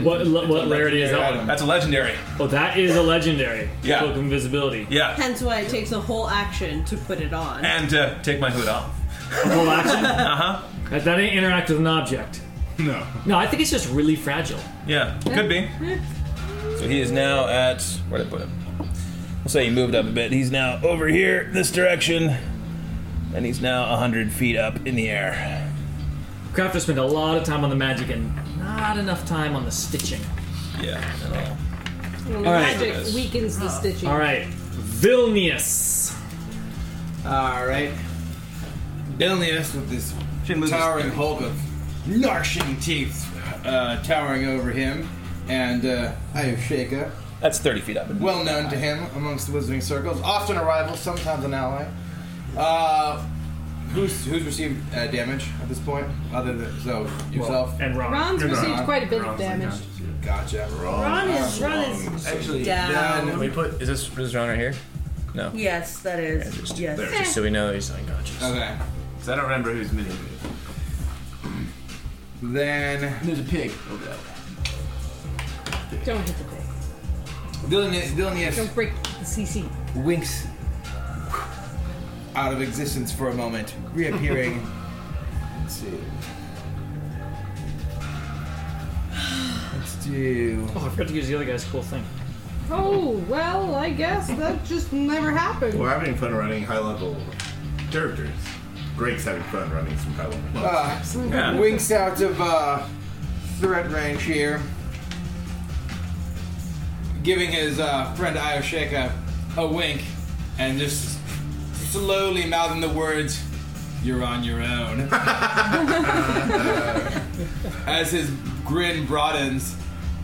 [SPEAKER 2] what le- what rarity is that one?
[SPEAKER 7] That's a legendary.
[SPEAKER 2] Oh, that is a legendary.
[SPEAKER 7] Yeah.
[SPEAKER 2] Cloak of invisibility.
[SPEAKER 7] Yeah.
[SPEAKER 6] Hence why it takes a whole action to put it on.
[SPEAKER 7] And uh, take my hood off.
[SPEAKER 2] Full [LAUGHS] action?
[SPEAKER 7] Uh huh.
[SPEAKER 2] Uh-huh. That, that ain't interact with an object.
[SPEAKER 7] No.
[SPEAKER 2] No, I think it's just really fragile.
[SPEAKER 7] Yeah, could be. So he is now at where did I put him? We'll say he moved up a bit. He's now over here, this direction,
[SPEAKER 20] and he's now 100 feet up in the air.
[SPEAKER 2] Crafter spent a lot of time on the magic and not enough time on the stitching.
[SPEAKER 7] Yeah,
[SPEAKER 2] at all.
[SPEAKER 3] Well,
[SPEAKER 2] All right.
[SPEAKER 3] Magic weakens the stitching.
[SPEAKER 2] All right, Vilnius.
[SPEAKER 4] All right. Vilnius with this towering hulk of gnashing teeth uh, towering over him, and uh, Ayusheka,
[SPEAKER 7] That's 30 feet up.
[SPEAKER 4] well known to him amongst the wizarding circles, often a rival, sometimes an ally. Uh, who's who's received uh, damage at this point, other than so yourself
[SPEAKER 2] and Ron?
[SPEAKER 3] Ron's received
[SPEAKER 4] Ron.
[SPEAKER 3] quite a bit of damage.
[SPEAKER 4] Gotcha.
[SPEAKER 6] Ron is- Ron is down.
[SPEAKER 7] Can we put is this is Ron right here? No.
[SPEAKER 6] Yes, that is. yes.
[SPEAKER 7] There, just so we know he's unconscious.
[SPEAKER 4] Okay.
[SPEAKER 7] So I don't remember who's mini.
[SPEAKER 4] Then
[SPEAKER 11] there's a pig over that
[SPEAKER 3] Don't hit the pig.
[SPEAKER 4] Vilnius, Vilnius
[SPEAKER 3] Don't break the CC.
[SPEAKER 4] winks out of existence for a moment, reappearing. Let's see. Let's do.
[SPEAKER 2] Oh, I forgot to use the other guy's cool thing.
[SPEAKER 3] Oh well, I guess that just never happened.
[SPEAKER 5] We're having fun running high level characters. Greg's having fun running some high level.
[SPEAKER 4] Uh,
[SPEAKER 5] Yeah.
[SPEAKER 4] Winks out of uh, threat range here, giving his uh, friend Iosheka a wink, and just slowly mouthing the words, "You're on your own." Uh, As his grin broadens,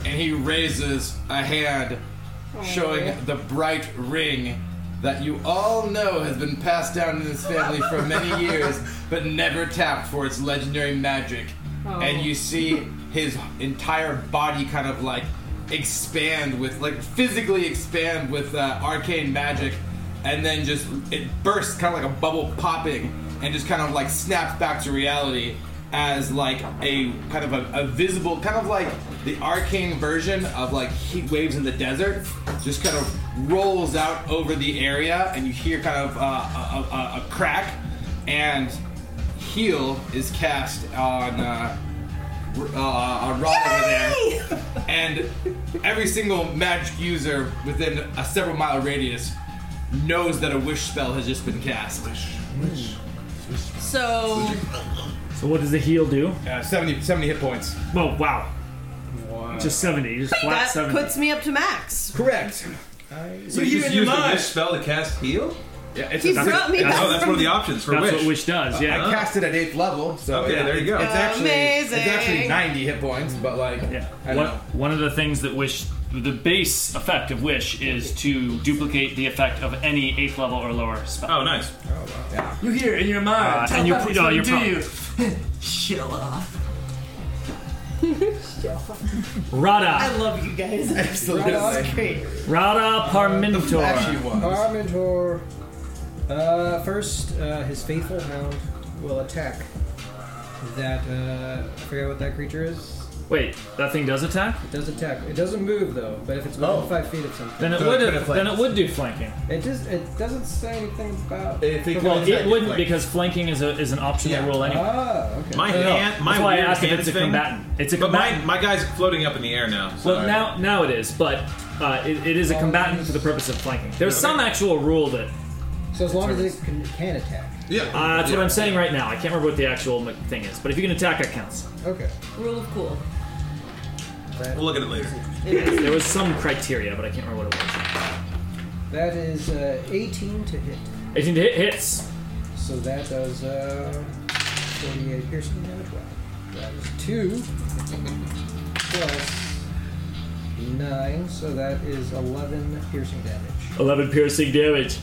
[SPEAKER 4] and he raises a hand, showing the bright ring that you all know has been passed down in this family for many years, but never tapped for its legendary magic.
[SPEAKER 11] Oh.
[SPEAKER 4] And you see his entire body kind of like expand with, like physically expand with uh, arcane magic, and then just it bursts kind of like a bubble popping, and just kind of like snaps back to reality as like a kind of a, a visible, kind of like the arcane version of like heat waves in the desert, just kind of rolls out over the area, and you hear kind of uh, a, a, a crack, and heal is cast on uh, r- uh, on Rod over there, [LAUGHS] and every single magic user within a several mile radius knows that a wish spell has just been cast.
[SPEAKER 6] So
[SPEAKER 2] So what does the heal do?
[SPEAKER 4] Uh, 70, 70 hit points.
[SPEAKER 2] Oh wow. Just 70, just flat
[SPEAKER 6] that
[SPEAKER 2] 70.
[SPEAKER 6] puts me up to max.
[SPEAKER 4] Correct.
[SPEAKER 7] So you just used the wish spell to cast heal?
[SPEAKER 4] Yeah,
[SPEAKER 6] it's He a- brought me
[SPEAKER 7] that's,
[SPEAKER 6] back
[SPEAKER 7] oh, that's
[SPEAKER 6] from-
[SPEAKER 7] one of the options for
[SPEAKER 2] That's
[SPEAKER 7] wish. Uh,
[SPEAKER 2] what wish does, yeah.
[SPEAKER 4] I cast it at eighth level, so
[SPEAKER 7] Okay,
[SPEAKER 4] yeah,
[SPEAKER 7] there you go.
[SPEAKER 4] It's actually
[SPEAKER 6] Amazing.
[SPEAKER 4] it's actually ninety hit points, but like I
[SPEAKER 2] One-
[SPEAKER 4] know.
[SPEAKER 2] one of the things that wish the base effect of wish is to duplicate the effect of any eighth level or lower spell.
[SPEAKER 7] Oh, nice.
[SPEAKER 2] Oh wow.
[SPEAKER 4] Yeah.
[SPEAKER 11] You hear it in your mind.
[SPEAKER 2] Uh, and you-
[SPEAKER 11] It's
[SPEAKER 2] no,
[SPEAKER 11] gonna
[SPEAKER 2] you're
[SPEAKER 11] do
[SPEAKER 2] pro-
[SPEAKER 11] you. Chill off.
[SPEAKER 2] Rada.
[SPEAKER 11] I love you guys.
[SPEAKER 8] Absolutely.
[SPEAKER 11] That's great.
[SPEAKER 2] Rada Parmentor.
[SPEAKER 8] Parmentor. Uh, first, uh, his faithful hound will attack. That uh, I forget what that creature is.
[SPEAKER 2] Wait, that thing does attack?
[SPEAKER 8] It does attack. It doesn't move though, but if it's within
[SPEAKER 2] Oh.
[SPEAKER 8] five feet of something,
[SPEAKER 2] Then it would then it would do flanking.
[SPEAKER 8] It just it doesn't say anything about.
[SPEAKER 2] well, it wouldn't because flanking is a, is an optional rule anyway.
[SPEAKER 8] Ah, okay.
[SPEAKER 7] My
[SPEAKER 2] No, no, no.
[SPEAKER 7] hand, Uh, my
[SPEAKER 2] That's why I
[SPEAKER 7] weird
[SPEAKER 2] asked if
[SPEAKER 7] hand
[SPEAKER 2] it's a
[SPEAKER 7] thing-
[SPEAKER 2] combatant. It's a
[SPEAKER 7] but
[SPEAKER 2] combatant.
[SPEAKER 7] My, my guy's floating up in the air now. so-
[SPEAKER 2] Well, now now it is, but uh, it, it is a combatant for the purpose of flanking. There's some actual rule that
[SPEAKER 8] So as long as it can, can attack.
[SPEAKER 7] Yeah.
[SPEAKER 2] Uh, that's what I'm saying right now. I can't remember what the actual m- thing is, but if you can attack, that counts.
[SPEAKER 8] Okay.
[SPEAKER 6] [LAUGHS] Rule of cool.
[SPEAKER 7] We'll look at it later.
[SPEAKER 2] there was some criteria, but I can't remember what it was.
[SPEAKER 8] That is uh, 18 to hit.
[SPEAKER 2] 18 to hit hits.
[SPEAKER 8] So that does uh, 48 piercing damage. Wow. That is 2 plus 9, so that is 11 piercing damage.
[SPEAKER 2] 11 piercing damage.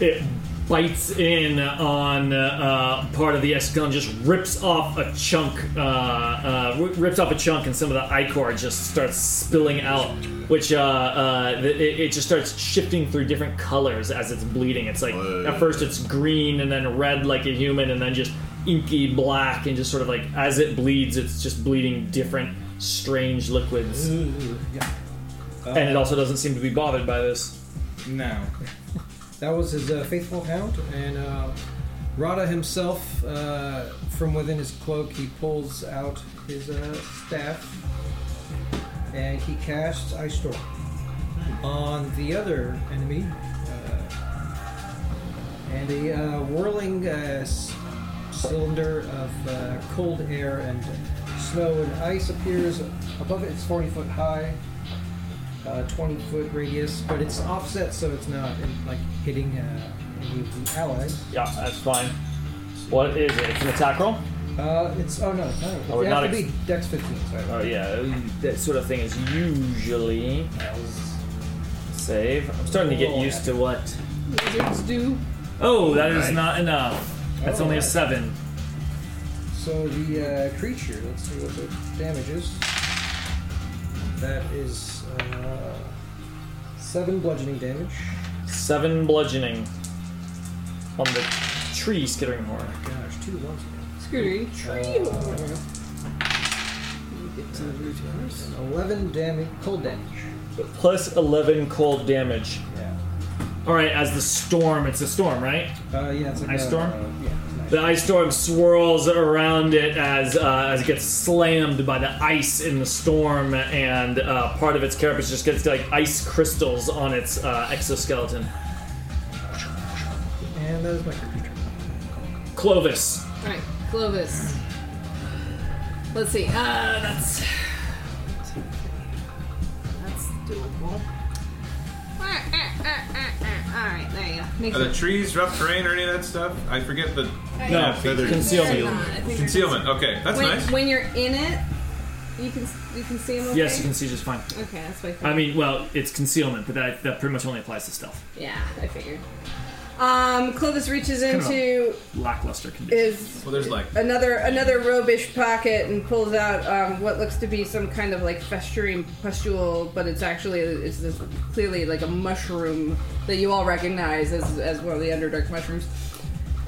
[SPEAKER 2] It bites in on uh, uh, part of the S gun, just rips off a chunk, uh, uh, ri- rips off a chunk, and some of the ichor just starts spilling out, which uh, uh, th- it, it just starts shifting through different colors as it's bleeding. It's like at first it's green and then red like a human, and then just inky black, and just sort of like as it bleeds, it's just bleeding different strange liquids. And it also doesn't seem to be bothered by this.
[SPEAKER 4] No.
[SPEAKER 8] That was his uh, faithful hound, and uh, Rada himself, uh, from within his cloak, he pulls out his uh, staff, and he casts Ice Storm on the other enemy, uh, and a uh, whirling uh, s- cylinder of uh, cold air and snow and ice appears above it. It's 40 foot high, uh, 20 foot radius, but it's offset, so it's not in, like hitting uh, any of the allies.
[SPEAKER 2] Yeah, that's fine. What is it? It's an attack roll?
[SPEAKER 8] Uh, it's oh no, no,
[SPEAKER 2] I would
[SPEAKER 8] it
[SPEAKER 2] not
[SPEAKER 8] has to
[SPEAKER 2] ex-
[SPEAKER 8] be Dex 15. Sorry.
[SPEAKER 2] Oh yeah, that sort of thing is usually save. I'm starting to get used to what.
[SPEAKER 3] Lizards do.
[SPEAKER 2] Oh, that is
[SPEAKER 8] Nice.
[SPEAKER 2] not enough. That's only a
[SPEAKER 8] Alright.
[SPEAKER 2] seven.
[SPEAKER 8] So the uh, creature, let's see what the damage is. That is uh, seven bludgeoning damage.
[SPEAKER 2] Seven bludgeoning on the tree skittering horn.
[SPEAKER 8] Gosh, two lumps.
[SPEAKER 3] Scootery
[SPEAKER 8] Uh,
[SPEAKER 3] tree.
[SPEAKER 8] Eleven damage, cold damage.
[SPEAKER 2] Plus eleven cold damage.
[SPEAKER 8] Yeah.
[SPEAKER 2] All right, as the storm, it's a storm, right?
[SPEAKER 8] Uh, yeah, it's like
[SPEAKER 2] Ice
[SPEAKER 8] a-
[SPEAKER 2] storm?
[SPEAKER 8] uh, yeah, it's nice.
[SPEAKER 2] The ice storm swirls around it as uh, as it gets slammed by the ice in the storm, and uh, part of its carapace just gets like ice crystals on its uh, exoskeleton.
[SPEAKER 8] And that is my creature.
[SPEAKER 2] Clovis,
[SPEAKER 3] Alright, Clovis. Let's see. Uh, that's. That's doable. Alright, there you go. Makes
[SPEAKER 7] Are the
[SPEAKER 3] sense.
[SPEAKER 7] trees rough terrain or any of that stuff? I forget the.
[SPEAKER 3] No,
[SPEAKER 7] Yeah, feature.
[SPEAKER 3] concealment. They're not. I think
[SPEAKER 7] Concealment. Okay, that's
[SPEAKER 3] when,
[SPEAKER 7] nice.
[SPEAKER 3] When you're in it, you can you can see him. Okay?
[SPEAKER 2] yes, you can see just fine.
[SPEAKER 3] Okay, that's what I
[SPEAKER 2] I
[SPEAKER 3] figured.
[SPEAKER 2] mean, well, it's concealment, but that that pretty much only applies to stealth.
[SPEAKER 3] yeah, I figured. Um, Clovis reaches
[SPEAKER 2] Kind of
[SPEAKER 3] into
[SPEAKER 2] Lackluster condition.
[SPEAKER 3] is
[SPEAKER 7] Well, there's like
[SPEAKER 3] another another robish pocket and pulls out um, what looks to be some kind of like festering pustule, but it's actually it's this, clearly like a mushroom that you all recognize as as one of the Underdark mushrooms.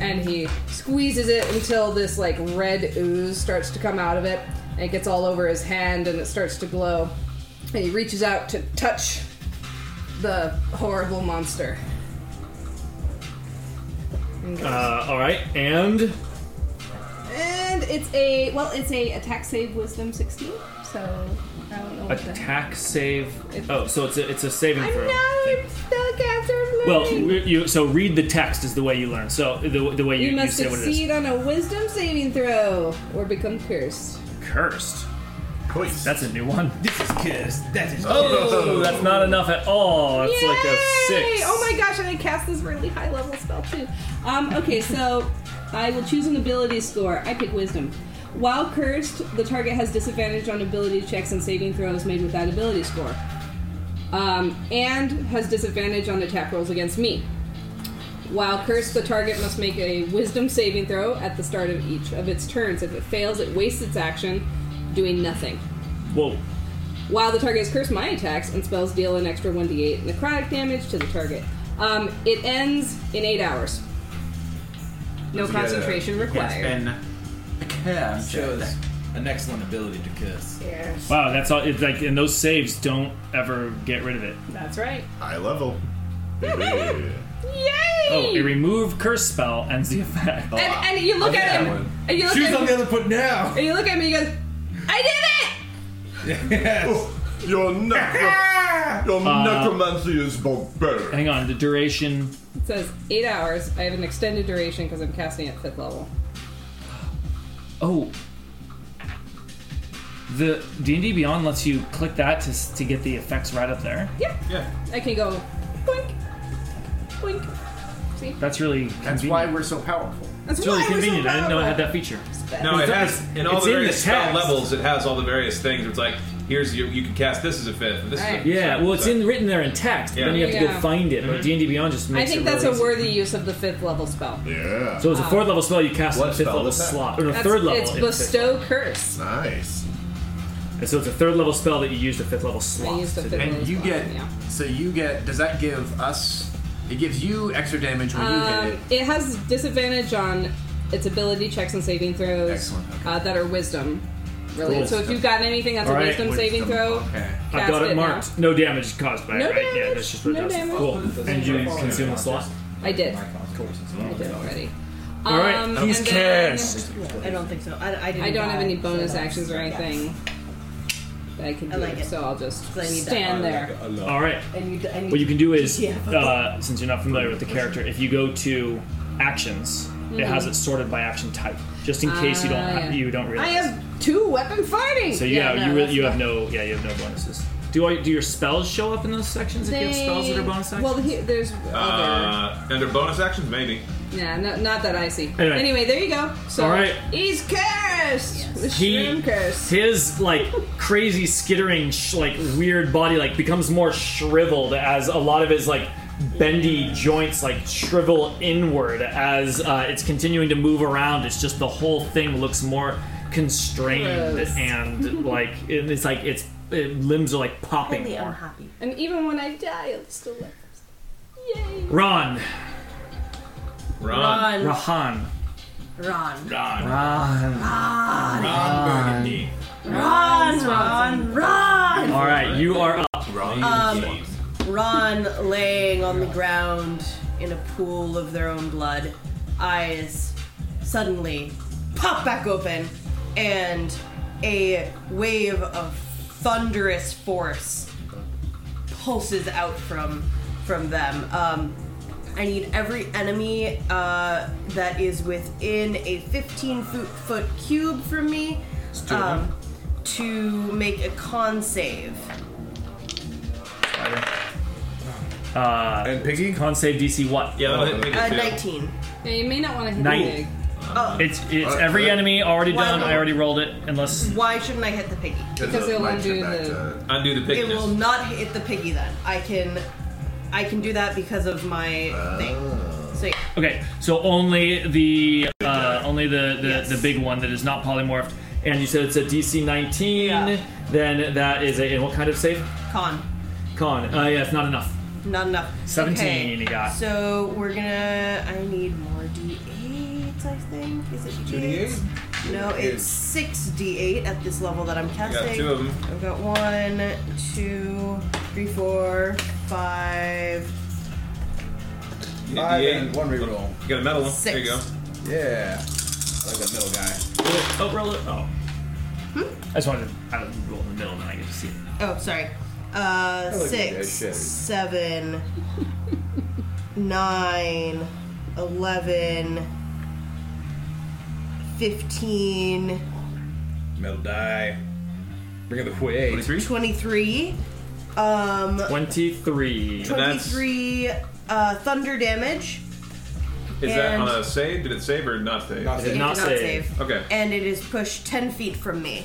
[SPEAKER 3] And he squeezes it until this like red ooze starts to come out of it, and it gets all over his hand and it starts to glow. And he reaches out to touch the horrible monster. And goes-
[SPEAKER 2] Uh, all right, and
[SPEAKER 3] and it's a well, it's a attack save wisdom sixteen. So I don't know what
[SPEAKER 2] attack save. Oh, so it's a, it's a saving
[SPEAKER 3] the.
[SPEAKER 2] throw.
[SPEAKER 3] No, I'm stuck after
[SPEAKER 2] Well,
[SPEAKER 3] learning.
[SPEAKER 2] you so read the text is the way you learn. So the, the way you,
[SPEAKER 3] you must
[SPEAKER 2] say what it is.
[SPEAKER 3] succeed on a wisdom saving throw or become cursed.
[SPEAKER 2] Cursed. That's a new one. This is cursed. That is.
[SPEAKER 3] cursed.
[SPEAKER 2] Oh, that's not enough at all. It's
[SPEAKER 3] Yay!
[SPEAKER 2] like a six.
[SPEAKER 3] Oh my gosh, and I cast this really high level spell too. Um, okay, so I will choose an ability score. I pick wisdom. While cursed, the target has disadvantage on ability checks and saving throws made with that ability score. Um, and has disadvantage on attack rolls against me. While cursed, the target must make a wisdom saving throw at the start of each of its turns. If it fails, it wastes its action, doing nothing.
[SPEAKER 2] Whoa.
[SPEAKER 3] While the target is cursed, my attacks and spells deal an extra 1d8 necrotic damage to the target. Um, it ends in 8 hours. No
[SPEAKER 2] uh,
[SPEAKER 5] Does he get a-
[SPEAKER 3] concentration required.
[SPEAKER 5] Yes, and curse shows an excellent ability to curse.
[SPEAKER 3] Yes.
[SPEAKER 2] Wow, that's all. It's like, and those saves don't ever get rid of it.
[SPEAKER 3] That's right.
[SPEAKER 2] High level.
[SPEAKER 3] [LAUGHS] Yay!
[SPEAKER 2] Oh, a remove curse spell ends the effect.
[SPEAKER 3] and, and you look at him. And you look
[SPEAKER 2] Shoes
[SPEAKER 3] at
[SPEAKER 2] on
[SPEAKER 3] him,
[SPEAKER 2] the
[SPEAKER 5] other foot now.
[SPEAKER 3] And you look at me. He goes, "I did it!"
[SPEAKER 19] Your,
[SPEAKER 7] Ah!
[SPEAKER 19] necro- your
[SPEAKER 5] Ah.
[SPEAKER 2] Uh,
[SPEAKER 19] necromancy is barbaric.
[SPEAKER 2] Hang on, the duration.
[SPEAKER 3] It says eight hours. I have an extended duration because I'm casting at fifth level.
[SPEAKER 2] Oh. The D and D Beyond lets you click that to s- to get the effects right up there.
[SPEAKER 3] Yep.
[SPEAKER 7] Yeah.
[SPEAKER 3] I can go, boink, boink. See?
[SPEAKER 2] That's really. That's why we're so powerful.
[SPEAKER 3] That's
[SPEAKER 2] it's really
[SPEAKER 3] why we're so
[SPEAKER 2] convenient. I didn't know it had that feature.
[SPEAKER 7] No, it has in all
[SPEAKER 2] it's
[SPEAKER 7] the
[SPEAKER 2] in
[SPEAKER 7] various spell
[SPEAKER 2] text.
[SPEAKER 7] levels. It has all the various things. It's like here's you, you can cast this as a fifth. This is a,
[SPEAKER 2] Yeah, well, it's in written there in text, but then you have to
[SPEAKER 3] Yeah.
[SPEAKER 2] go find it. But D and D Beyond just
[SPEAKER 3] I
[SPEAKER 2] makes
[SPEAKER 3] think
[SPEAKER 2] it
[SPEAKER 3] that's
[SPEAKER 2] really
[SPEAKER 3] a
[SPEAKER 2] easy.
[SPEAKER 3] worthy use of the fifth level spell.
[SPEAKER 2] Yeah. So it's a fourth level spell you cast in a fifth
[SPEAKER 7] spell
[SPEAKER 2] level
[SPEAKER 7] was that?
[SPEAKER 2] slot or a
[SPEAKER 3] That's-
[SPEAKER 2] third level.
[SPEAKER 3] It's
[SPEAKER 2] in fifth
[SPEAKER 3] bestow curse.
[SPEAKER 2] Nice. And so it's a third level spell that you used a fifth level slot.
[SPEAKER 3] used a
[SPEAKER 2] to
[SPEAKER 3] fifth
[SPEAKER 2] do.
[SPEAKER 3] level
[SPEAKER 11] And you get so you get does that give us it gives you extra damage when you hit
[SPEAKER 3] Um,
[SPEAKER 11] it.
[SPEAKER 3] it has disadvantage on its ability checks and saving throws uh, that are wisdom related.
[SPEAKER 2] Cool.
[SPEAKER 3] So if you've got anything that's
[SPEAKER 2] All
[SPEAKER 3] a
[SPEAKER 2] right,
[SPEAKER 3] wisdom, saving throw,
[SPEAKER 2] I've
[SPEAKER 3] cast
[SPEAKER 2] got it,
[SPEAKER 3] now.
[SPEAKER 2] marked. No damage caused by
[SPEAKER 3] No
[SPEAKER 2] it, right? Yeah, that's just what
[SPEAKER 3] No
[SPEAKER 2] it does.
[SPEAKER 3] damage.
[SPEAKER 2] Cool. And you consume the slot.
[SPEAKER 3] I did. I did already. Um,
[SPEAKER 2] All right, he's
[SPEAKER 3] and then-
[SPEAKER 2] cast.
[SPEAKER 6] I don't think so. I, I didn't.
[SPEAKER 3] I don't have
[SPEAKER 6] die,
[SPEAKER 3] any
[SPEAKER 6] so
[SPEAKER 3] bonus
[SPEAKER 6] that's-
[SPEAKER 3] actions or
[SPEAKER 6] yeah.
[SPEAKER 3] anything. that I can do.
[SPEAKER 6] I like it.
[SPEAKER 3] So I'll just
[SPEAKER 6] I need that.
[SPEAKER 3] stand
[SPEAKER 6] I like
[SPEAKER 3] there.
[SPEAKER 6] it
[SPEAKER 2] All right.
[SPEAKER 6] And you, and
[SPEAKER 2] What you can do is,
[SPEAKER 6] Yeah.
[SPEAKER 2] uh, since you're not familiar with the character, if you go to actions, it has it sorted by action type, just in case you don't
[SPEAKER 3] Mm-hmm. Ah, yeah.
[SPEAKER 2] ha- you don't
[SPEAKER 3] I
[SPEAKER 2] realize.
[SPEAKER 3] have two weapon fighting.
[SPEAKER 2] so yeah, you really, you have no yeah you have no bonuses. Do all, do your spells show up in those sections if you have spells that are bonus actions?
[SPEAKER 3] Well, he, there's other.
[SPEAKER 7] Uh, under bonus actions, maybe.
[SPEAKER 3] Yeah, no, not that I see.
[SPEAKER 2] Anyway.
[SPEAKER 3] Anyway, there you go. So
[SPEAKER 2] All right.
[SPEAKER 3] he's cursed. The shroom curse.
[SPEAKER 2] his like crazy skittering sh- like weird body like becomes more shriveled as a lot of his like bendy joints like shrivel inward as uh, it's continuing to move around it's just the whole thing looks more constrained
[SPEAKER 3] Gross.
[SPEAKER 2] and like it- it's like it's it, limbs are like popping
[SPEAKER 3] Really
[SPEAKER 2] more.
[SPEAKER 3] unhappy. And even when I die, I'll still live. Yay.
[SPEAKER 2] Ron
[SPEAKER 7] Ron.
[SPEAKER 2] Rahan
[SPEAKER 6] Ron.
[SPEAKER 7] Ron.
[SPEAKER 2] Ron
[SPEAKER 6] Ron.
[SPEAKER 2] Burgundy
[SPEAKER 6] Ron. Ron. Ron.
[SPEAKER 2] all right you are up
[SPEAKER 6] Um, Ron laying on the ground in a pool of their own blood, eyes suddenly pop back open, and a wave of thunderous force pulses out from from them. Um, I need every enemy uh, that is within a 15 foot, foot cube from me
[SPEAKER 18] do it.
[SPEAKER 6] um, to make a con save.
[SPEAKER 2] uh,
[SPEAKER 5] and Piggy
[SPEAKER 2] con save DC what
[SPEAKER 7] yeah
[SPEAKER 6] Uh, 19.
[SPEAKER 3] Yeah, you may not want to hit
[SPEAKER 2] Nine.
[SPEAKER 3] big.
[SPEAKER 6] Oh.
[SPEAKER 2] It's it's every enemy already
[SPEAKER 6] Why
[SPEAKER 2] done.
[SPEAKER 6] not?
[SPEAKER 2] I already rolled it. Unless
[SPEAKER 6] Why shouldn't I hit the piggy?
[SPEAKER 3] Because it'll undo
[SPEAKER 2] uh,
[SPEAKER 3] the.
[SPEAKER 7] Undo the
[SPEAKER 6] It
[SPEAKER 7] pigginess.
[SPEAKER 6] will not hit the piggy then. I can, I can do that because of my
[SPEAKER 7] Uh.
[SPEAKER 6] thing. So yeah.
[SPEAKER 2] okay, so only the uh, only the the, the big one that is not polymorphed. And you said it's a DC 19. Then that is a and what kind of save?
[SPEAKER 6] Con.
[SPEAKER 2] Con. Uh, yeah, it's not enough.
[SPEAKER 6] Not enough.
[SPEAKER 2] 17
[SPEAKER 6] Okay.
[SPEAKER 2] you got.
[SPEAKER 6] So we're gonna. I need more d8s. I think. Is it d8s? No, it's six d8 at this level that I'm casting.
[SPEAKER 7] two of 'em.
[SPEAKER 6] I've got one, two, three, four, five,
[SPEAKER 7] You did
[SPEAKER 5] Five
[SPEAKER 7] D8.
[SPEAKER 5] and one reroll.
[SPEAKER 4] Oh,
[SPEAKER 7] You got a medal. There you go.
[SPEAKER 5] Yeah. I like that middle guy.
[SPEAKER 2] Oh, roll it. Oh.
[SPEAKER 6] Hmm?
[SPEAKER 2] I just wanted to I roll in the middle and then I get to see it.
[SPEAKER 6] Oh, sorry.
[SPEAKER 2] I
[SPEAKER 6] Uh,
[SPEAKER 2] look
[SPEAKER 6] six,
[SPEAKER 2] good, shit.
[SPEAKER 6] seven, nine, eleven, fifteen,
[SPEAKER 5] Metal die. Bring it the way.
[SPEAKER 6] 23. Um,
[SPEAKER 2] 23.
[SPEAKER 6] 23 uh, thunder damage.
[SPEAKER 7] Is that
[SPEAKER 6] And-
[SPEAKER 7] on a save? Did it save or not save?
[SPEAKER 6] It did not save.
[SPEAKER 7] Okay.
[SPEAKER 6] And it is pushed 10 feet from me.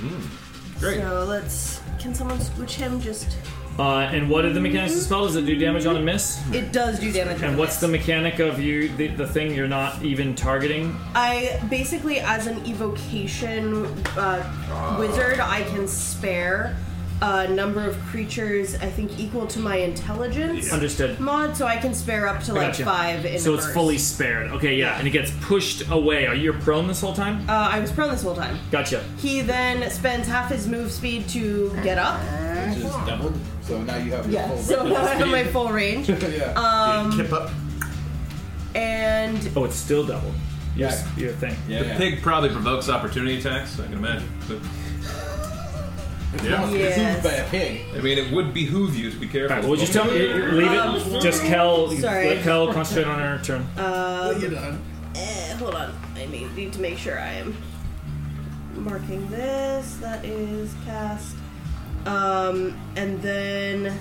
[SPEAKER 7] Mm. Great.
[SPEAKER 6] So let's. Can someone scooch him? Just.
[SPEAKER 2] Uh, and what are the mechanics of the spell? Does it do damage on a miss?
[SPEAKER 6] It does do damage.
[SPEAKER 2] And what's the mechanic of you the, the thing you're not even targeting?
[SPEAKER 6] I basically, as an evocation uh, wizard, I can spare a number of creatures. I think equal to my intelligence.
[SPEAKER 2] Yeah. Understood.
[SPEAKER 6] Mod, so I can spare up to
[SPEAKER 2] I
[SPEAKER 6] like
[SPEAKER 2] gotcha.
[SPEAKER 6] five. In
[SPEAKER 2] so
[SPEAKER 6] a
[SPEAKER 2] it's
[SPEAKER 6] burst.
[SPEAKER 2] fully spared. Okay, yeah, and it gets pushed away. Are you prone this whole time?
[SPEAKER 6] Uh, I was prone this whole time.
[SPEAKER 2] Gotcha.
[SPEAKER 6] He then spends half his move speed to get up.
[SPEAKER 5] Which is doubled. So now you have your
[SPEAKER 6] Yeah.
[SPEAKER 5] full
[SPEAKER 6] So now [LAUGHS] I have my full range.
[SPEAKER 2] [LAUGHS]
[SPEAKER 6] Um,
[SPEAKER 5] Kip up.
[SPEAKER 6] And
[SPEAKER 2] Oh, it's still doubled. Your,
[SPEAKER 7] Yeah.
[SPEAKER 2] your thing.
[SPEAKER 7] the pig probably provokes opportunity attacks. I can imagine. But,
[SPEAKER 2] Yeah. Yes.
[SPEAKER 7] a pig. I mean, it would behoove you to be careful.
[SPEAKER 2] Alright, well, just tell me, leave it.
[SPEAKER 6] Um,
[SPEAKER 2] just Kel,
[SPEAKER 6] sorry.
[SPEAKER 2] let Kel concentrate on her turn.
[SPEAKER 6] Um, eh, hold on. I may need to make sure I am marking this. That is cast. Um, and then.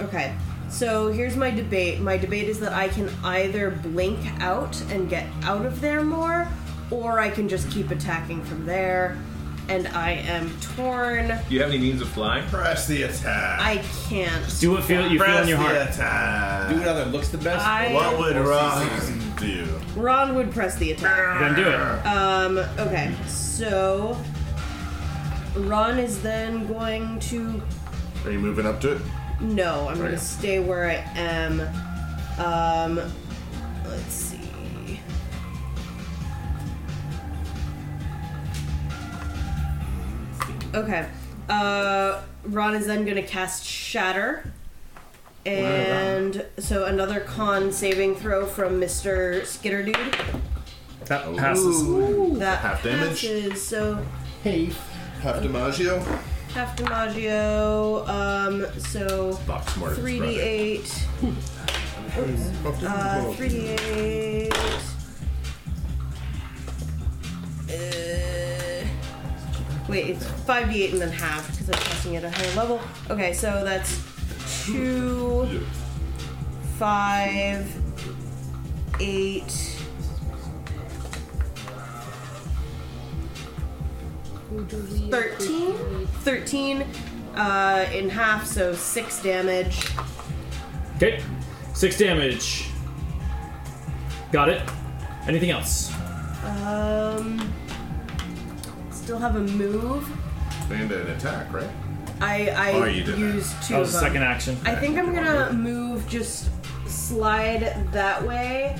[SPEAKER 6] Okay. So here's my debate. My debate is that I can either blink out and get out of there more, or I can just keep attacking from there. And I am torn.
[SPEAKER 7] Do you have any means of flying? Press the attack.
[SPEAKER 6] I can't.
[SPEAKER 2] Do what feel you feel in your heart.
[SPEAKER 5] Do it that looks the best.
[SPEAKER 6] I- What would Ron
[SPEAKER 5] do?
[SPEAKER 6] Ron would press the attack.
[SPEAKER 2] Then do it.
[SPEAKER 6] Um, okay, so Ron is then going to.
[SPEAKER 4] Are you moving up to it?
[SPEAKER 6] No, I'm gonna
[SPEAKER 4] Right.
[SPEAKER 6] stay where I am. Um, let's see. Okay. Uh, Ron is then gonna cast Shatter. And so another con saving throw from Mr. Skitter Dude. Uh,
[SPEAKER 2] That passes.
[SPEAKER 6] That
[SPEAKER 4] Half damage?
[SPEAKER 6] passes, so
[SPEAKER 4] Half DiMaggio?
[SPEAKER 6] half DiMaggio. Um, so
[SPEAKER 5] Bob Smart is
[SPEAKER 6] 3d8. Uh, 3d8. Uh, wait, it's 5d8 and then half because I'm testing at a higher level. Okay, so that's 2, 5, 8. Thirteen, thirteen, uh, in half, so six damage.
[SPEAKER 2] Okay. Six damage. Got it. Anything else?
[SPEAKER 6] Um, still have a move.
[SPEAKER 5] And an attack, right?
[SPEAKER 6] I I
[SPEAKER 5] Oh, you did that.
[SPEAKER 6] used two.
[SPEAKER 2] That was
[SPEAKER 6] of
[SPEAKER 2] the
[SPEAKER 6] them.
[SPEAKER 2] second action.
[SPEAKER 6] I think I'm gonna move just slide that way.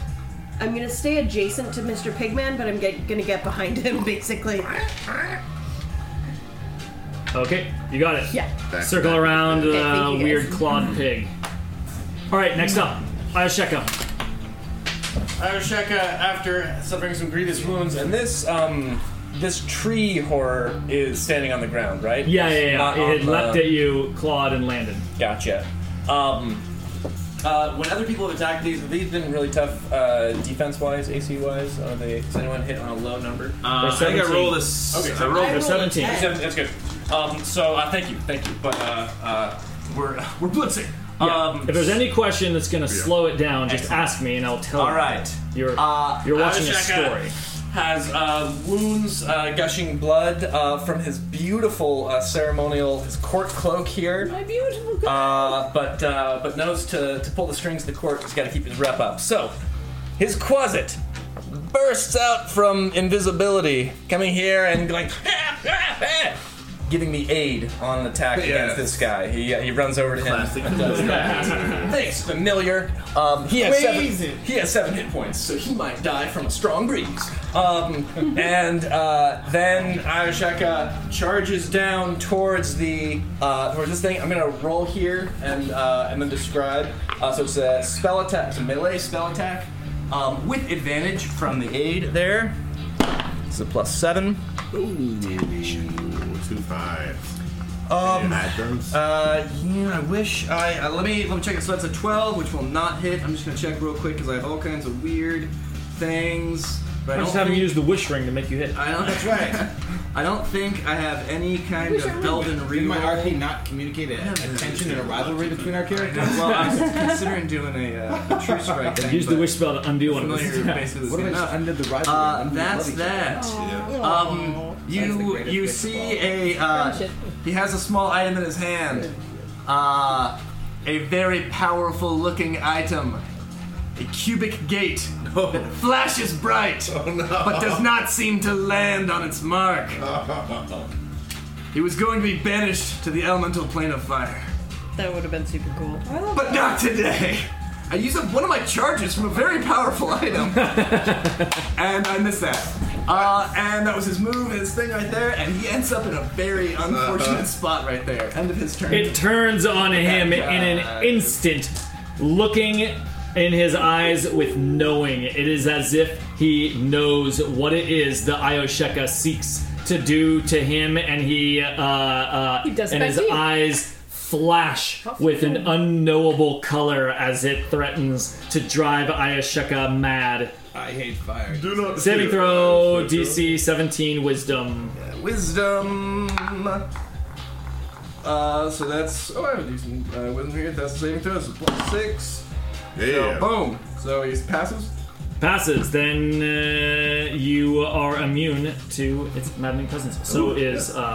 [SPEAKER 6] I'm gonna stay adjacent to Mr. Pigman, but I'm get, gonna get behind him [LAUGHS] basically.
[SPEAKER 2] Okay, you got it.
[SPEAKER 6] Yeah.
[SPEAKER 2] Circle around
[SPEAKER 6] Okay,
[SPEAKER 2] uh,
[SPEAKER 6] thank you,
[SPEAKER 2] weird
[SPEAKER 6] guys.
[SPEAKER 2] clawed pig. All right, next up, Ayasheka.
[SPEAKER 7] Ayosheka, uh, after suffering some grievous wounds, and this um, this tree horror is standing on the ground, right?
[SPEAKER 2] Yeah, yeah, yeah.
[SPEAKER 7] Not
[SPEAKER 2] it had
[SPEAKER 7] on the-
[SPEAKER 2] leapt at you, clawed, and landed.
[SPEAKER 7] Gotcha. Um, uh, when other people have attacked these, have these been really tough uh, defense wise, AC wise? Are they? Has anyone hit on a low number?
[SPEAKER 21] Uh, I
[SPEAKER 7] They're
[SPEAKER 21] think I
[SPEAKER 7] 17.
[SPEAKER 21] rolled a s-
[SPEAKER 7] Okay,
[SPEAKER 21] I
[SPEAKER 7] so-
[SPEAKER 21] rolled a I rolled a 17. 10.
[SPEAKER 7] Seven- That's good. Um, so uh, thank you, thank you. But uh, uh, we're [LAUGHS] we're blitzing. Um,
[SPEAKER 2] if there's any question that's going to slow it down, just ask me and I'll tell you.
[SPEAKER 7] All right.
[SPEAKER 2] You're,
[SPEAKER 7] Uh,
[SPEAKER 2] you're watching a
[SPEAKER 7] Avishaka
[SPEAKER 2] story.
[SPEAKER 7] Has uh, wounds, uh, gushing blood uh, from his beautiful uh, ceremonial, his court cloak here. My
[SPEAKER 6] beautiful
[SPEAKER 7] Uh, but uh, but knows to, to pull the strings to the court. He's got to keep his rep up. So his closet bursts out from invisibility, coming here and going. ah, Giving me aid on an attack against this guy. He, uh, he runs over to him. Does [LAUGHS] that. Thanks, familiar. Um, he has
[SPEAKER 4] Crazy.
[SPEAKER 7] seven. He has seven hit points, so he might die from a strong breeze. Um, [LAUGHS] and uh, then Ayosheka charges down towards the uh, towards this thing. I'm gonna roll here and uh, and then describe. Uh, so it's a spell attack, it's a melee spell attack um, with advantage from the aid there. It's a plus seven. Ooh, two fives. Um, uh, yeah, I wish I uh, let me let me check it. So that's a twelve, which will not hit. I'm just gonna check real quick because I have all kinds of weird things. But I
[SPEAKER 2] I
[SPEAKER 7] don't
[SPEAKER 2] just haven't
[SPEAKER 7] think-
[SPEAKER 2] used the wish ring to make you hit.
[SPEAKER 7] I don't. That's right. I don't think I have any kind
[SPEAKER 4] Wish I
[SPEAKER 7] of
[SPEAKER 4] were.
[SPEAKER 7] [LAUGHS] Belden reroll.
[SPEAKER 4] Did my
[SPEAKER 7] RP not communicate a, tension and a rivalry between our characters?
[SPEAKER 4] Well, I was [LAUGHS]
[SPEAKER 7] considering doing a, uh, true
[SPEAKER 2] [LAUGHS]
[SPEAKER 7] strike.
[SPEAKER 2] Use the wish spell to undo one of
[SPEAKER 7] familiar
[SPEAKER 2] [LAUGHS]
[SPEAKER 7] face with
[SPEAKER 2] these.
[SPEAKER 7] this What if I just enough.
[SPEAKER 4] undid the rivalry
[SPEAKER 7] Uh,
[SPEAKER 4] and we
[SPEAKER 7] that's
[SPEAKER 4] love each
[SPEAKER 7] that.
[SPEAKER 4] other?
[SPEAKER 7] Um, you you see a uh, he has a small item in his hand,
[SPEAKER 22] uh, a very powerful looking item. A cubic gate that flashes bright,
[SPEAKER 4] Oh,
[SPEAKER 22] but does not seem to land on its
[SPEAKER 4] [LAUGHS]
[SPEAKER 22] mark. he was going to be banished to the elemental plane of fire,
[SPEAKER 6] That would have been super cool.
[SPEAKER 22] but not today. I used up one of my charges from a very powerful item, and I missed that. Uh, and that was his move, his thing right there, and he ends up in a very unfortunate spot right there. End of his turn.
[SPEAKER 2] It turns on him in an instant, looking in his eyes with knowing. It is as if he knows what it is the Iosheka seeks to do to him, and he, uh, uh,
[SPEAKER 3] He does
[SPEAKER 2] and
[SPEAKER 3] that
[SPEAKER 2] his
[SPEAKER 3] to you.
[SPEAKER 2] eyes flash with an unknowable color as it threatens to drive Iosheka mad.
[SPEAKER 4] I hate fire.
[SPEAKER 5] Do not
[SPEAKER 2] Saving throw, DC 17 Wisdom.
[SPEAKER 4] Wisdom. Uh, so that's oh, I have a decent uh, wisdom here. That's the saving throw. It's a plus six.
[SPEAKER 2] Yeah.
[SPEAKER 4] So boom. So he passes.
[SPEAKER 2] Passes, then uh, you are immune to its maddening presence. So
[SPEAKER 4] Ooh.
[SPEAKER 2] is uh,
[SPEAKER 5] [LAUGHS]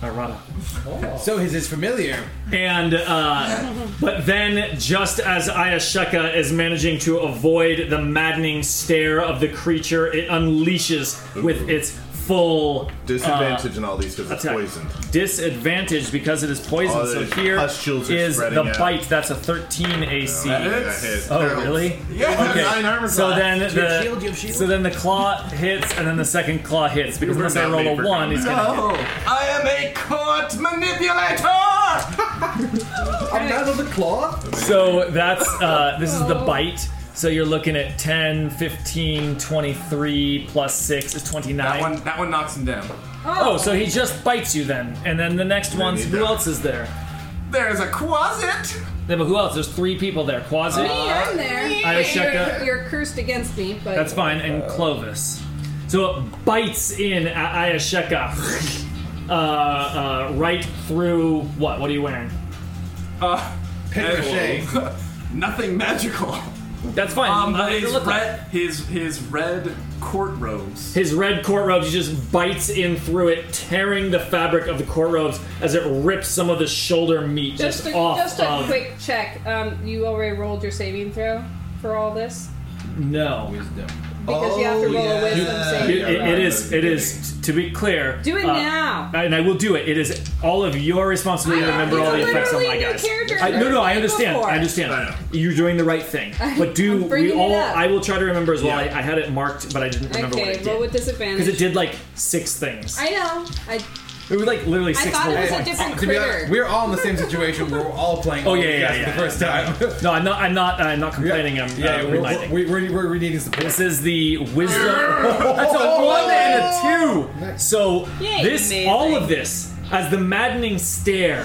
[SPEAKER 2] Arata.
[SPEAKER 4] So his is familiar.
[SPEAKER 2] And uh, but then, just as Ayasheka is managing to avoid the maddening stare of the creature, it unleashes with its full
[SPEAKER 5] Disadvantage
[SPEAKER 2] uh,
[SPEAKER 5] and all these because it's
[SPEAKER 2] attack.
[SPEAKER 5] poisoned.
[SPEAKER 2] Disadvantage because it is poison.
[SPEAKER 5] All
[SPEAKER 2] so
[SPEAKER 5] the
[SPEAKER 2] here
[SPEAKER 5] pustules are
[SPEAKER 2] is
[SPEAKER 5] spreading
[SPEAKER 2] the
[SPEAKER 5] out.
[SPEAKER 2] bite. That's a 13 AC.
[SPEAKER 5] No, that is- that
[SPEAKER 4] [LAUGHS]
[SPEAKER 5] hits.
[SPEAKER 2] Oh,
[SPEAKER 5] That hits.
[SPEAKER 2] really?
[SPEAKER 5] Yeah, you have
[SPEAKER 2] Okay.
[SPEAKER 5] nine armor
[SPEAKER 2] so
[SPEAKER 5] class.
[SPEAKER 2] then
[SPEAKER 5] Do you have shield? Do
[SPEAKER 2] the
[SPEAKER 5] you have shield?
[SPEAKER 2] so then the claw hits, and then the second claw hits because unless I roll a one, he's gonna. hit.
[SPEAKER 4] I am a court manipulator. Another the claw.
[SPEAKER 2] So that's uh, this is the bite. So you're looking at 10, 15, 23 plus 6 is 29. That one,
[SPEAKER 23] that one knocks him down.
[SPEAKER 2] Oh, so he just bites you then. And then the next one's. Who else is there?
[SPEAKER 23] There's a quasit.
[SPEAKER 2] Yeah, but who else? There's three people there. Quasi.
[SPEAKER 3] Me,
[SPEAKER 23] Uh,
[SPEAKER 3] I'm there.
[SPEAKER 2] Ayasheka.
[SPEAKER 3] You're, you're cursed against me, but
[SPEAKER 2] That's fine. And Clovis. So it bites in at Ayasheka. Uh, uh, right through what? What are you wearing?
[SPEAKER 23] Uh, Paper Nothing magical. [LAUGHS]
[SPEAKER 2] That's fine.
[SPEAKER 23] Um,
[SPEAKER 3] uh,
[SPEAKER 2] Nothing to
[SPEAKER 23] his
[SPEAKER 2] look
[SPEAKER 23] red, his his red court robes.
[SPEAKER 2] His red court robes he just bites in through it, tearing the fabric of the court robes as it rips some of the shoulder meat just,
[SPEAKER 3] just a,
[SPEAKER 2] off
[SPEAKER 3] just a
[SPEAKER 2] of.
[SPEAKER 3] quick check. Um, you already rolled your saving throw for all this
[SPEAKER 2] no,
[SPEAKER 3] because you
[SPEAKER 2] Oh,
[SPEAKER 3] have to roll a wisdom
[SPEAKER 2] It-
[SPEAKER 3] saving.
[SPEAKER 2] it-
[SPEAKER 3] throw.
[SPEAKER 2] it is. It is. To be clear, uh,
[SPEAKER 3] Do it now.
[SPEAKER 2] and I will do it. It is all of your responsibility to remember
[SPEAKER 3] It's
[SPEAKER 2] all the effects on
[SPEAKER 3] literally
[SPEAKER 2] my
[SPEAKER 3] new
[SPEAKER 2] guys.
[SPEAKER 3] character
[SPEAKER 2] I, no, no, I
[SPEAKER 3] I've
[SPEAKER 2] understand.
[SPEAKER 3] before.
[SPEAKER 2] I understand. You're doing the right thing, but do
[SPEAKER 3] I'm bringing
[SPEAKER 2] we
[SPEAKER 3] it
[SPEAKER 2] all?
[SPEAKER 3] up.
[SPEAKER 2] I will try to remember as well. I, I had it marked, but I didn't remember what
[SPEAKER 3] Okay,
[SPEAKER 2] it
[SPEAKER 3] roll
[SPEAKER 2] did
[SPEAKER 3] with disadvantage.
[SPEAKER 2] because it did like six things.
[SPEAKER 3] I know. I
[SPEAKER 2] it was like literally
[SPEAKER 3] I
[SPEAKER 2] six.
[SPEAKER 3] thought it
[SPEAKER 2] whole
[SPEAKER 3] was a
[SPEAKER 2] points.
[SPEAKER 3] different To be honest, critter.
[SPEAKER 5] We're all in the same situation. We're all playing.
[SPEAKER 2] Oh yeah, yeah,
[SPEAKER 5] Outlast
[SPEAKER 2] yeah.
[SPEAKER 5] for The first time.
[SPEAKER 2] No, I'm not. I'm not. I'm not complaining. I'm
[SPEAKER 5] Yeah,
[SPEAKER 2] uh,
[SPEAKER 5] we're-
[SPEAKER 2] realizing.
[SPEAKER 5] We, we, we're, we're needing support.
[SPEAKER 2] This is the
[SPEAKER 3] [LAUGHS]
[SPEAKER 2] wisdom. [LAUGHS] That's
[SPEAKER 5] Oh,
[SPEAKER 2] a one and a two. So
[SPEAKER 17] Yay,
[SPEAKER 2] this,
[SPEAKER 17] amazing.
[SPEAKER 2] all of this, as the maddening stare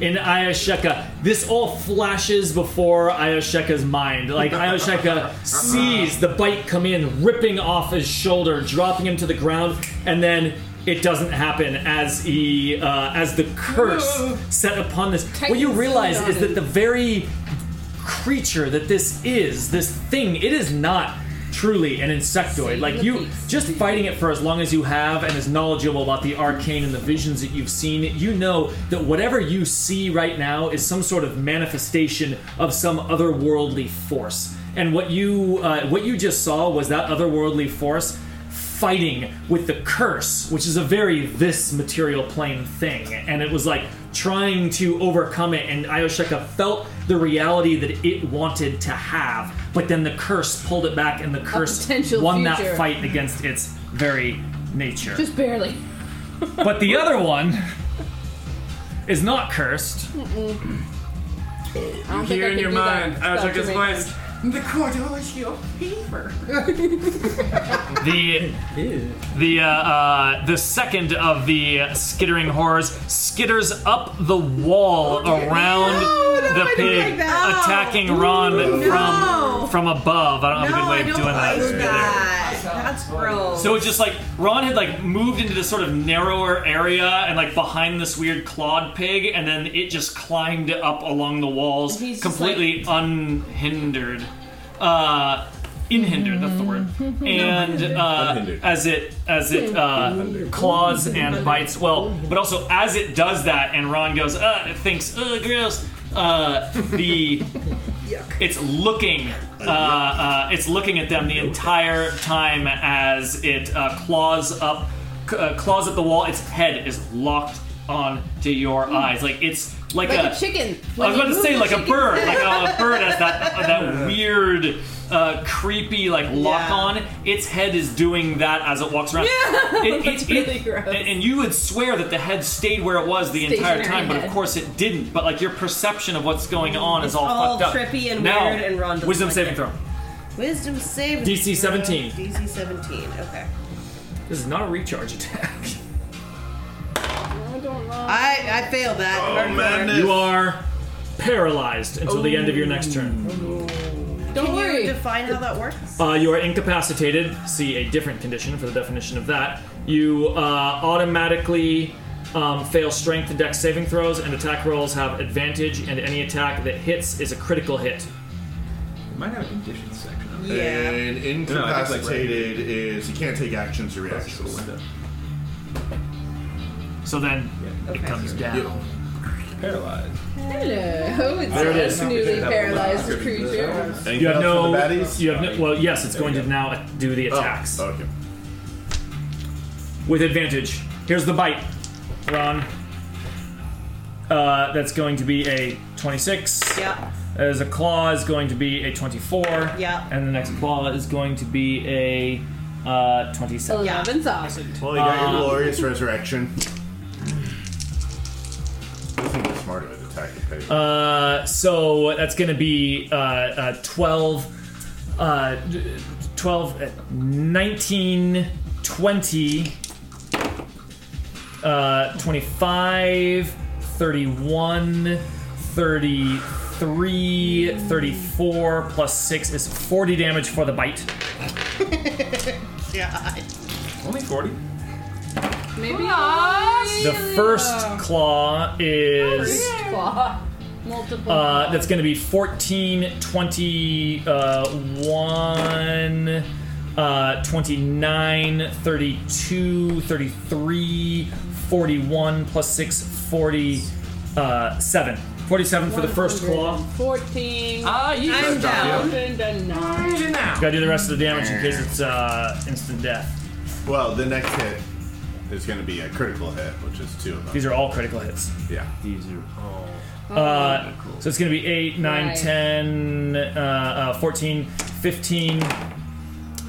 [SPEAKER 2] in Ayasheka, this all flashes before Ayasheka's mind. Like Ayasheka sees the bite come in, ripping off his shoulder, dropping him to the ground, and then. It doesn't happen as he, uh, as the
[SPEAKER 17] [GASPS]
[SPEAKER 2] curse set upon this. What you
[SPEAKER 17] Tighten
[SPEAKER 2] realize
[SPEAKER 17] on
[SPEAKER 2] is
[SPEAKER 17] him.
[SPEAKER 2] that the very creature that this is, this thing, it is not truly an insectoid. Like you, just fighting it for as long as you have and is knowledgeable about the arcane and the visions that you've seen, you know that whatever you see right now is some sort of manifestation of some otherworldly force. And what you, uh, what you just saw was that otherworldly force fighting with the curse, which is a very this material plane thing. And it was like trying to overcome it, and Iosheka felt the reality that it wanted to have, but then the curse pulled it back, and the curse
[SPEAKER 3] potential
[SPEAKER 2] won
[SPEAKER 3] future.
[SPEAKER 2] that fight against its very nature.
[SPEAKER 3] just barely.
[SPEAKER 2] but the other one is not cursed.
[SPEAKER 3] Mm-mm. I don't think
[SPEAKER 23] Here
[SPEAKER 3] I
[SPEAKER 23] in
[SPEAKER 3] can
[SPEAKER 23] your
[SPEAKER 3] do that
[SPEAKER 23] mind, Ashika's
[SPEAKER 3] stuff to
[SPEAKER 23] voice. The court
[SPEAKER 22] oh,
[SPEAKER 23] orders your favor.
[SPEAKER 2] the the uh, uh, the second of the skittering horrors skitters up the wall around the
[SPEAKER 17] Oh, I didn't
[SPEAKER 2] pig,
[SPEAKER 17] like that.
[SPEAKER 2] attacking
[SPEAKER 17] No.
[SPEAKER 2] Ron
[SPEAKER 17] No.
[SPEAKER 2] from from above. I don't have a good way of doing that.
[SPEAKER 6] That's
[SPEAKER 17] Oh.
[SPEAKER 6] gross.
[SPEAKER 2] So it just like Ron had like moved into this sort of narrower area and like behind this weird clawed pig, and then it just climbed up along the walls,
[SPEAKER 17] He's just
[SPEAKER 2] completely unhindered, uh, inhindered. That's
[SPEAKER 17] [LAUGHS]
[SPEAKER 2] the word. And uh,
[SPEAKER 17] Unhindered.
[SPEAKER 2] as it as it uh, claws and bites, well, but also as it does that, and Ron goes, uh, it thinks, uh, gross. Uh, the it's looking uh, uh, it's looking at them the entire time as it uh, claws up c- uh, claws at the wall its head is locked on to your eyes like it's like,
[SPEAKER 3] Like a chicken.
[SPEAKER 2] I was
[SPEAKER 3] When
[SPEAKER 2] about to
[SPEAKER 3] you
[SPEAKER 2] say
[SPEAKER 3] move
[SPEAKER 2] like
[SPEAKER 3] the
[SPEAKER 2] a
[SPEAKER 3] chicken.
[SPEAKER 2] bird like a
[SPEAKER 6] [LAUGHS]
[SPEAKER 2] bird has that that weird uh, creepy like lock on its head is doing that as it walks
[SPEAKER 6] [LAUGHS]
[SPEAKER 2] around
[SPEAKER 17] Yeah,
[SPEAKER 2] It- it-
[SPEAKER 17] that's
[SPEAKER 2] it-
[SPEAKER 17] really
[SPEAKER 2] and, and you would swear that the head stayed where it was the entire
[SPEAKER 6] Stationary
[SPEAKER 2] time but of
[SPEAKER 6] head.
[SPEAKER 2] course it didn't but like your perception of what's going on is
[SPEAKER 6] It's
[SPEAKER 2] all,
[SPEAKER 6] all
[SPEAKER 2] fucked up
[SPEAKER 6] trippy and
[SPEAKER 2] now,
[SPEAKER 6] weird and Ron doesn't
[SPEAKER 2] wisdom
[SPEAKER 6] like
[SPEAKER 2] saving
[SPEAKER 6] it.
[SPEAKER 2] throw
[SPEAKER 6] Wisdom save.
[SPEAKER 2] DC 17.
[SPEAKER 6] DC 17. Okay.
[SPEAKER 2] This is not a recharge attack.
[SPEAKER 3] I don't know.
[SPEAKER 6] I I failed that.
[SPEAKER 2] Oh,
[SPEAKER 6] Hardcore.
[SPEAKER 2] You are paralyzed until the end of your next turn.
[SPEAKER 6] Don't Can worry. You define how that works.
[SPEAKER 2] Uh, you are incapacitated. See a different condition for the definition of that. You uh, automatically um, fail strength and dex saving throws, and attack rolls have advantage, and any attack that hits is a critical hit.
[SPEAKER 7] might have a condition section.
[SPEAKER 4] Yeah. And incapacitated is you can't take actions or reactions.
[SPEAKER 2] So then it comes down.
[SPEAKER 7] Paralyzed.
[SPEAKER 3] Hello, Oh, it's
[SPEAKER 2] There it
[SPEAKER 3] this
[SPEAKER 2] is.
[SPEAKER 3] newly paralyzed creature.
[SPEAKER 2] You have
[SPEAKER 4] else
[SPEAKER 2] no.
[SPEAKER 4] for the baddies?
[SPEAKER 2] You have no. Well, yes, it's going to now do the attacks. okay. With advantage. Here's the bite, Ron. Uh, that's going to be a 26.
[SPEAKER 6] Yeah.
[SPEAKER 2] As a claw is going to be a 24.
[SPEAKER 6] Yeah.
[SPEAKER 2] And the next claw is going to be a uh, 27.
[SPEAKER 3] Eleven thousand.
[SPEAKER 4] Well, you got your
[SPEAKER 2] Um,
[SPEAKER 4] glorious resurrection. I think you're smarter at attacking pig.
[SPEAKER 2] Uh, so that's going to be uh, uh, 12 uh, d- 12, uh, 19, 20, uh, 25, 31, 33, 34, plus 6 is 40 damage for the bite.
[SPEAKER 18] God.
[SPEAKER 7] Only 40?
[SPEAKER 3] Maybe
[SPEAKER 2] The first claw is.
[SPEAKER 3] claw. Multiple.
[SPEAKER 2] Uh, that's going to be 14, 20, uh, 1, uh, 29, 32, 33, 41, plus 6, 47. 47 for the first claw.
[SPEAKER 3] 14.
[SPEAKER 2] Ah, you
[SPEAKER 3] I'm
[SPEAKER 2] guys got
[SPEAKER 3] down.
[SPEAKER 2] it.
[SPEAKER 3] And a nine.
[SPEAKER 2] Gotta do the rest of the damage in case it's uh, instant death.
[SPEAKER 4] Well, the next hit is going to be a critical hit, which is two of them.
[SPEAKER 2] These are all critical hits.
[SPEAKER 4] Yeah.
[SPEAKER 11] These are all.
[SPEAKER 2] Uh, so it's going to be 8, 9,
[SPEAKER 4] Right.
[SPEAKER 2] 10, uh, uh, 14, 15,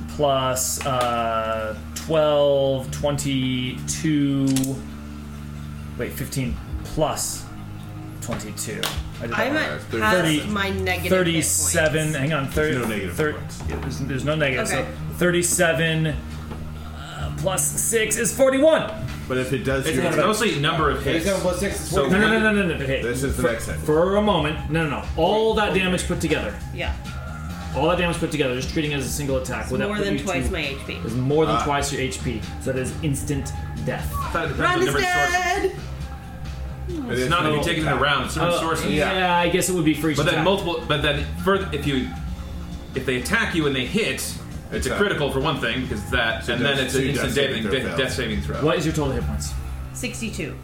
[SPEAKER 2] plus uh, 12, 22. Wait, 15 plus 22. I did that
[SPEAKER 6] I'm
[SPEAKER 2] wrong.
[SPEAKER 6] at half my negative hit
[SPEAKER 2] 37. Hang on. 30,
[SPEAKER 4] There's no negative
[SPEAKER 2] thir- yeah, there's, there's no negative.
[SPEAKER 6] Okay.
[SPEAKER 2] So 37 uh, plus 6 is 41.
[SPEAKER 4] But if it does,
[SPEAKER 2] It's
[SPEAKER 4] your-
[SPEAKER 2] not about- mostly number of hits. 37 plus six is So- 49. no, no, no, no, no. Hey,
[SPEAKER 4] this is the next hit.
[SPEAKER 2] For a moment. No, no, no. All that damage put together.
[SPEAKER 6] Yeah.
[SPEAKER 2] All that damage put together, just treating it as a single attack.
[SPEAKER 6] It's
[SPEAKER 2] would that
[SPEAKER 6] more
[SPEAKER 2] put
[SPEAKER 6] than
[SPEAKER 2] you
[SPEAKER 6] twice
[SPEAKER 2] to-
[SPEAKER 6] my HP.
[SPEAKER 2] Is more than
[SPEAKER 6] Ah.
[SPEAKER 2] twice your HP. So that is instant death.
[SPEAKER 6] Ron is dead!
[SPEAKER 7] It's not if you take it in a round, it's different
[SPEAKER 2] Oh,
[SPEAKER 7] sources.
[SPEAKER 2] Yeah. I guess it would be for each
[SPEAKER 7] But then
[SPEAKER 2] attack.
[SPEAKER 7] multiple. But then further, if you if they attack you and they hit, it's a
[SPEAKER 4] Exactly.
[SPEAKER 7] critical for one thing because it's that,
[SPEAKER 4] So
[SPEAKER 7] and then
[SPEAKER 4] there's
[SPEAKER 7] it's an
[SPEAKER 4] two
[SPEAKER 7] instant
[SPEAKER 4] death
[SPEAKER 7] death,
[SPEAKER 4] saving
[SPEAKER 7] death,
[SPEAKER 4] throw fails.
[SPEAKER 7] saving throw.
[SPEAKER 2] What is your total hit points?
[SPEAKER 6] 62.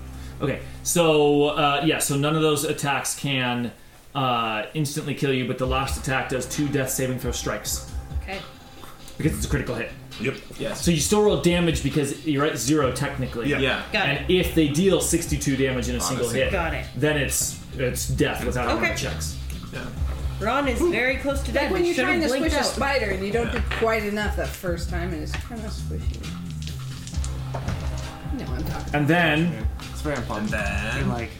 [SPEAKER 2] Okay, so uh, yeah, so none of those attacks can uh, instantly kill you, but the last attack does two death saving throw strikes
[SPEAKER 6] Okay.
[SPEAKER 2] because it's a critical hit.
[SPEAKER 4] Yep.
[SPEAKER 7] Yes.
[SPEAKER 2] So you still roll damage because you're at zero technically.
[SPEAKER 7] Yeah. Yeah.
[SPEAKER 6] Got
[SPEAKER 2] and if they deal 62 damage in a single
[SPEAKER 6] Honestly.
[SPEAKER 2] hit,
[SPEAKER 6] Got it.
[SPEAKER 2] then it's it's death without armor
[SPEAKER 6] Okay.
[SPEAKER 2] checks.
[SPEAKER 7] Yeah.
[SPEAKER 6] Ron is very close to dead.
[SPEAKER 3] Like when
[SPEAKER 6] We
[SPEAKER 3] you're
[SPEAKER 6] should've
[SPEAKER 3] trying to
[SPEAKER 6] blinked
[SPEAKER 3] squish a
[SPEAKER 6] out.
[SPEAKER 3] spider and you don't
[SPEAKER 2] Yeah.
[SPEAKER 3] do quite enough that first time, and it's kind of squishy. No, I'm talking.
[SPEAKER 2] And then
[SPEAKER 18] It's very important.
[SPEAKER 2] then
[SPEAKER 18] like,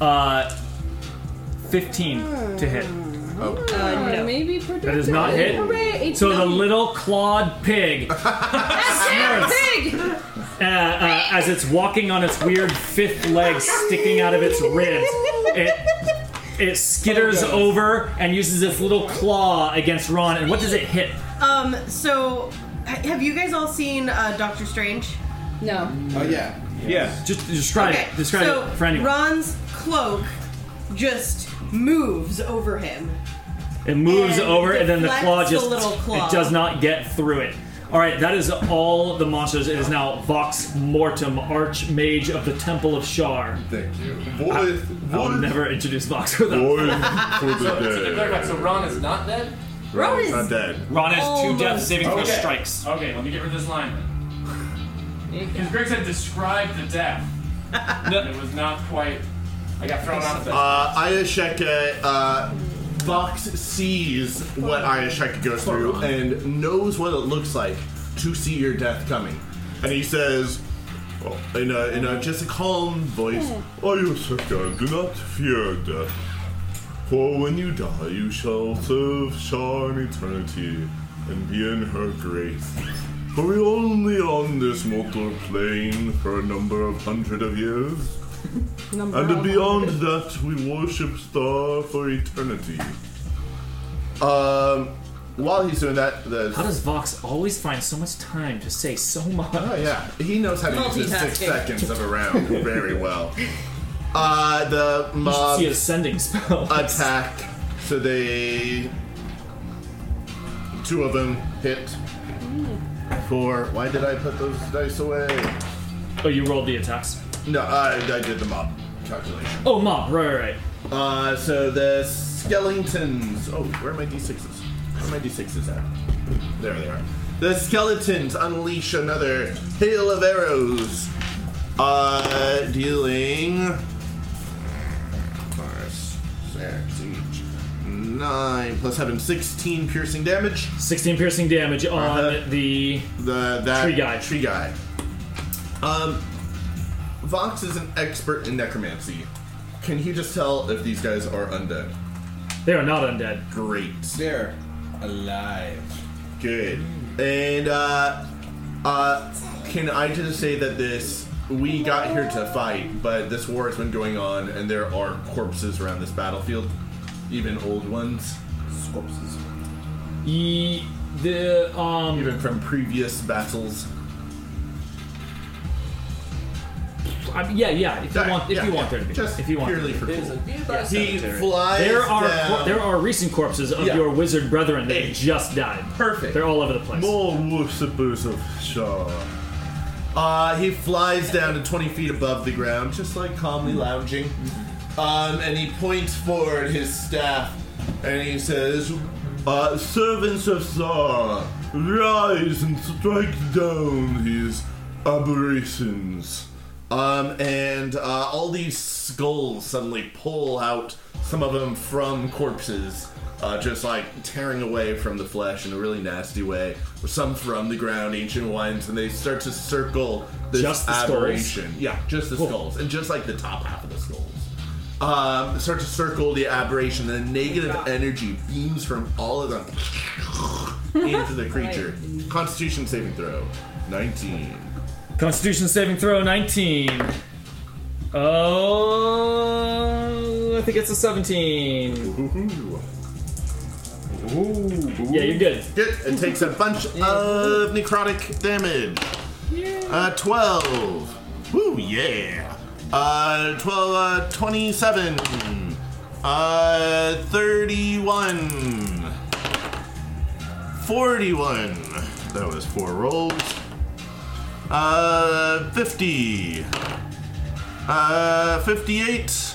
[SPEAKER 2] uh, 15 to hit.
[SPEAKER 3] Uh, Maybe
[SPEAKER 2] That does not hit.
[SPEAKER 3] Hooray,
[SPEAKER 2] so the
[SPEAKER 3] not-
[SPEAKER 2] little clawed pig
[SPEAKER 3] Damn
[SPEAKER 2] Snurts.
[SPEAKER 3] pig!
[SPEAKER 2] uh, uh, as it's walking on its weird fifth leg sticking out of its ribs. It it skitters over and uses its little claw against Ron. And what does it hit?
[SPEAKER 6] Um, so, ha- have you guys all seen uh, Doctor Strange?
[SPEAKER 3] No.
[SPEAKER 4] Uh,
[SPEAKER 5] Oh, yeah.
[SPEAKER 2] Yeah. Just describe
[SPEAKER 6] okay.
[SPEAKER 2] it. Describe
[SPEAKER 6] so
[SPEAKER 2] it for anyone.
[SPEAKER 6] Ron's cloak just moves over him.
[SPEAKER 2] it moves
[SPEAKER 6] and
[SPEAKER 2] over and then the claw
[SPEAKER 6] deflects the
[SPEAKER 2] just
[SPEAKER 6] little claw.
[SPEAKER 2] it does not get through it. All right, that is all the monsters. It is now Vox Mortem, Archmage of the Temple of Shar. Thank you. I, will never introduce Vox without.
[SPEAKER 12] so, so to clarify, so Ron is not dead?
[SPEAKER 2] Ron is not dead. Ron has two Almost death saving throw
[SPEAKER 12] Okay.
[SPEAKER 2] strikes.
[SPEAKER 12] Okay, let me get rid of
[SPEAKER 17] [LAUGHS]
[SPEAKER 12] this line then. Because Greg said describe the
[SPEAKER 17] [LAUGHS]
[SPEAKER 12] death. And it was not quite. I got thrown off the.
[SPEAKER 4] Uh, Ayasheka, uh, Vox sees what Ayasheka goes through and knows what it looks like to see your death coming. And he says, well, in, a, in a just a calm voice,
[SPEAKER 19] Ayosaka, do not fear death. For when you die, you shall serve Shar in eternity and be in her grace. For we're only on this mortal plane for a number of hundred of years.
[SPEAKER 3] Number
[SPEAKER 19] And
[SPEAKER 3] of
[SPEAKER 19] beyond that, we worship Star for eternity.
[SPEAKER 4] Um, while he's doing that, the
[SPEAKER 2] How does Vox always find so much time to say so much? Oh
[SPEAKER 4] yeah, he knows how to use his six seconds of a round very well. Uh, the
[SPEAKER 2] You should
[SPEAKER 4] mob
[SPEAKER 2] see ascending spells.
[SPEAKER 4] attack. So they, two of them hit. For why did I put those dice away?
[SPEAKER 2] Oh, you rolled the attacks.
[SPEAKER 4] No, I, I did the mob calculation.
[SPEAKER 2] Oh, mob, right, right, right.
[SPEAKER 4] Uh, so the skeletons. Oh, where are my d6s? Where are my d6s at? There they are. The skeletons unleash another hail of arrows, uh, dealing. Mars, six, each. Nine plus seven, 16 piercing damage.
[SPEAKER 2] 16 piercing damage on
[SPEAKER 4] Uh-huh.
[SPEAKER 2] the
[SPEAKER 4] the that
[SPEAKER 2] tree guy.
[SPEAKER 4] Tree guy. Um, Vox is an expert in necromancy. Can he just tell if these guys are undead?
[SPEAKER 2] They are not undead.
[SPEAKER 4] Great.
[SPEAKER 5] They're alive.
[SPEAKER 4] Good. And uh, uh, can I just say that this we got here to fight, but this war has been going on, and there are corpses around this battlefield, even old ones. Corpses.
[SPEAKER 2] the um
[SPEAKER 4] even from previous battles.
[SPEAKER 2] I mean, yeah, yeah. If you
[SPEAKER 4] Alright,
[SPEAKER 2] want, if
[SPEAKER 4] yeah,
[SPEAKER 2] you want
[SPEAKER 4] yeah.
[SPEAKER 2] there to be,
[SPEAKER 4] Just
[SPEAKER 2] if you want
[SPEAKER 4] purely
[SPEAKER 2] there to
[SPEAKER 4] for
[SPEAKER 2] be.
[SPEAKER 4] cool.
[SPEAKER 2] Yes.
[SPEAKER 4] He flies
[SPEAKER 2] There are
[SPEAKER 4] down.
[SPEAKER 2] there are recent corpses of
[SPEAKER 4] Yeah.
[SPEAKER 2] your wizard brethren that just died. Perfect. They're all over the place.
[SPEAKER 19] More worshippers of Shah.
[SPEAKER 4] Uh, he flies down to 20 feet above the ground, just like calmly
[SPEAKER 2] Mm-hmm.
[SPEAKER 4] lounging. Um, and he points forward his staff and he says,
[SPEAKER 19] Uh, servants of Shah, rise and strike down his aberrations.
[SPEAKER 4] Um, and uh, all these skulls suddenly pull out, some of them from corpses, uh, just like tearing away from the flesh in a really nasty way. Some from the ground, ancient ones, and they start to circle this
[SPEAKER 2] Just the skulls?
[SPEAKER 4] aberration. Yeah, just the skulls, and just like the top half of the skulls. Um, start to circle the aberration, and the negative energy beams from all of them into the creature. Constitution saving throw, 19.
[SPEAKER 2] Constitution saving throw 19. Oh, I think it's a 17. Yeah, you're good.
[SPEAKER 4] Good. It takes a bunch of necrotic damage. Uh, 12. Woo, yeah. Uh, 12, uh, 27. Uh, 31. 41. That was four rolls. Uh, 50. Uh, 58.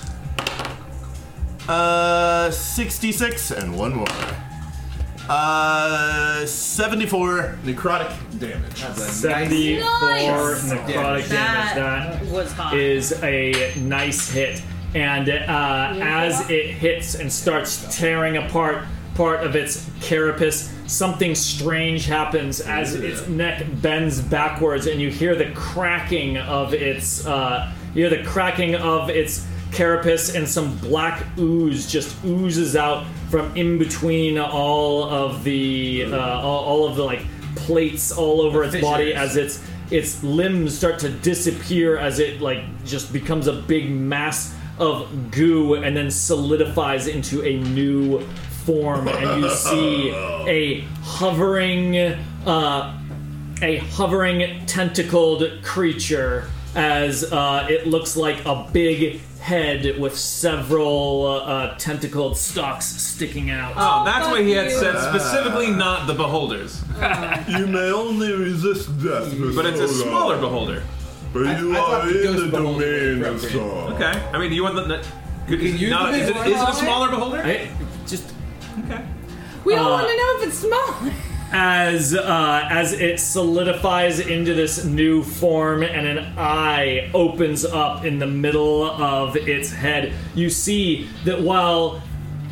[SPEAKER 4] Uh, 66. And one more. Uh, 74 necrotic damage.
[SPEAKER 2] 74 necrotic damage.
[SPEAKER 6] That
[SPEAKER 2] That
[SPEAKER 6] was hot.
[SPEAKER 2] is a nice hit. And uh, as it hits and starts tearing apart part of its carapace, something strange happens as its neck bends backwards, and you hear the cracking of its uh, you hear the cracking of its carapace, and some black ooze just oozes out from in between all of the uh, all, all of the like plates all over its body
[SPEAKER 17] fissures.
[SPEAKER 2] as its its limbs start to disappear as it like just becomes a big mass of goo and then solidifies into a new form and you see a hovering uh, a hovering tentacled creature as uh, it looks like a big head with several uh, tentacled stalks sticking out
[SPEAKER 7] Oh, that's why he had said specifically not the beholders.
[SPEAKER 19] you may only resist death, with
[SPEAKER 7] But it's a
[SPEAKER 19] so long.
[SPEAKER 7] smaller beholder.
[SPEAKER 19] But you are in the domain of Shah.
[SPEAKER 7] Okay. I mean, you want the. the could,
[SPEAKER 19] use
[SPEAKER 7] no,
[SPEAKER 19] the big
[SPEAKER 7] is, it,
[SPEAKER 19] one.
[SPEAKER 7] is it a smaller beholder?
[SPEAKER 2] just
[SPEAKER 7] okay.
[SPEAKER 3] We all
[SPEAKER 2] Uh,
[SPEAKER 3] want to know if it's small.
[SPEAKER 2] as uh, as it solidifies into this new form and an eye opens up in the middle of its head you see that while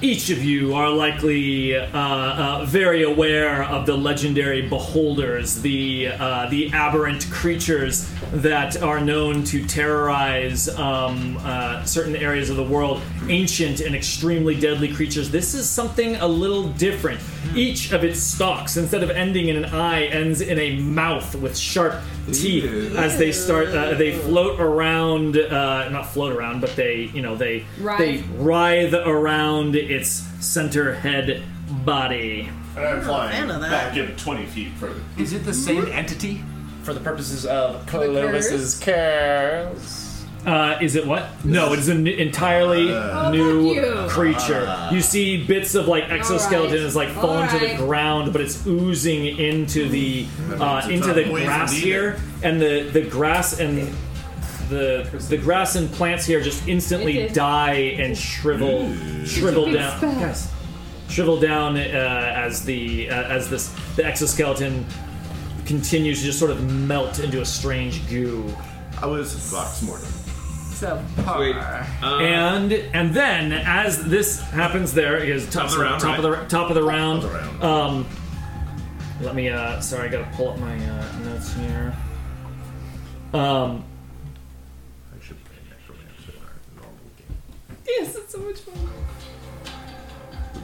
[SPEAKER 2] each of you are likely uh, uh, very aware of the legendary beholders, the uh, the aberrant creatures that are known to terrorize um, uh, certain areas of the world. Ancient and extremely deadly creatures. This is something a little different. Each of its stalks, instead of ending in an eye, ends in a mouth with sharp teeth
[SPEAKER 17] Ew.
[SPEAKER 2] as they start. Uh, they float around, uh, not float around, but they you know they they
[SPEAKER 3] Writhe.
[SPEAKER 2] writhe around its center head body.
[SPEAKER 4] And I'm flying
[SPEAKER 18] fan of that.
[SPEAKER 4] back in 20 feet further.
[SPEAKER 17] Is it the same entity? For the purposes of
[SPEAKER 2] Clovis's
[SPEAKER 17] curse.
[SPEAKER 2] Uh, is it what? No, it is an entirely new
[SPEAKER 17] Oh, fuck you.
[SPEAKER 2] creature.
[SPEAKER 17] Ah.
[SPEAKER 2] you see bits of like exoskeleton is like
[SPEAKER 17] All
[SPEAKER 2] falling to the
[SPEAKER 17] right.
[SPEAKER 2] ground, but it's oozing into the uh,
[SPEAKER 17] it's
[SPEAKER 2] into
[SPEAKER 17] not
[SPEAKER 2] the
[SPEAKER 17] poisoned
[SPEAKER 2] grass
[SPEAKER 17] either.
[SPEAKER 2] here, and the the grass and the the grass and plants here just instantly
[SPEAKER 17] It is.
[SPEAKER 2] die and shrivel shrivel
[SPEAKER 17] It's a big
[SPEAKER 2] down.
[SPEAKER 17] spell.
[SPEAKER 2] Yes. Shrivel down uh, as the uh, as this the exoskeleton continues to just sort of melt into a strange goo.
[SPEAKER 4] I was box mortar.
[SPEAKER 18] So
[SPEAKER 7] Sweet. Uh,
[SPEAKER 2] and and then as this happens, there is top,
[SPEAKER 7] of the round,
[SPEAKER 2] top of the
[SPEAKER 7] right?
[SPEAKER 2] top of the round. Um, let me. Uh, sorry, I got to pull up my uh, notes here. Um,
[SPEAKER 3] Yes, it's so much fun.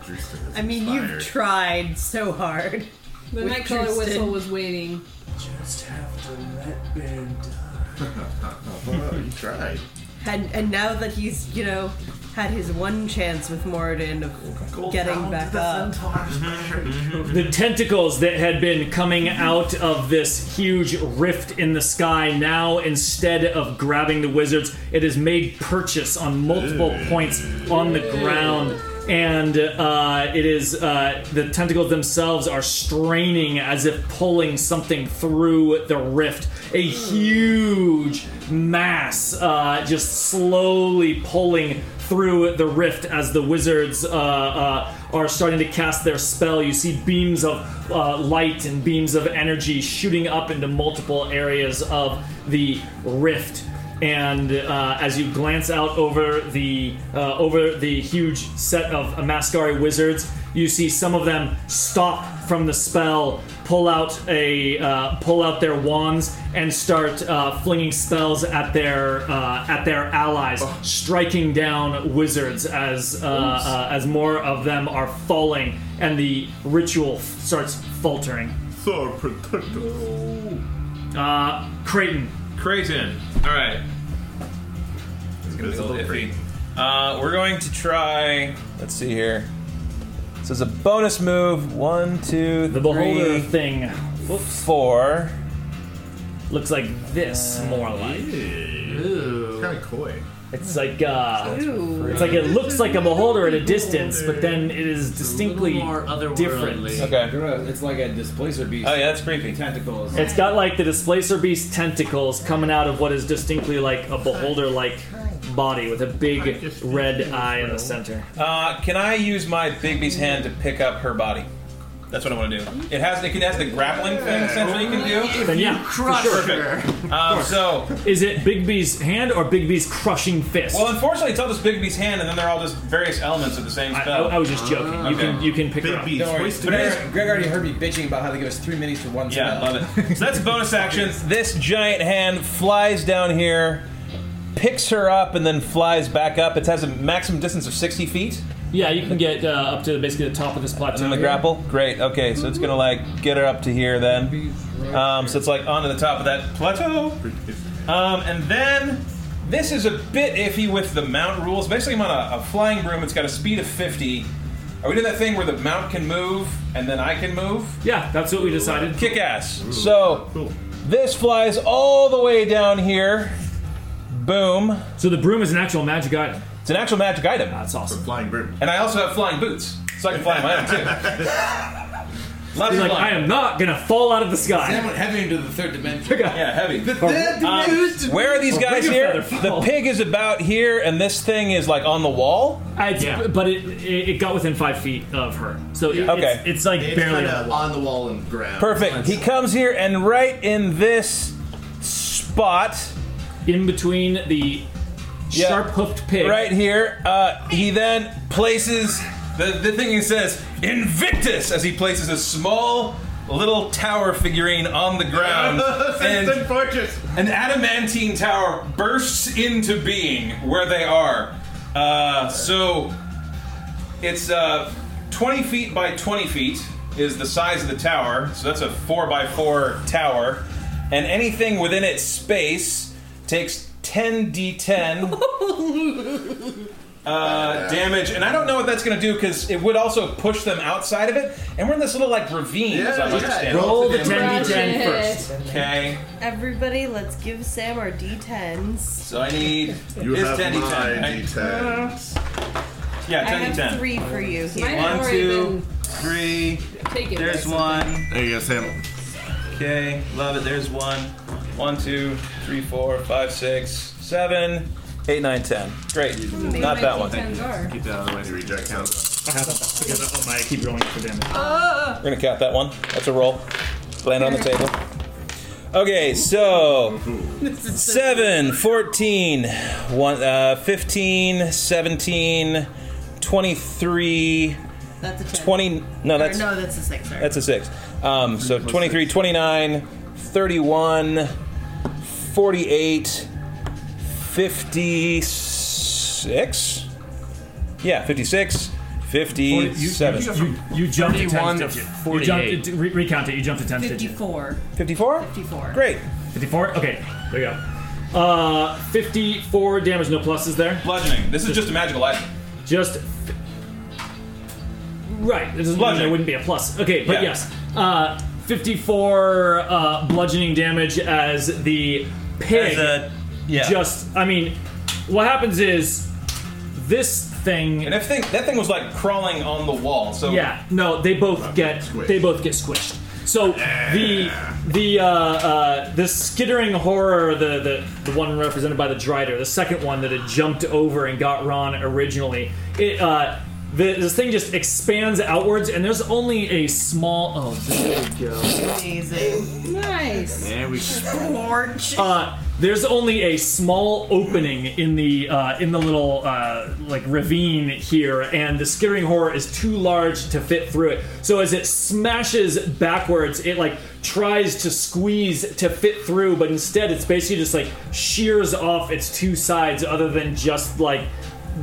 [SPEAKER 19] Drewston is
[SPEAKER 24] I mean,
[SPEAKER 19] inspired.
[SPEAKER 24] you've tried so hard.
[SPEAKER 3] The
[SPEAKER 24] with
[SPEAKER 3] nightcrawler
[SPEAKER 24] Tristan.
[SPEAKER 3] whistle was waiting.
[SPEAKER 18] Just have to let Ben
[SPEAKER 4] Well, you tried.
[SPEAKER 24] And and now that he's you know had his one chance with Moradin of getting back up.
[SPEAKER 2] The tentacles that had been coming out of this huge rift in the sky now, instead of grabbing the wizards, it has made purchase on multiple points on the ground. And uh, it is uh, the tentacles themselves are straining as if pulling something through the rift. A huge mass uh, just slowly pulling through the rift as the wizards uh, uh, are starting to cast their spell. You see beams of uh, light and beams of energy shooting up into multiple areas of the rift. And uh, as you glance out over the uh, over the huge set of Amaskari wizards, you see some of them stop from the spell, pull out a uh, pull out their wands, and start uh, flinging spells at their uh, at their allies, striking down wizards as uh,
[SPEAKER 17] Oops.
[SPEAKER 2] uh, as more of them are falling, and the ritual f- starts faltering.
[SPEAKER 19] Thor, protect us.
[SPEAKER 2] Uh, Creighton.
[SPEAKER 7] Creighton. All right. It's gonna be a little iffy. Uh, we're going to try. Let's see here. So it's a bonus move. One, two, the
[SPEAKER 2] beholder thing.
[SPEAKER 7] Four.
[SPEAKER 2] Looks like this, more like. It's
[SPEAKER 19] kind of coy.
[SPEAKER 2] It's like uh,
[SPEAKER 24] Ew.
[SPEAKER 2] it's like it looks like a beholder at a distance, but then it is distinctly different.
[SPEAKER 5] Okay. It's like a displacer beast.
[SPEAKER 7] Oh, yeah, that's creepy.
[SPEAKER 5] Tentacles.
[SPEAKER 2] It's got like the displacer beast tentacles coming out of what is distinctly like a beholder-like body with a big red eye in the center.
[SPEAKER 7] Uh, can I use my Bigby's hand to pick up her body? That's what I want to do. It has it has the grappling thing essentially you can do.
[SPEAKER 2] Then yeah, for sure.
[SPEAKER 7] Perfect. Um, so
[SPEAKER 2] Is it Bigby's hand or Bigby's crushing fist?
[SPEAKER 7] well, unfortunately, it's all just Bigby's hand, and then they're all just various elements of the same spell.
[SPEAKER 2] I was just joking. You can- you can pick her up. Bigby's
[SPEAKER 5] Don't worry.
[SPEAKER 7] hoisted
[SPEAKER 5] But
[SPEAKER 7] it.
[SPEAKER 5] anyways, Greg already heard me bitching about how they give us three minis for one
[SPEAKER 7] Yeah,
[SPEAKER 5] spell.
[SPEAKER 7] love [LAUGHS] it. So that's bonus action. This giant hand flies down here, picks her up, and then flies back up. It has a maximum distance of 60 feet.
[SPEAKER 2] Yeah, you can get uh, up to basically the top of this plateau.
[SPEAKER 7] And then the
[SPEAKER 2] here.
[SPEAKER 7] grapple. Great. Okay, so it's gonna like get her up to here then. Um, so it's like onto the top of that plateau. Um, and then this is a bit iffy with the mount rules. Basically, I'm on a, a flying broom. It's got a speed of 50. Are we doing that thing where the mount can move and then I can move?
[SPEAKER 2] Yeah, that's what we decided.
[SPEAKER 7] Kick ass. So this flies all the way down here. Boom.
[SPEAKER 2] So the broom is an actual magic item.
[SPEAKER 7] It's an actual magic item. That's
[SPEAKER 2] awesome.
[SPEAKER 7] flying broom. And I also have flying boots, so I can fly in my own [LAUGHS] too. Lots
[SPEAKER 2] He's
[SPEAKER 7] of
[SPEAKER 2] like,
[SPEAKER 7] flying.
[SPEAKER 2] I am not gonna fall out of the sky.
[SPEAKER 5] Someone heavy into the third dimension.
[SPEAKER 7] Yeah, heavy.
[SPEAKER 5] third
[SPEAKER 7] Um,
[SPEAKER 5] dimension.
[SPEAKER 7] where are these
[SPEAKER 5] Or
[SPEAKER 7] guys
[SPEAKER 5] bigger
[SPEAKER 7] here?
[SPEAKER 5] feather
[SPEAKER 7] The
[SPEAKER 5] fall.
[SPEAKER 7] pig is about here, and this thing is like on the wall.
[SPEAKER 2] Uh, It's, But it, it it got within five feet of her, so it,
[SPEAKER 7] Okay.
[SPEAKER 2] it's, it's like
[SPEAKER 7] [LAUGHS] It's
[SPEAKER 2] barely
[SPEAKER 7] kinda
[SPEAKER 2] on the wall and ground.
[SPEAKER 7] [LAUGHS] Perfect. He comes here, and right in this spot,
[SPEAKER 2] in between the sharp-hoofed pig,
[SPEAKER 7] right here, uh, he then places the the thing. He says Invictus as he places a small little tower figurine on the [LAUGHS] ground, and
[SPEAKER 4] Fortress.
[SPEAKER 7] an adamantine tower bursts into being where they are. Uh, so it's uh, 20 feet by 20 feet is the size of the tower. So that's a 4 by 4 tower. And anything within its space takes 10d10 uh, damage. And I don't know what that's going to do because it would also push them outside of it. And we're in this little like ravine. as
[SPEAKER 2] Yeah,
[SPEAKER 7] I
[SPEAKER 2] yeah.
[SPEAKER 7] understand.
[SPEAKER 2] Roll the 10d10
[SPEAKER 6] first.
[SPEAKER 7] Okay.
[SPEAKER 6] Everybody, let's give Sam our d10s.
[SPEAKER 7] So I need
[SPEAKER 6] You
[SPEAKER 7] his
[SPEAKER 6] have
[SPEAKER 7] 10
[SPEAKER 6] my
[SPEAKER 7] d10. right?
[SPEAKER 6] I
[SPEAKER 7] Yeah, 10
[SPEAKER 6] have
[SPEAKER 7] d10.
[SPEAKER 6] three for you here.
[SPEAKER 7] Mine have One, already two, been- Three.
[SPEAKER 3] Take it.
[SPEAKER 7] There's
[SPEAKER 3] Mason.
[SPEAKER 7] one.
[SPEAKER 4] There you go, Sam.
[SPEAKER 7] Okay, love it. There's one. One, two, three, four, five, six, seven, eight, nine, ten. Great. Not that one.
[SPEAKER 3] Tens are.
[SPEAKER 7] Keep that other way to reject count.
[SPEAKER 2] I have them. Oh my! I keep rolling for damage.
[SPEAKER 7] We're gonna count that one. That's a roll. Land on the table. Okay, so 7, 14, one, uh, 15, 17, 23,
[SPEAKER 24] That's a 10.
[SPEAKER 7] 20. No,
[SPEAKER 24] Or
[SPEAKER 7] that's.
[SPEAKER 24] no, that's a six. Sorry.
[SPEAKER 7] That's a six. Um, so 23, 29, 31, 48, 56. Yeah, 56, Fifty-seven.
[SPEAKER 2] You, you jumped to 10
[SPEAKER 7] 41,
[SPEAKER 2] digit. You
[SPEAKER 7] 48.
[SPEAKER 2] jumped, to- re- recount it. You jumped to 10 digit.
[SPEAKER 6] 54.
[SPEAKER 7] 54?
[SPEAKER 6] 54.
[SPEAKER 7] Great.
[SPEAKER 2] 54? Okay, there you go. Uh, 54 damage, no pluses there.
[SPEAKER 7] Bludgeoning. This is just a magical item.
[SPEAKER 2] Just. Right, this is
[SPEAKER 7] Bludgeoning.
[SPEAKER 2] There wouldn't be a plus. Okay, but
[SPEAKER 7] Yeah.
[SPEAKER 2] yes. Uh, 54 uh, bludgeoning damage as the pig.
[SPEAKER 25] As a- yeah.
[SPEAKER 2] Just, I mean, what happens is this thing.
[SPEAKER 7] And that thing, that thing was like crawling on the wall. So
[SPEAKER 2] yeah, no, they both get they both get squished. So the the uh, uh, the skittering horror, the, the the one represented by the Drider, the second one that had jumped over and got Ron originally, it uh, the, this thing just expands outwards, and there's only a small. Oh, there we go.
[SPEAKER 6] Amazing. Nice.
[SPEAKER 2] There we
[SPEAKER 6] Splorch.
[SPEAKER 7] Oh,
[SPEAKER 2] Uh, there's only a small opening in the uh, in the little uh, like ravine here, and the skittering horror is too large to fit through it. So as it smashes backwards, it like tries to squeeze to fit through, but instead it's basically just like shears off its two sides, other than just like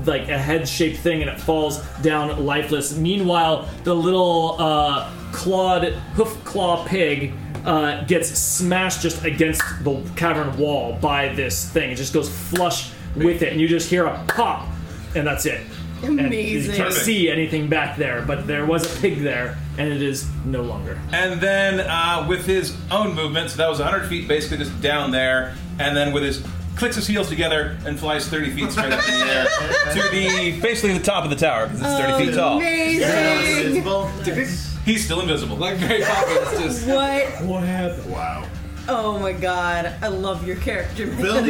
[SPEAKER 2] like a head-shaped thing, and it falls down lifeless. Meanwhile, the little uh, clawed hoof claw pig uh, gets smashed just against the cavern wall by this thing. It just goes flush with it, and you just hear a pop, and that's it. And
[SPEAKER 6] Amazing.
[SPEAKER 2] you can't
[SPEAKER 6] Perfect.
[SPEAKER 2] see anything back there, but there was a pig there, and it is no longer.
[SPEAKER 7] And then uh, with his own movement, so that was 100 feet basically just down there, and then with his clicks his heels together and flies 30 feet straight
[SPEAKER 4] [LAUGHS]
[SPEAKER 7] up in the air to the basically the top of the tower because it's 30 feet tall.
[SPEAKER 6] Amazing.
[SPEAKER 7] He's still invisible. Like Mary Poppins, just
[SPEAKER 6] What?
[SPEAKER 7] what happened? Wow.
[SPEAKER 6] Oh my god. I love your character. man.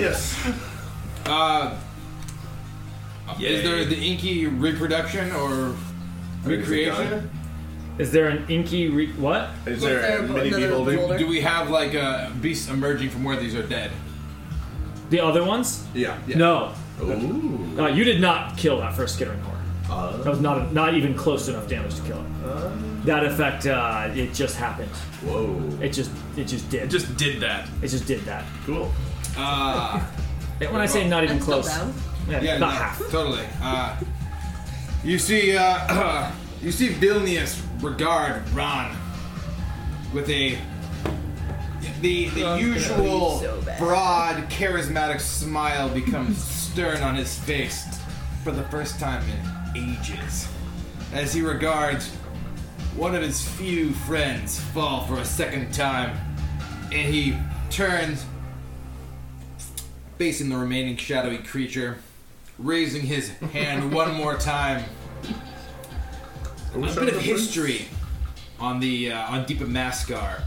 [SPEAKER 4] Uh, is there the inky reproduction or recreation?
[SPEAKER 2] Is there an inky re- what?
[SPEAKER 4] Do we have like uh, beasts emerging from where these are dead?
[SPEAKER 2] The other ones?
[SPEAKER 4] Yeah.
[SPEAKER 2] No. Uh, you did not kill that first skittering horror.
[SPEAKER 4] Uh.
[SPEAKER 2] that was not not even close enough damage to kill it. that effect, uh, it just happened. Whoa! It just it just did. It
[SPEAKER 7] just did that.
[SPEAKER 2] It just did that.
[SPEAKER 7] Cool.
[SPEAKER 4] [LAUGHS] Uh,
[SPEAKER 2] when I say not even
[SPEAKER 4] That's still
[SPEAKER 2] close,
[SPEAKER 4] down.
[SPEAKER 2] yeah,
[SPEAKER 4] yeah,
[SPEAKER 2] about
[SPEAKER 4] no,
[SPEAKER 2] half.
[SPEAKER 4] totally. Uh, you see, uh, [CLEARS THROAT] you see Vilnius regard Ron with a the the usual broad, charismatic smile becomes stern on his face for the first time in ages as he regards one of his few friends fall for a second time, and he turns facing the remaining shadowy creature, raising his hand one more time. A bit of history on the uh, on Deepa Maskar.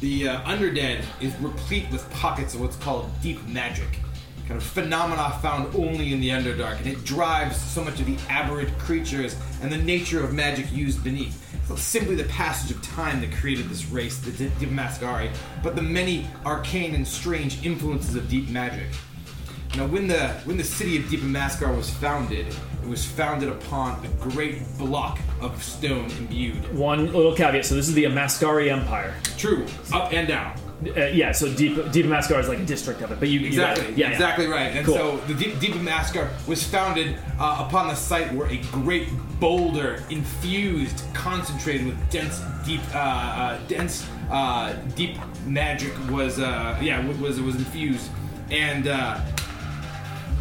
[SPEAKER 4] The uh, Underdead is replete with pockets of what's called deep magic, kind of phenomena found only in the Underdark, and it drives so much of the aberrant creatures and the nature of magic used beneath. It's not simply the passage of time that created this race, the D- Deep Mascari, but the many arcane and strange influences of deep magic. Now, when the when the city of Deep Mascar was founded, it was founded upon a great block of stone imbued.
[SPEAKER 2] One little caveat. So this is the Amaskari Empire.
[SPEAKER 4] True, up and down.
[SPEAKER 2] Uh, yeah. So deep deep Amaskar is like a district of it, but you you got it.
[SPEAKER 4] Exactly.
[SPEAKER 2] yeah, yeah.
[SPEAKER 4] exactly right. And
[SPEAKER 2] Cool.
[SPEAKER 4] so the Deep, Deep Mascar was founded uh, upon the site where a great boulder, infused, concentrated with dense, deep, uh, uh, dense, uh, deep magic was, uh, yeah, w- was was infused, and. Uh,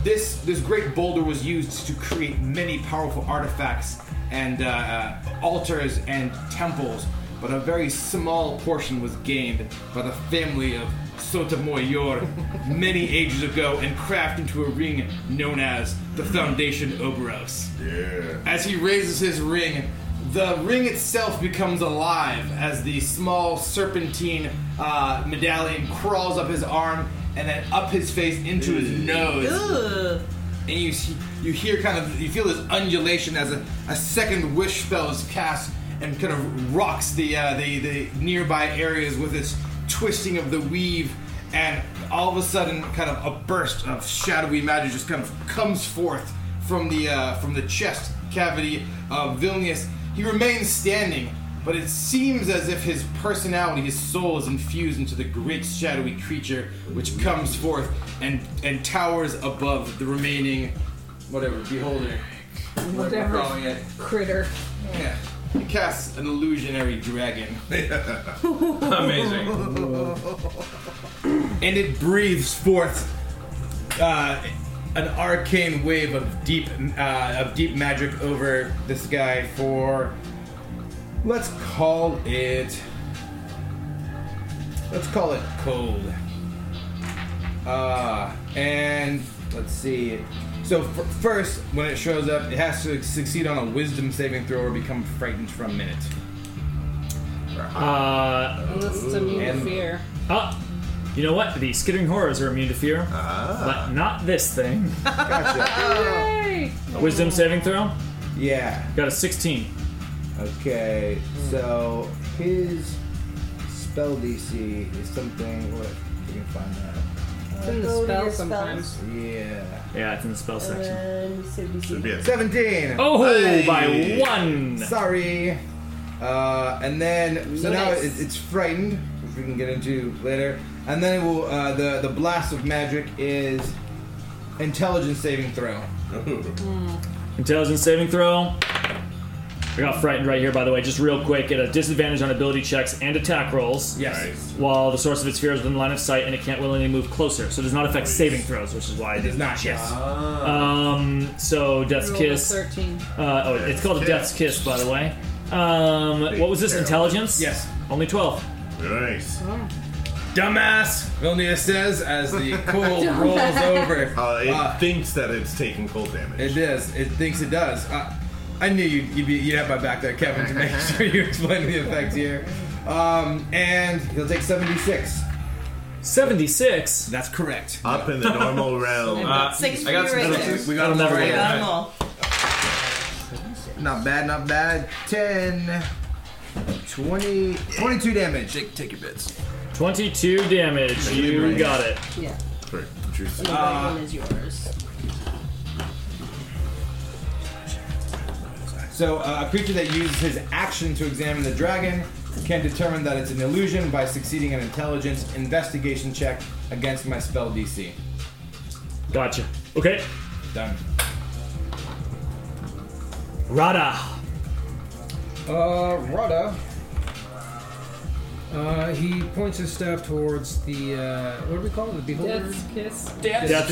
[SPEAKER 4] this this great boulder was used to create many powerful artifacts and uh, uh, altars and temples, but a very small portion was gained by the family of Sotomayor many ages ago and crafted into a ring known as the Foundation Oberos. Yeah. As he raises his ring, the ring itself becomes alive as the small serpentine uh, medallion crawls up his arm and then up his face into his nose. And you see- you hear kind of you feel this undulation as a, a second wish spell is cast and kind of rocks the uh, the the nearby areas with its twisting of the weave. And all of a sudden, kind of a burst of shadowy magic just kind of comes forth from the uh, from the chest cavity of Vilnius. He remains standing, but it seems as if his personality, his soul, is infused into the great shadowy creature, which comes forth and and towers above the remaining whatever beholder.
[SPEAKER 3] Whatever.
[SPEAKER 4] calling it.
[SPEAKER 3] Critter.
[SPEAKER 4] Yeah. He casts an illusionary [LAUGHS] dragon. [LAUGHS] and it breathes forth uh, an arcane wave of deep uh, of deep magic over this guy for let's call it let's call it cold. Uh, and let's see. So f- first, when it shows up, it has to succeed on a Wisdom saving throw or become frightened for a minute.
[SPEAKER 2] Uh,
[SPEAKER 3] Unless it's immune to
[SPEAKER 2] And-
[SPEAKER 3] fear.
[SPEAKER 2] Ah, you know what? The skittering horrors are immune to fear,
[SPEAKER 4] Ah.
[SPEAKER 2] but not this thing.
[SPEAKER 4] [LAUGHS]
[SPEAKER 3] Yay!
[SPEAKER 2] Wisdom saving throw.
[SPEAKER 4] Yeah.
[SPEAKER 2] Got a 16.
[SPEAKER 4] Okay, so his spell DC is something. What? You can find that.
[SPEAKER 3] It's in the spell sometimes.
[SPEAKER 4] Yeah.
[SPEAKER 2] Yeah, it's in the spell section.
[SPEAKER 4] Should be a 17.
[SPEAKER 2] Oh, by one.
[SPEAKER 8] Oh.
[SPEAKER 4] Sorry. Uh, and then so now
[SPEAKER 2] Nice.
[SPEAKER 4] it, it's frightened, which we can get into later. And then it will uh, the the blast of magic is intelligence saving throw.
[SPEAKER 2] Intelligence saving throw. I got frightened right here, by the way, just real quick. At a disadvantage on ability checks and attack rolls.
[SPEAKER 4] Yes. Nice.
[SPEAKER 2] While the source of its fear is within line of sight and it can't willingly move closer. So it does not affect saving throws, which is why it does
[SPEAKER 4] not.
[SPEAKER 2] Yes.
[SPEAKER 4] Ah.
[SPEAKER 2] Um, so Death's
[SPEAKER 3] Rolled a
[SPEAKER 2] Kiss.
[SPEAKER 3] 13.
[SPEAKER 2] Uh, oh, it's called a Death's Kiss, by the way. Um, what was this? Intelligence? Yes. Only 12.
[SPEAKER 4] Nice. Dumbass! Vilnius says as [LAUGHS] the cold
[SPEAKER 2] Dumbass.
[SPEAKER 4] rolls
[SPEAKER 5] [LAUGHS]
[SPEAKER 4] over.
[SPEAKER 5] Uh, it
[SPEAKER 4] thinks that it's taking cold damage. It does. It thinks it does. Uh, I knew you'd, you'd, be, you'd have my back there, Kevin, to make [LAUGHS] sure you explain the effect here. Um, and he'll take 76.
[SPEAKER 2] 76?
[SPEAKER 4] That's correct.
[SPEAKER 5] Up in the normal realm.
[SPEAKER 4] I got some sixes. We got them
[SPEAKER 5] another
[SPEAKER 4] all right
[SPEAKER 5] one.
[SPEAKER 4] there. Not bad, not bad. 10, 20, 22 damage. Take, take your bits.
[SPEAKER 2] 22 damage. You got it.
[SPEAKER 26] Yeah.
[SPEAKER 5] Juicy.
[SPEAKER 26] The right one is
[SPEAKER 2] Uh,
[SPEAKER 26] yours.
[SPEAKER 4] So, uh, a creature that uses his action to examine the dragon can determine that it's an illusion by succeeding an intelligence investigation check against my spell DC.
[SPEAKER 2] Gotcha. Okay.
[SPEAKER 4] Done.
[SPEAKER 2] Rada.
[SPEAKER 8] Uh, Rada. Uh, he points his staff towards the uh, what do we call it? The beholder.
[SPEAKER 3] Death's kiss.
[SPEAKER 2] The death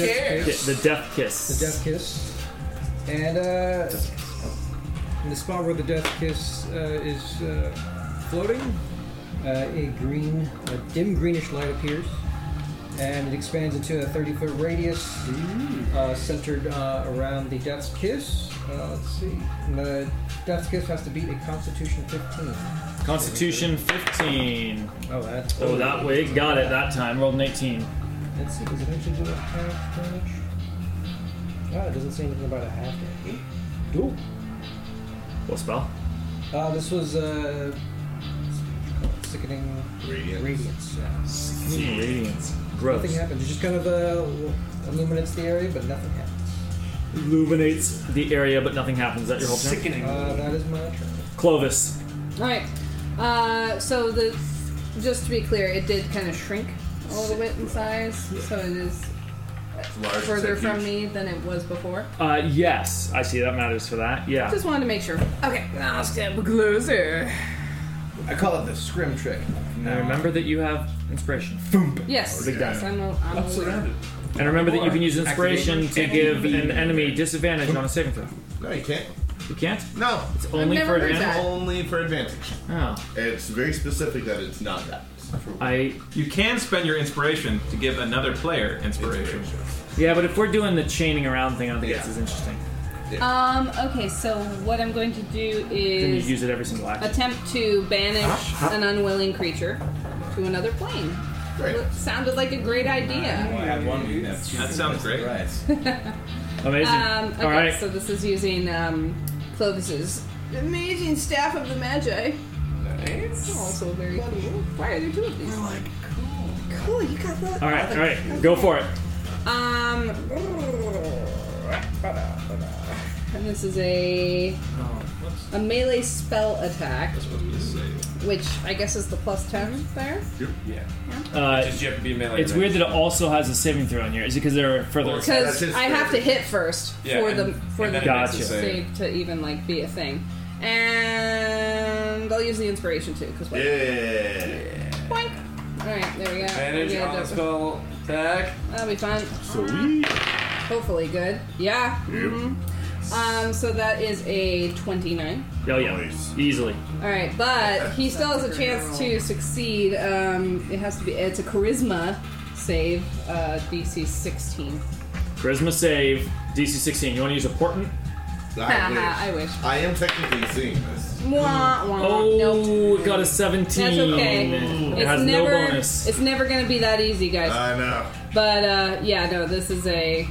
[SPEAKER 2] kiss.
[SPEAKER 8] The death kiss. And uh, in the spot where the death kiss uh, is uh, floating, uh, a green, a dim greenish light appears, and it expands into a 30-foot radius uh, centered uh, around the death's kiss. Uh, let's see. And the death's kiss has to beat a Constitution 15.
[SPEAKER 2] Constitution 15.
[SPEAKER 8] Oh, that's.
[SPEAKER 2] Oh, that way. Got it that time. Rolled an 18.
[SPEAKER 8] Let's see. Does it actually do a half damage? Oh, it doesn't say anything about a half damage. Ooh.
[SPEAKER 2] What spell?
[SPEAKER 8] Uh, this was uh, sickening radiance. yeah.
[SPEAKER 2] Sickening radiance. Gross.
[SPEAKER 8] Nothing happens. It just kind of uh, illuminates the area, but nothing happens.
[SPEAKER 2] Illuminates the area, but nothing happens. Is that your whole turn?
[SPEAKER 8] Uh, that is my turn.
[SPEAKER 2] Clovis.
[SPEAKER 3] All right. Uh, so the just to be clear, it did kind of shrink a little bit in size, so it is
[SPEAKER 2] large,
[SPEAKER 3] further
[SPEAKER 2] it's
[SPEAKER 3] from
[SPEAKER 2] huge.
[SPEAKER 3] me than it was before.
[SPEAKER 2] Uh, yes. I see. That matters for that. Yeah.
[SPEAKER 3] Just wanted to make sure. Okay, now let's get closer.
[SPEAKER 4] I call it the scrim trick.
[SPEAKER 2] And remember that you have inspiration.
[SPEAKER 3] Yes.
[SPEAKER 2] Oh, Big
[SPEAKER 3] yes,
[SPEAKER 2] guy.
[SPEAKER 3] I'm, a, I'm surrounded.
[SPEAKER 2] And remember that you can use inspiration to
[SPEAKER 5] Activate.
[SPEAKER 2] give an enemy disadvantage on a saving throw.
[SPEAKER 5] No, you can't.
[SPEAKER 2] You can't?
[SPEAKER 5] No.
[SPEAKER 2] It's only for advantage.
[SPEAKER 5] Only for advantage.
[SPEAKER 2] Oh.
[SPEAKER 5] It's very specific that it's not that.
[SPEAKER 2] I
[SPEAKER 7] You can spend your inspiration to give another player inspiration.
[SPEAKER 2] Yeah, but if we're doing the chaining around thing, I don't think it's as interesting.
[SPEAKER 3] Um. Okay. So what I'm going to do
[SPEAKER 2] Then you
[SPEAKER 3] is
[SPEAKER 2] use it every single action.
[SPEAKER 3] attempt to banish an unwilling creature to another plane.
[SPEAKER 7] Great.
[SPEAKER 3] That Sounded like a great idea.
[SPEAKER 7] have one That sounds great.
[SPEAKER 2] Amazing.
[SPEAKER 3] Um, okay,
[SPEAKER 2] All right.
[SPEAKER 3] so this is using um, Clovis's amazing staff of the Magi. Nice. Also very cool. Why are there two of these? We're like, cool. Cool, you got that.
[SPEAKER 2] All right. All right. Go for it.
[SPEAKER 3] Um,
[SPEAKER 2] Oh,
[SPEAKER 3] and this is a a melee spell attack. which I guess is the plus ten there.
[SPEAKER 27] Yeah.
[SPEAKER 2] Uh,
[SPEAKER 27] Just you have to be melee.
[SPEAKER 2] It's weird that it also has a saving throw in here. Is it because there are further?
[SPEAKER 3] Because I have to hit first
[SPEAKER 2] Yeah,
[SPEAKER 3] for
[SPEAKER 2] and-
[SPEAKER 3] the for
[SPEAKER 2] and
[SPEAKER 3] the
[SPEAKER 2] then it makes a save.
[SPEAKER 3] save. to even like be a thing, and I'll use the inspiration too. Because
[SPEAKER 5] Yeah.
[SPEAKER 3] Boink. All right, there we go.
[SPEAKER 27] Advantage
[SPEAKER 3] We had
[SPEAKER 27] on
[SPEAKER 3] that-
[SPEAKER 27] the skull attack.
[SPEAKER 3] That'll be fun.
[SPEAKER 5] Sweet.
[SPEAKER 3] Hopefully good. Yeah. mhm. Um. So that is a twenty-nine.
[SPEAKER 2] Oh yeah, easily.
[SPEAKER 3] All right, but he still has a chance to succeed. Um, it has to be. It's a charisma save, uh, DC 16.
[SPEAKER 2] Charisma save, DC 16. You want to use a portent?
[SPEAKER 3] [LAUGHS] I wish.
[SPEAKER 5] [LAUGHS] I am technically seeing this.
[SPEAKER 3] Mwah, wah,
[SPEAKER 2] Oh,
[SPEAKER 3] nope.
[SPEAKER 2] it got a 17.
[SPEAKER 3] That's okay.
[SPEAKER 2] It
[SPEAKER 3] it's
[SPEAKER 2] has
[SPEAKER 3] never,
[SPEAKER 2] no bonus.
[SPEAKER 3] It's never gonna be that easy, guys.
[SPEAKER 4] Uh.
[SPEAKER 5] I know.
[SPEAKER 3] But uh, yeah, no, this is a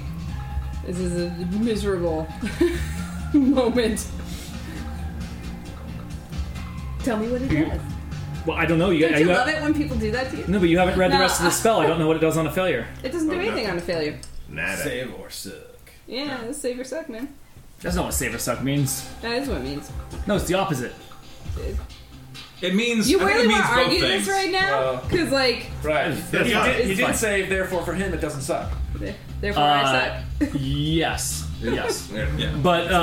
[SPEAKER 3] this is a miserable [LAUGHS] moment. Tell me what it
[SPEAKER 2] You-
[SPEAKER 3] does.
[SPEAKER 2] Well, I don't know. You,
[SPEAKER 3] Don't
[SPEAKER 2] you
[SPEAKER 3] you love
[SPEAKER 2] have-
[SPEAKER 3] it when people do that to you?
[SPEAKER 2] No, but you haven't read the
[SPEAKER 3] No.
[SPEAKER 2] rest of the spell. I don't know what it does on a failure.
[SPEAKER 3] It
[SPEAKER 4] Oh,
[SPEAKER 3] doesn't do anything on a failure.
[SPEAKER 2] Nada.
[SPEAKER 8] Save or suck.
[SPEAKER 3] Yeah, let's save your suck, man.
[SPEAKER 2] That's not what save or suck means.
[SPEAKER 3] That is what it means.
[SPEAKER 2] No, it's the opposite.
[SPEAKER 4] It means
[SPEAKER 3] You
[SPEAKER 4] I think
[SPEAKER 3] really
[SPEAKER 4] it means
[SPEAKER 3] want to
[SPEAKER 4] both
[SPEAKER 3] argue
[SPEAKER 4] things. Uh,
[SPEAKER 3] this right now?
[SPEAKER 4] Well-
[SPEAKER 3] Because, like,
[SPEAKER 27] Right.
[SPEAKER 2] That's
[SPEAKER 27] you
[SPEAKER 2] fine.
[SPEAKER 27] did, you
[SPEAKER 2] It's
[SPEAKER 27] did
[SPEAKER 2] fine.
[SPEAKER 27] save, therefore for him it doesn't suck.
[SPEAKER 3] therefore
[SPEAKER 4] uh,
[SPEAKER 3] I
[SPEAKER 2] suck. yes. Yes.
[SPEAKER 4] yeah.
[SPEAKER 2] But uh,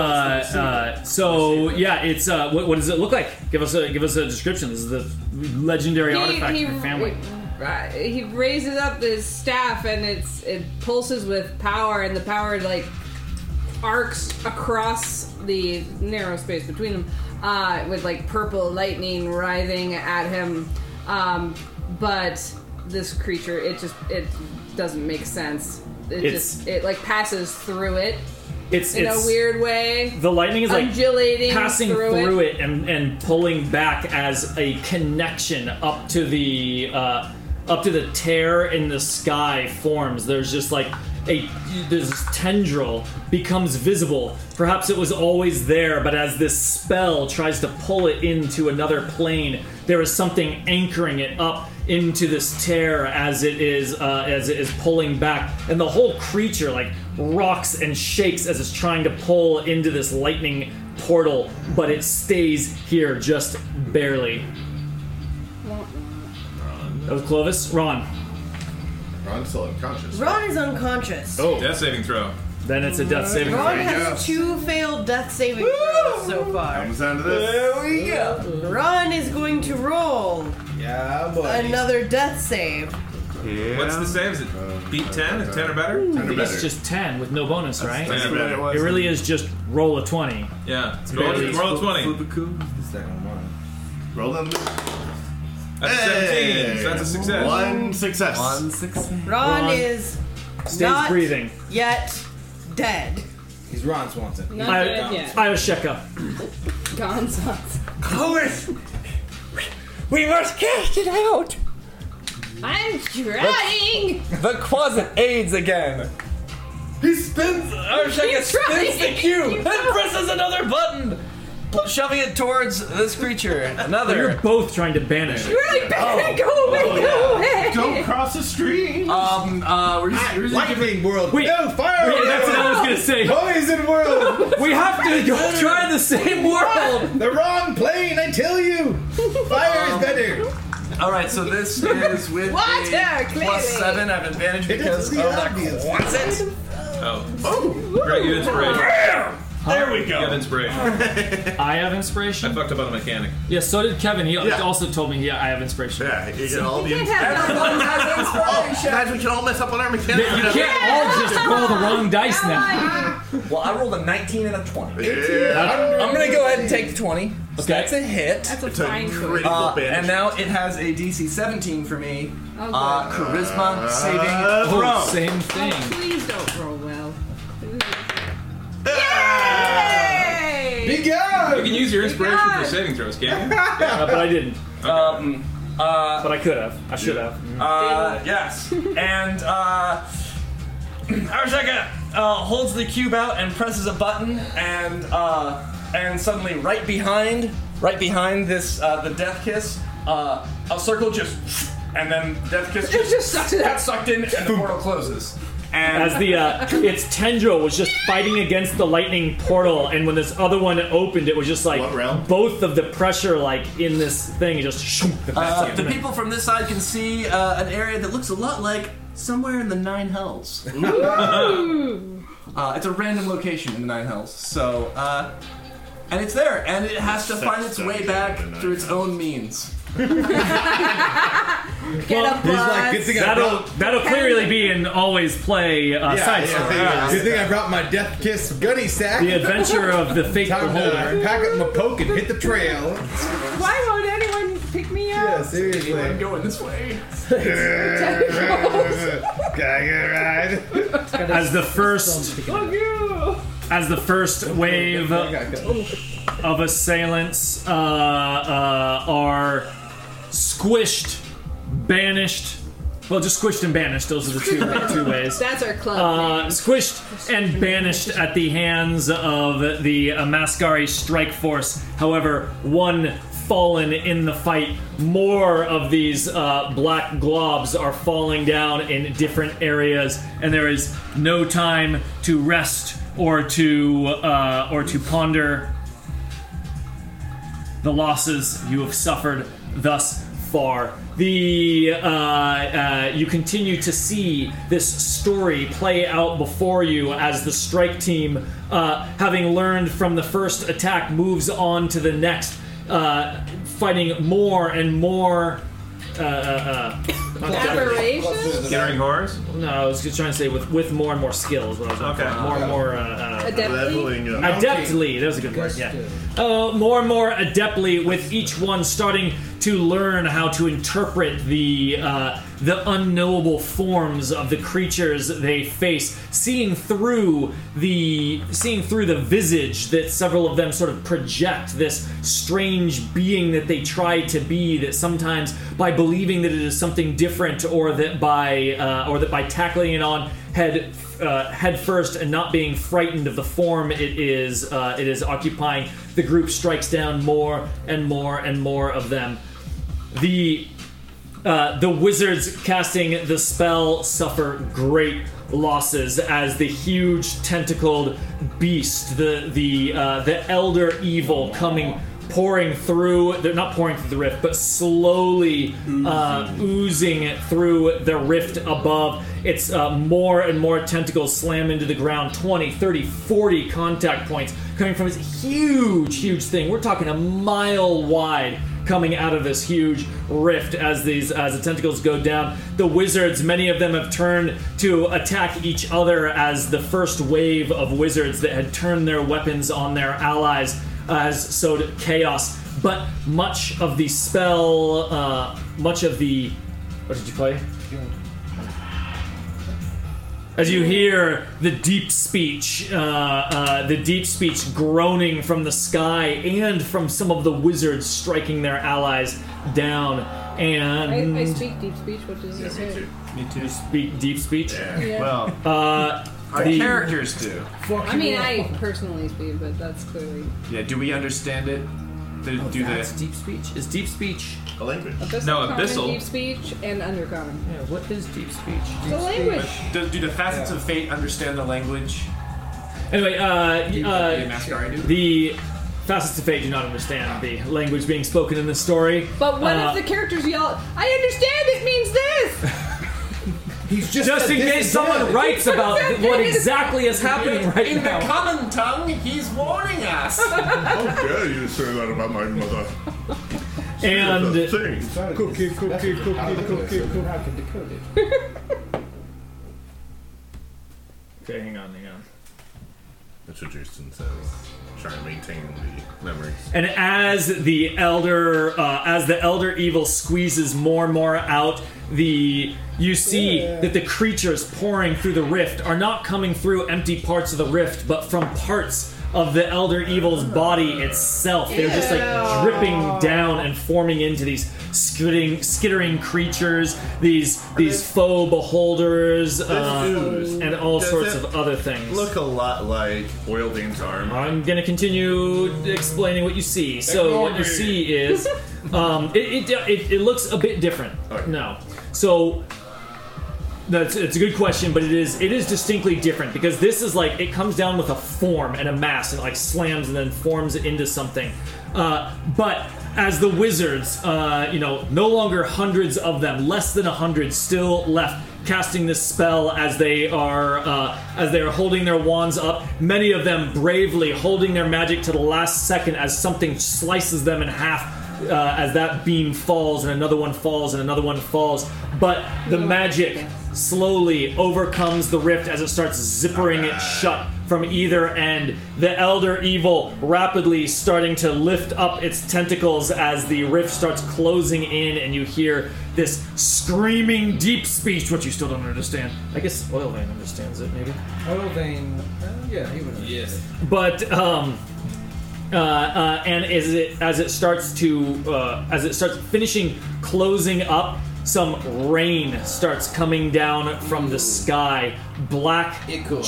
[SPEAKER 2] uh, so yeah, it's uh, what, what does it look like? Give us a give us a description. This is the legendary artifact in your family.
[SPEAKER 3] Right, he raises up his staff and it's it pulses with power, and the power like arcs across the narrow space between them uh, with like purple lightning writhing at him. Um, but this creature, it just it doesn't make sense. It
[SPEAKER 2] It's-
[SPEAKER 3] just it like passes through it
[SPEAKER 2] It's
[SPEAKER 3] in
[SPEAKER 2] it's
[SPEAKER 3] a weird way.
[SPEAKER 2] The lightning is like
[SPEAKER 3] undulating
[SPEAKER 2] passing
[SPEAKER 3] through,
[SPEAKER 2] through
[SPEAKER 3] it. [LAUGHS]
[SPEAKER 2] it, and, and pulling back as a connection up to the uh, up to the tear in the sky forms. There's just like a there's this tendril becomes visible. Perhaps it was always there, but as this spell tries to pull it into another plane, there is something anchoring it up into this tear as it is uh, as it is pulling back, and the whole creature like rocks and shakes as it's trying to pull into this lightning portal, but it stays here just barely. That was Clovis. Ron.
[SPEAKER 5] Ron's still unconscious.
[SPEAKER 6] Ron is unconscious.
[SPEAKER 2] Oh,
[SPEAKER 4] Death saving throw.
[SPEAKER 2] Then it's a death saving
[SPEAKER 6] Ron has two failed death saving throws so far.
[SPEAKER 5] Comes down to this.
[SPEAKER 6] There we go. Ron is going to roll
[SPEAKER 8] Yeah,
[SPEAKER 6] another death save.
[SPEAKER 4] What's the saves? It beat ten? Is ten or better?
[SPEAKER 2] It's just 10 with no bonus, right?
[SPEAKER 4] That's what it was.
[SPEAKER 2] It really is just roll a 20.
[SPEAKER 4] Yeah.
[SPEAKER 2] It's
[SPEAKER 4] Roll,
[SPEAKER 2] barely-
[SPEAKER 4] roll a twenty.
[SPEAKER 8] The second one.
[SPEAKER 5] Roll them.
[SPEAKER 4] That's a seventeen. So that's a success.
[SPEAKER 5] One success.
[SPEAKER 4] One
[SPEAKER 5] success.
[SPEAKER 6] Ron,
[SPEAKER 4] Ron
[SPEAKER 6] is
[SPEAKER 4] stays
[SPEAKER 6] not
[SPEAKER 2] breathing.
[SPEAKER 6] yet dead.
[SPEAKER 8] He's Ron Swanson.
[SPEAKER 6] Not
[SPEAKER 2] I,
[SPEAKER 6] dead yet.
[SPEAKER 2] I was Sheka.
[SPEAKER 3] Gonzales.
[SPEAKER 28] Clovis! We must cast it out!
[SPEAKER 3] I'm trying.
[SPEAKER 7] The closet aids again. He spins. Arshaka
[SPEAKER 3] He's trying.
[SPEAKER 7] spins the cube
[SPEAKER 3] He's
[SPEAKER 7] and
[SPEAKER 3] trying.
[SPEAKER 7] presses another button, shoving it towards this creature. Another.
[SPEAKER 2] Oh, You're both trying to banish.
[SPEAKER 7] You're like, "Banish, go away, go away."
[SPEAKER 5] Don't cross the street.
[SPEAKER 7] Um. Uh. We're just. We're just
[SPEAKER 8] Lightning world.
[SPEAKER 2] Wait,
[SPEAKER 8] no fire.
[SPEAKER 2] wait, that's what I was gonna say.
[SPEAKER 8] Poison world.
[SPEAKER 2] We have to go try the same world.
[SPEAKER 8] the wrong plane. I tell you, fire is better.
[SPEAKER 7] All right. So this is with
[SPEAKER 3] Water,
[SPEAKER 7] a
[SPEAKER 3] clearly.
[SPEAKER 7] plus seven. I have advantage
[SPEAKER 8] It
[SPEAKER 7] because
[SPEAKER 8] is
[SPEAKER 7] of
[SPEAKER 8] the
[SPEAKER 7] that
[SPEAKER 8] obvious.
[SPEAKER 7] closet.
[SPEAKER 4] Oh. Oh. Greg, you inspiration.
[SPEAKER 2] There we
[SPEAKER 4] You have inspiration.
[SPEAKER 2] I have inspiration.
[SPEAKER 4] I fucked up on a mechanic.
[SPEAKER 2] Yeah, so did Kevin. He
[SPEAKER 4] Yeah.
[SPEAKER 2] also told me he, I have inspiration.
[SPEAKER 5] Yeah, you
[SPEAKER 4] get all
[SPEAKER 2] the
[SPEAKER 3] Can't have that [LAUGHS] one
[SPEAKER 5] [LAUGHS]
[SPEAKER 3] as inspiration.
[SPEAKER 5] Oh, Guys, we can all mess up on our
[SPEAKER 2] You
[SPEAKER 5] mechanics.
[SPEAKER 2] can't all just roll the wrong dice now.
[SPEAKER 7] Well, I rolled a 19 and a 20.
[SPEAKER 5] Yeah.
[SPEAKER 7] I'm, I'm gonna go ahead and take the 20. So
[SPEAKER 2] Okay.
[SPEAKER 7] That's a hit. That's
[SPEAKER 3] a fine
[SPEAKER 7] Uh, and now it has a DC 17 for me.
[SPEAKER 3] Oh,
[SPEAKER 7] uh,
[SPEAKER 3] good.
[SPEAKER 7] charisma saving
[SPEAKER 2] Uh,
[SPEAKER 7] throw.
[SPEAKER 2] oh, same thing.
[SPEAKER 3] Please don't roll well.
[SPEAKER 8] Be gone.
[SPEAKER 4] You can use your inspiration
[SPEAKER 3] God.
[SPEAKER 4] for saving throws, can't you?
[SPEAKER 2] Uh, but I didn't.
[SPEAKER 7] Um, uh,
[SPEAKER 2] But I could have. I should have.
[SPEAKER 7] Uh, yes. and uh, [CLEARS THROAT] Arshaka uh, holds the cube out and presses a button, and uh, and suddenly, right behind, right behind this, uh, the death kiss, uh, a circle just, and then death kiss
[SPEAKER 3] It just sucks it out.
[SPEAKER 7] gets sucked in, and the portal closes.
[SPEAKER 11] And
[SPEAKER 2] as the uh, its tendril was just fighting against the lightning portal, and when this other one opened, it was just like both of the pressure like in this thing it just. shoom, the
[SPEAKER 11] Uh,
[SPEAKER 2] basket
[SPEAKER 11] the
[SPEAKER 2] went.
[SPEAKER 11] people from this side can see uh, an area that looks a lot like somewhere in the Nine
[SPEAKER 2] [LAUGHS]
[SPEAKER 11] Hells.
[SPEAKER 13] Uh, it's a random location in the Nine Hells, so uh, and it's there, and it has to
[SPEAKER 11] Sex
[SPEAKER 13] find its way
[SPEAKER 11] dungeon
[SPEAKER 13] back
[SPEAKER 11] in the Nine
[SPEAKER 13] through its own means.
[SPEAKER 2] Well,
[SPEAKER 13] a bus.
[SPEAKER 2] that'll that'll clearly be an always play uh,
[SPEAKER 5] Yeah,
[SPEAKER 2] side
[SPEAKER 5] yeah,
[SPEAKER 2] story.
[SPEAKER 5] yeah. You think I brought my death kiss gunny sack?
[SPEAKER 2] The adventure of the faithful
[SPEAKER 5] Time to
[SPEAKER 2] holder.
[SPEAKER 5] Pack up my poke and hit the trail.
[SPEAKER 24] Why won't anyone pick me up?
[SPEAKER 5] Yeah, seriously. I'm
[SPEAKER 13] going this
[SPEAKER 24] [LAUGHS]
[SPEAKER 13] way.
[SPEAKER 2] As the first
[SPEAKER 24] Fuck you!
[SPEAKER 2] as the first wave of assailants uh, uh, are squished, banished. Well, just squished and banished. Those are the two two ways.
[SPEAKER 3] That's our club.
[SPEAKER 2] Uh, squished and banished at the hands of the uh, Mascari strike force. However, one fallen in the fight. More of these uh, black globs are falling down in different areas, and there is no time to rest or to uh, or to ponder the losses you have suffered thus far. The uh, uh, you continue to see this story play out before you as the strike team, uh, having learned from the first attack, moves on to the next, uh, fighting more and more. Uh, uh, uh, not
[SPEAKER 3] Aberrations?
[SPEAKER 2] decorations.
[SPEAKER 7] Gathering horrors.
[SPEAKER 2] No, I was just trying to say with, with more and more skills. What I was going
[SPEAKER 7] Okay.
[SPEAKER 2] for. more and more uh, uh,
[SPEAKER 3] Adeptly? Leveling
[SPEAKER 7] up.
[SPEAKER 2] Adeptly. That was a good word. Yeah. Uh, more and more adeptly with each one starting to learn how to interpret the uh, the unknowable forms of the creatures they face, seeing through the seeing through the visage that several of them sort of project this strange being that they try to be. That sometimes by believing that it is something different, or that by uh, or that by tackling it on head uh, head first and not being frightened of the form it is uh, it is occupying. The group strikes down more and more and more of them. The uh, the wizards casting the spell suffer great losses as the huge tentacled beast, the the uh, the elder evil coming pouring through. They're not pouring through the rift, but slowly uh, oozing it through the rift above. It's uh, more and more tentacles slam into the ground 20, 30, 40 contact points coming from this huge, huge thing. We're talking a mile wide coming out of this huge rift as these as the tentacles go down. The wizards, many of them have turned to attack each other as the first wave of wizards that had turned their weapons on their allies uh, has sowed chaos. But much of the spell, uh, much of the what did you play? As you hear the deep speech, uh, uh, the deep speech groaning from the sky and from some of the wizards striking their allies down, and
[SPEAKER 3] I, I speak deep speech, which is the same.
[SPEAKER 2] Mm. me too. Speak deep speech.
[SPEAKER 3] Yeah.
[SPEAKER 7] Well,
[SPEAKER 2] uh,
[SPEAKER 13] Our
[SPEAKER 2] the-
[SPEAKER 13] characters do.
[SPEAKER 3] I mean, I personally speak, but that's clearly.
[SPEAKER 13] Yeah, do we understand it? Do,
[SPEAKER 2] Oh,
[SPEAKER 13] do the
[SPEAKER 2] deep speech? Is deep speech
[SPEAKER 13] a language?
[SPEAKER 3] Abyssal
[SPEAKER 13] No,
[SPEAKER 3] common,
[SPEAKER 13] abyssal.
[SPEAKER 3] Deep speech and undercommon.
[SPEAKER 2] Yeah, what is deep speech?
[SPEAKER 3] It's a language.
[SPEAKER 13] Do, do the facets of fate understand the language?
[SPEAKER 2] Anyway,
[SPEAKER 13] Do
[SPEAKER 2] uh,
[SPEAKER 13] you- do you mask
[SPEAKER 2] uh,
[SPEAKER 13] already?
[SPEAKER 2] the facets of fate do not understand the language being spoken in this story.
[SPEAKER 3] But what
[SPEAKER 2] Uh,
[SPEAKER 3] if the characters yell, I understand it means this!
[SPEAKER 2] He's
[SPEAKER 3] just
[SPEAKER 2] just
[SPEAKER 3] a
[SPEAKER 2] in case someone
[SPEAKER 3] disadvantage.
[SPEAKER 2] writes about
[SPEAKER 3] Exactly.
[SPEAKER 2] what exactly is happening right
[SPEAKER 13] In
[SPEAKER 2] now.
[SPEAKER 13] the common tongue, he's warning us.
[SPEAKER 19] How dare you say that about my mother?
[SPEAKER 2] And
[SPEAKER 19] cookie, cookie, cookie, cookie,
[SPEAKER 5] I can decode it.
[SPEAKER 2] [LAUGHS] okay, hang on, hang on.
[SPEAKER 4] That's what Justin says. Trying to maintain the memories.
[SPEAKER 2] And as the elder, uh, as the elder evil squeezes more and more out, the you see that the creatures pouring through the rift are not coming through empty parts of the rift, but from parts of the elder evil's body itself. They're just like dripping down and forming into these skittering, skittering creatures, these these faux beholders, uh,
[SPEAKER 4] ooze,
[SPEAKER 2] and all
[SPEAKER 4] does
[SPEAKER 2] sorts
[SPEAKER 4] it
[SPEAKER 2] of other things.
[SPEAKER 4] Look a lot like Oildine's arm.
[SPEAKER 2] I'm gonna continue explaining what you see. So what you see is, um, it, it, it it looks a bit different. No, so That's it's a good question, but it is it is distinctly different because this is like it comes down with a form and a mass and it like slams and then forms it into something. Uh, but as the wizards, uh, you know, no longer hundreds of them, less than a hundred still left casting this spell as they are uh, as they are holding their wands up. Many of them bravely holding their magic to the last second as something slices them in half uh, as that beam falls and another one falls and another one falls. But the magic slowly overcomes the rift as it starts zippering it shut from either end. The Elder Evil rapidly starting to lift up its tentacles as the rift starts closing in, and you hear this screaming deep speech, which you still don't understand. I guess Oilvein understands it, maybe.
[SPEAKER 8] Oilvein. Oh, Uh, yeah, he would. Yes.
[SPEAKER 2] but um, uh, uh, and as it as it starts to uh, as it starts finishing closing up, some rain starts coming down from the sky. Black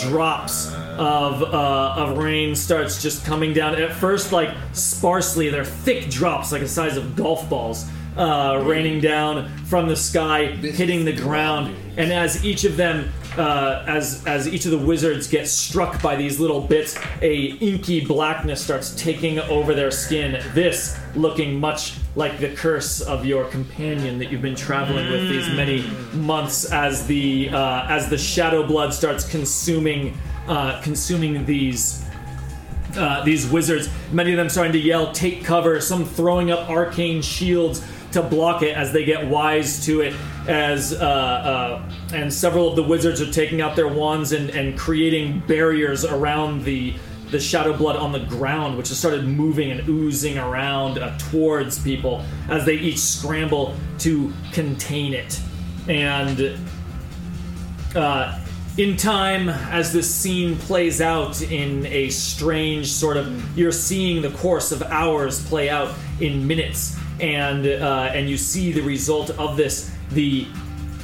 [SPEAKER 2] drops of uh, of rain starts just coming down. At first, like sparsely, they're thick drops, like the size of golf balls. Uh, raining down from the sky, hitting the ground, and as each of them uh, as as each of the wizards get struck by these little bits, a inky blackness starts taking over their skin. This looking much like the curse of your companion that you've been traveling with these many months, as the uh, as the shadow blood starts consuming uh, consuming these uh, these wizards, many of them starting to yell, take cover, some throwing up arcane shields to block it as they get wise to it. As uh, uh, and several of the wizards are taking out their wands and, and creating barriers around the the shadow blood on the ground, which has started moving and oozing around uh, towards people as they each scramble to contain it. And uh, in time, as this scene plays out in a strange sort of, you're seeing the course of hours play out in minutes, and uh, and you see the result of this. The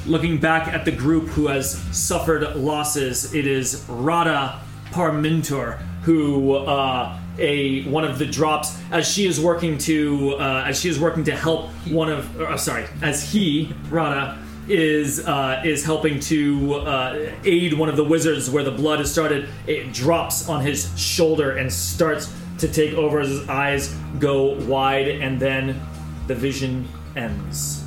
[SPEAKER 2] looking back at the group who has suffered losses, it is Rada Parmintor who. Uh, a one of the drops as she is working to uh, as she is working to help one of uh, sorry as he Rana is uh, is helping to uh, aid one of the wizards where the blood has started it drops on his shoulder and starts to take over as his eyes go wide and then the vision ends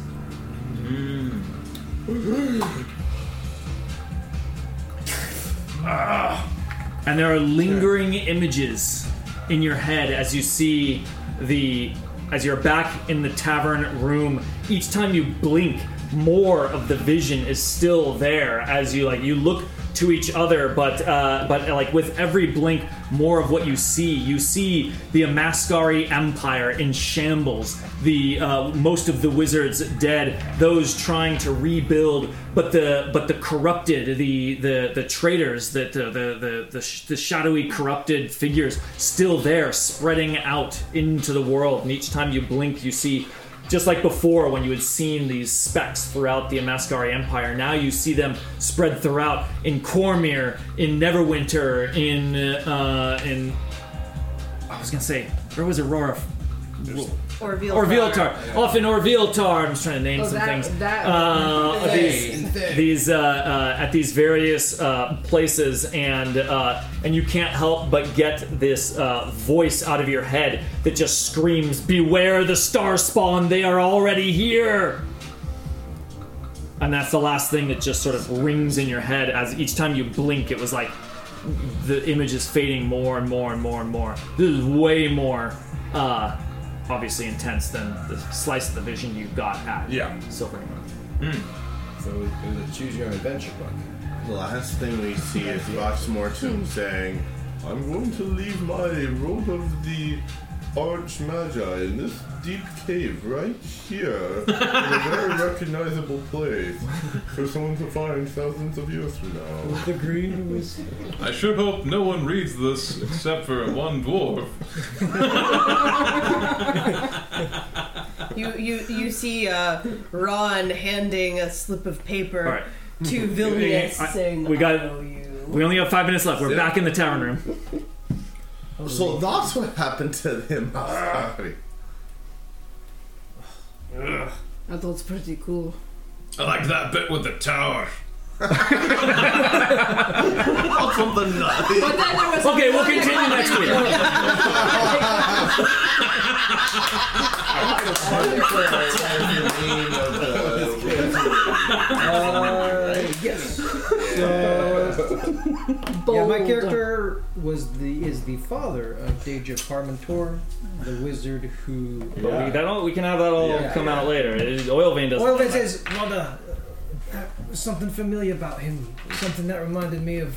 [SPEAKER 2] and there are lingering images in your head as you see the as you're back in the tavern room each time you blink more of the vision is still there as you like you look to each other but uh, but like with every blink more of what you see you see the amaskari empire in shambles the uh, most of the wizards dead those trying to rebuild but the but the corrupted the the the traitors that the the the, the, sh- the shadowy corrupted figures still there spreading out into the world and each time you blink you see just like before when you had seen these specks throughout the Amaskari Empire, now you see them spread throughout in Cormyr, in Neverwinter, in uh, in I was gonna say where was Aurora?
[SPEAKER 24] Orville.
[SPEAKER 2] Orviltar, off in Orviltar. I'm just trying to name
[SPEAKER 24] Oh,
[SPEAKER 2] some
[SPEAKER 24] that-
[SPEAKER 2] things.
[SPEAKER 24] that-
[SPEAKER 2] uh, these
[SPEAKER 24] Thing.
[SPEAKER 2] these uh, uh, at these various uh, places, and uh, and you can't help but get this uh, voice out of your head that just screams, "Beware the star spawn! They are already here!" And that's the last thing that just sort of rings in your head as each time you blink, it was like the image is fading more and more and more and more. This is way more, uh, obviously intense than the slice of the vision you got at yeah. Silver Moon.
[SPEAKER 5] So it was a choose your own adventure book.
[SPEAKER 4] The last thing we see is Vox Mortum saying,
[SPEAKER 19] I'm going to leave my robe of the Arch Magi in this deep cave right here in a very recognizable place for someone to find thousands of years from now.
[SPEAKER 8] The green [LAUGHS] was.
[SPEAKER 7] I sure hope no one reads this except for one dwarf.
[SPEAKER 24] You you you see uh, Ron handing a slip of paper
[SPEAKER 2] All right. [LAUGHS]
[SPEAKER 24] to Vilnius,
[SPEAKER 2] I-
[SPEAKER 24] saying,
[SPEAKER 2] we got. We only have five minutes left. We're back in the tavern room.
[SPEAKER 4] So that's what happened to him. Sorry.
[SPEAKER 3] I thought it's pretty cool.
[SPEAKER 29] I like that bit with the tower.
[SPEAKER 5] something nuts.
[SPEAKER 11] But then there was
[SPEAKER 2] Okay, we'll continue next week.
[SPEAKER 8] yes. So, yeah, my character was the is the father of Deja Parmentor, the wizard who.
[SPEAKER 2] But we, that all, we can have that all
[SPEAKER 8] Yeah.
[SPEAKER 2] come out later. It- oil vein doesn't.
[SPEAKER 8] Oil Vince says, "Mother, uh, something familiar about him. Something that reminded me of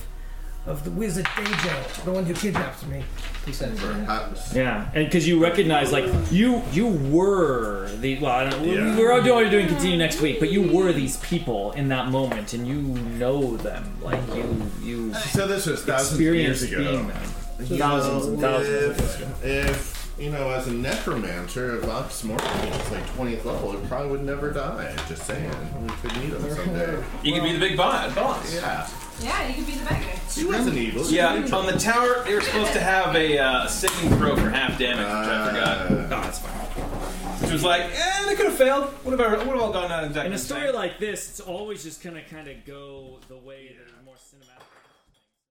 [SPEAKER 8] of the wizard Deja, the one who kidnapped me." He says,
[SPEAKER 19] Uh,
[SPEAKER 2] Yeah, and because you recognize, like you you were the well, I don't, we- we're all doing, doing continue next week, but you were these people in that moment, and you know them, like you you.
[SPEAKER 5] So this was thousands of years
[SPEAKER 2] experienced
[SPEAKER 5] ago.
[SPEAKER 2] being them.
[SPEAKER 5] You
[SPEAKER 2] Thousands and
[SPEAKER 5] know,
[SPEAKER 2] thousands of years
[SPEAKER 5] If, if you know, as a necromancer, if I'm smart, it's like 20th level, it probably would never die. Just saying, we could need him someday.
[SPEAKER 4] You could be the big boss. boss.
[SPEAKER 5] Yeah.
[SPEAKER 11] Yeah, you could be the beggar.
[SPEAKER 5] She wasn't evil. She
[SPEAKER 4] Yeah,
[SPEAKER 5] was neutral.
[SPEAKER 4] on the tower, they were supposed to have a uh, saving throw for half damage, which I forgot. No, that's fine. Which was like, eh, they could have failed. What have I, what have I gone down exactly?
[SPEAKER 2] In a
[SPEAKER 4] the same?
[SPEAKER 2] story like this, it's always just gonna kind of go the way that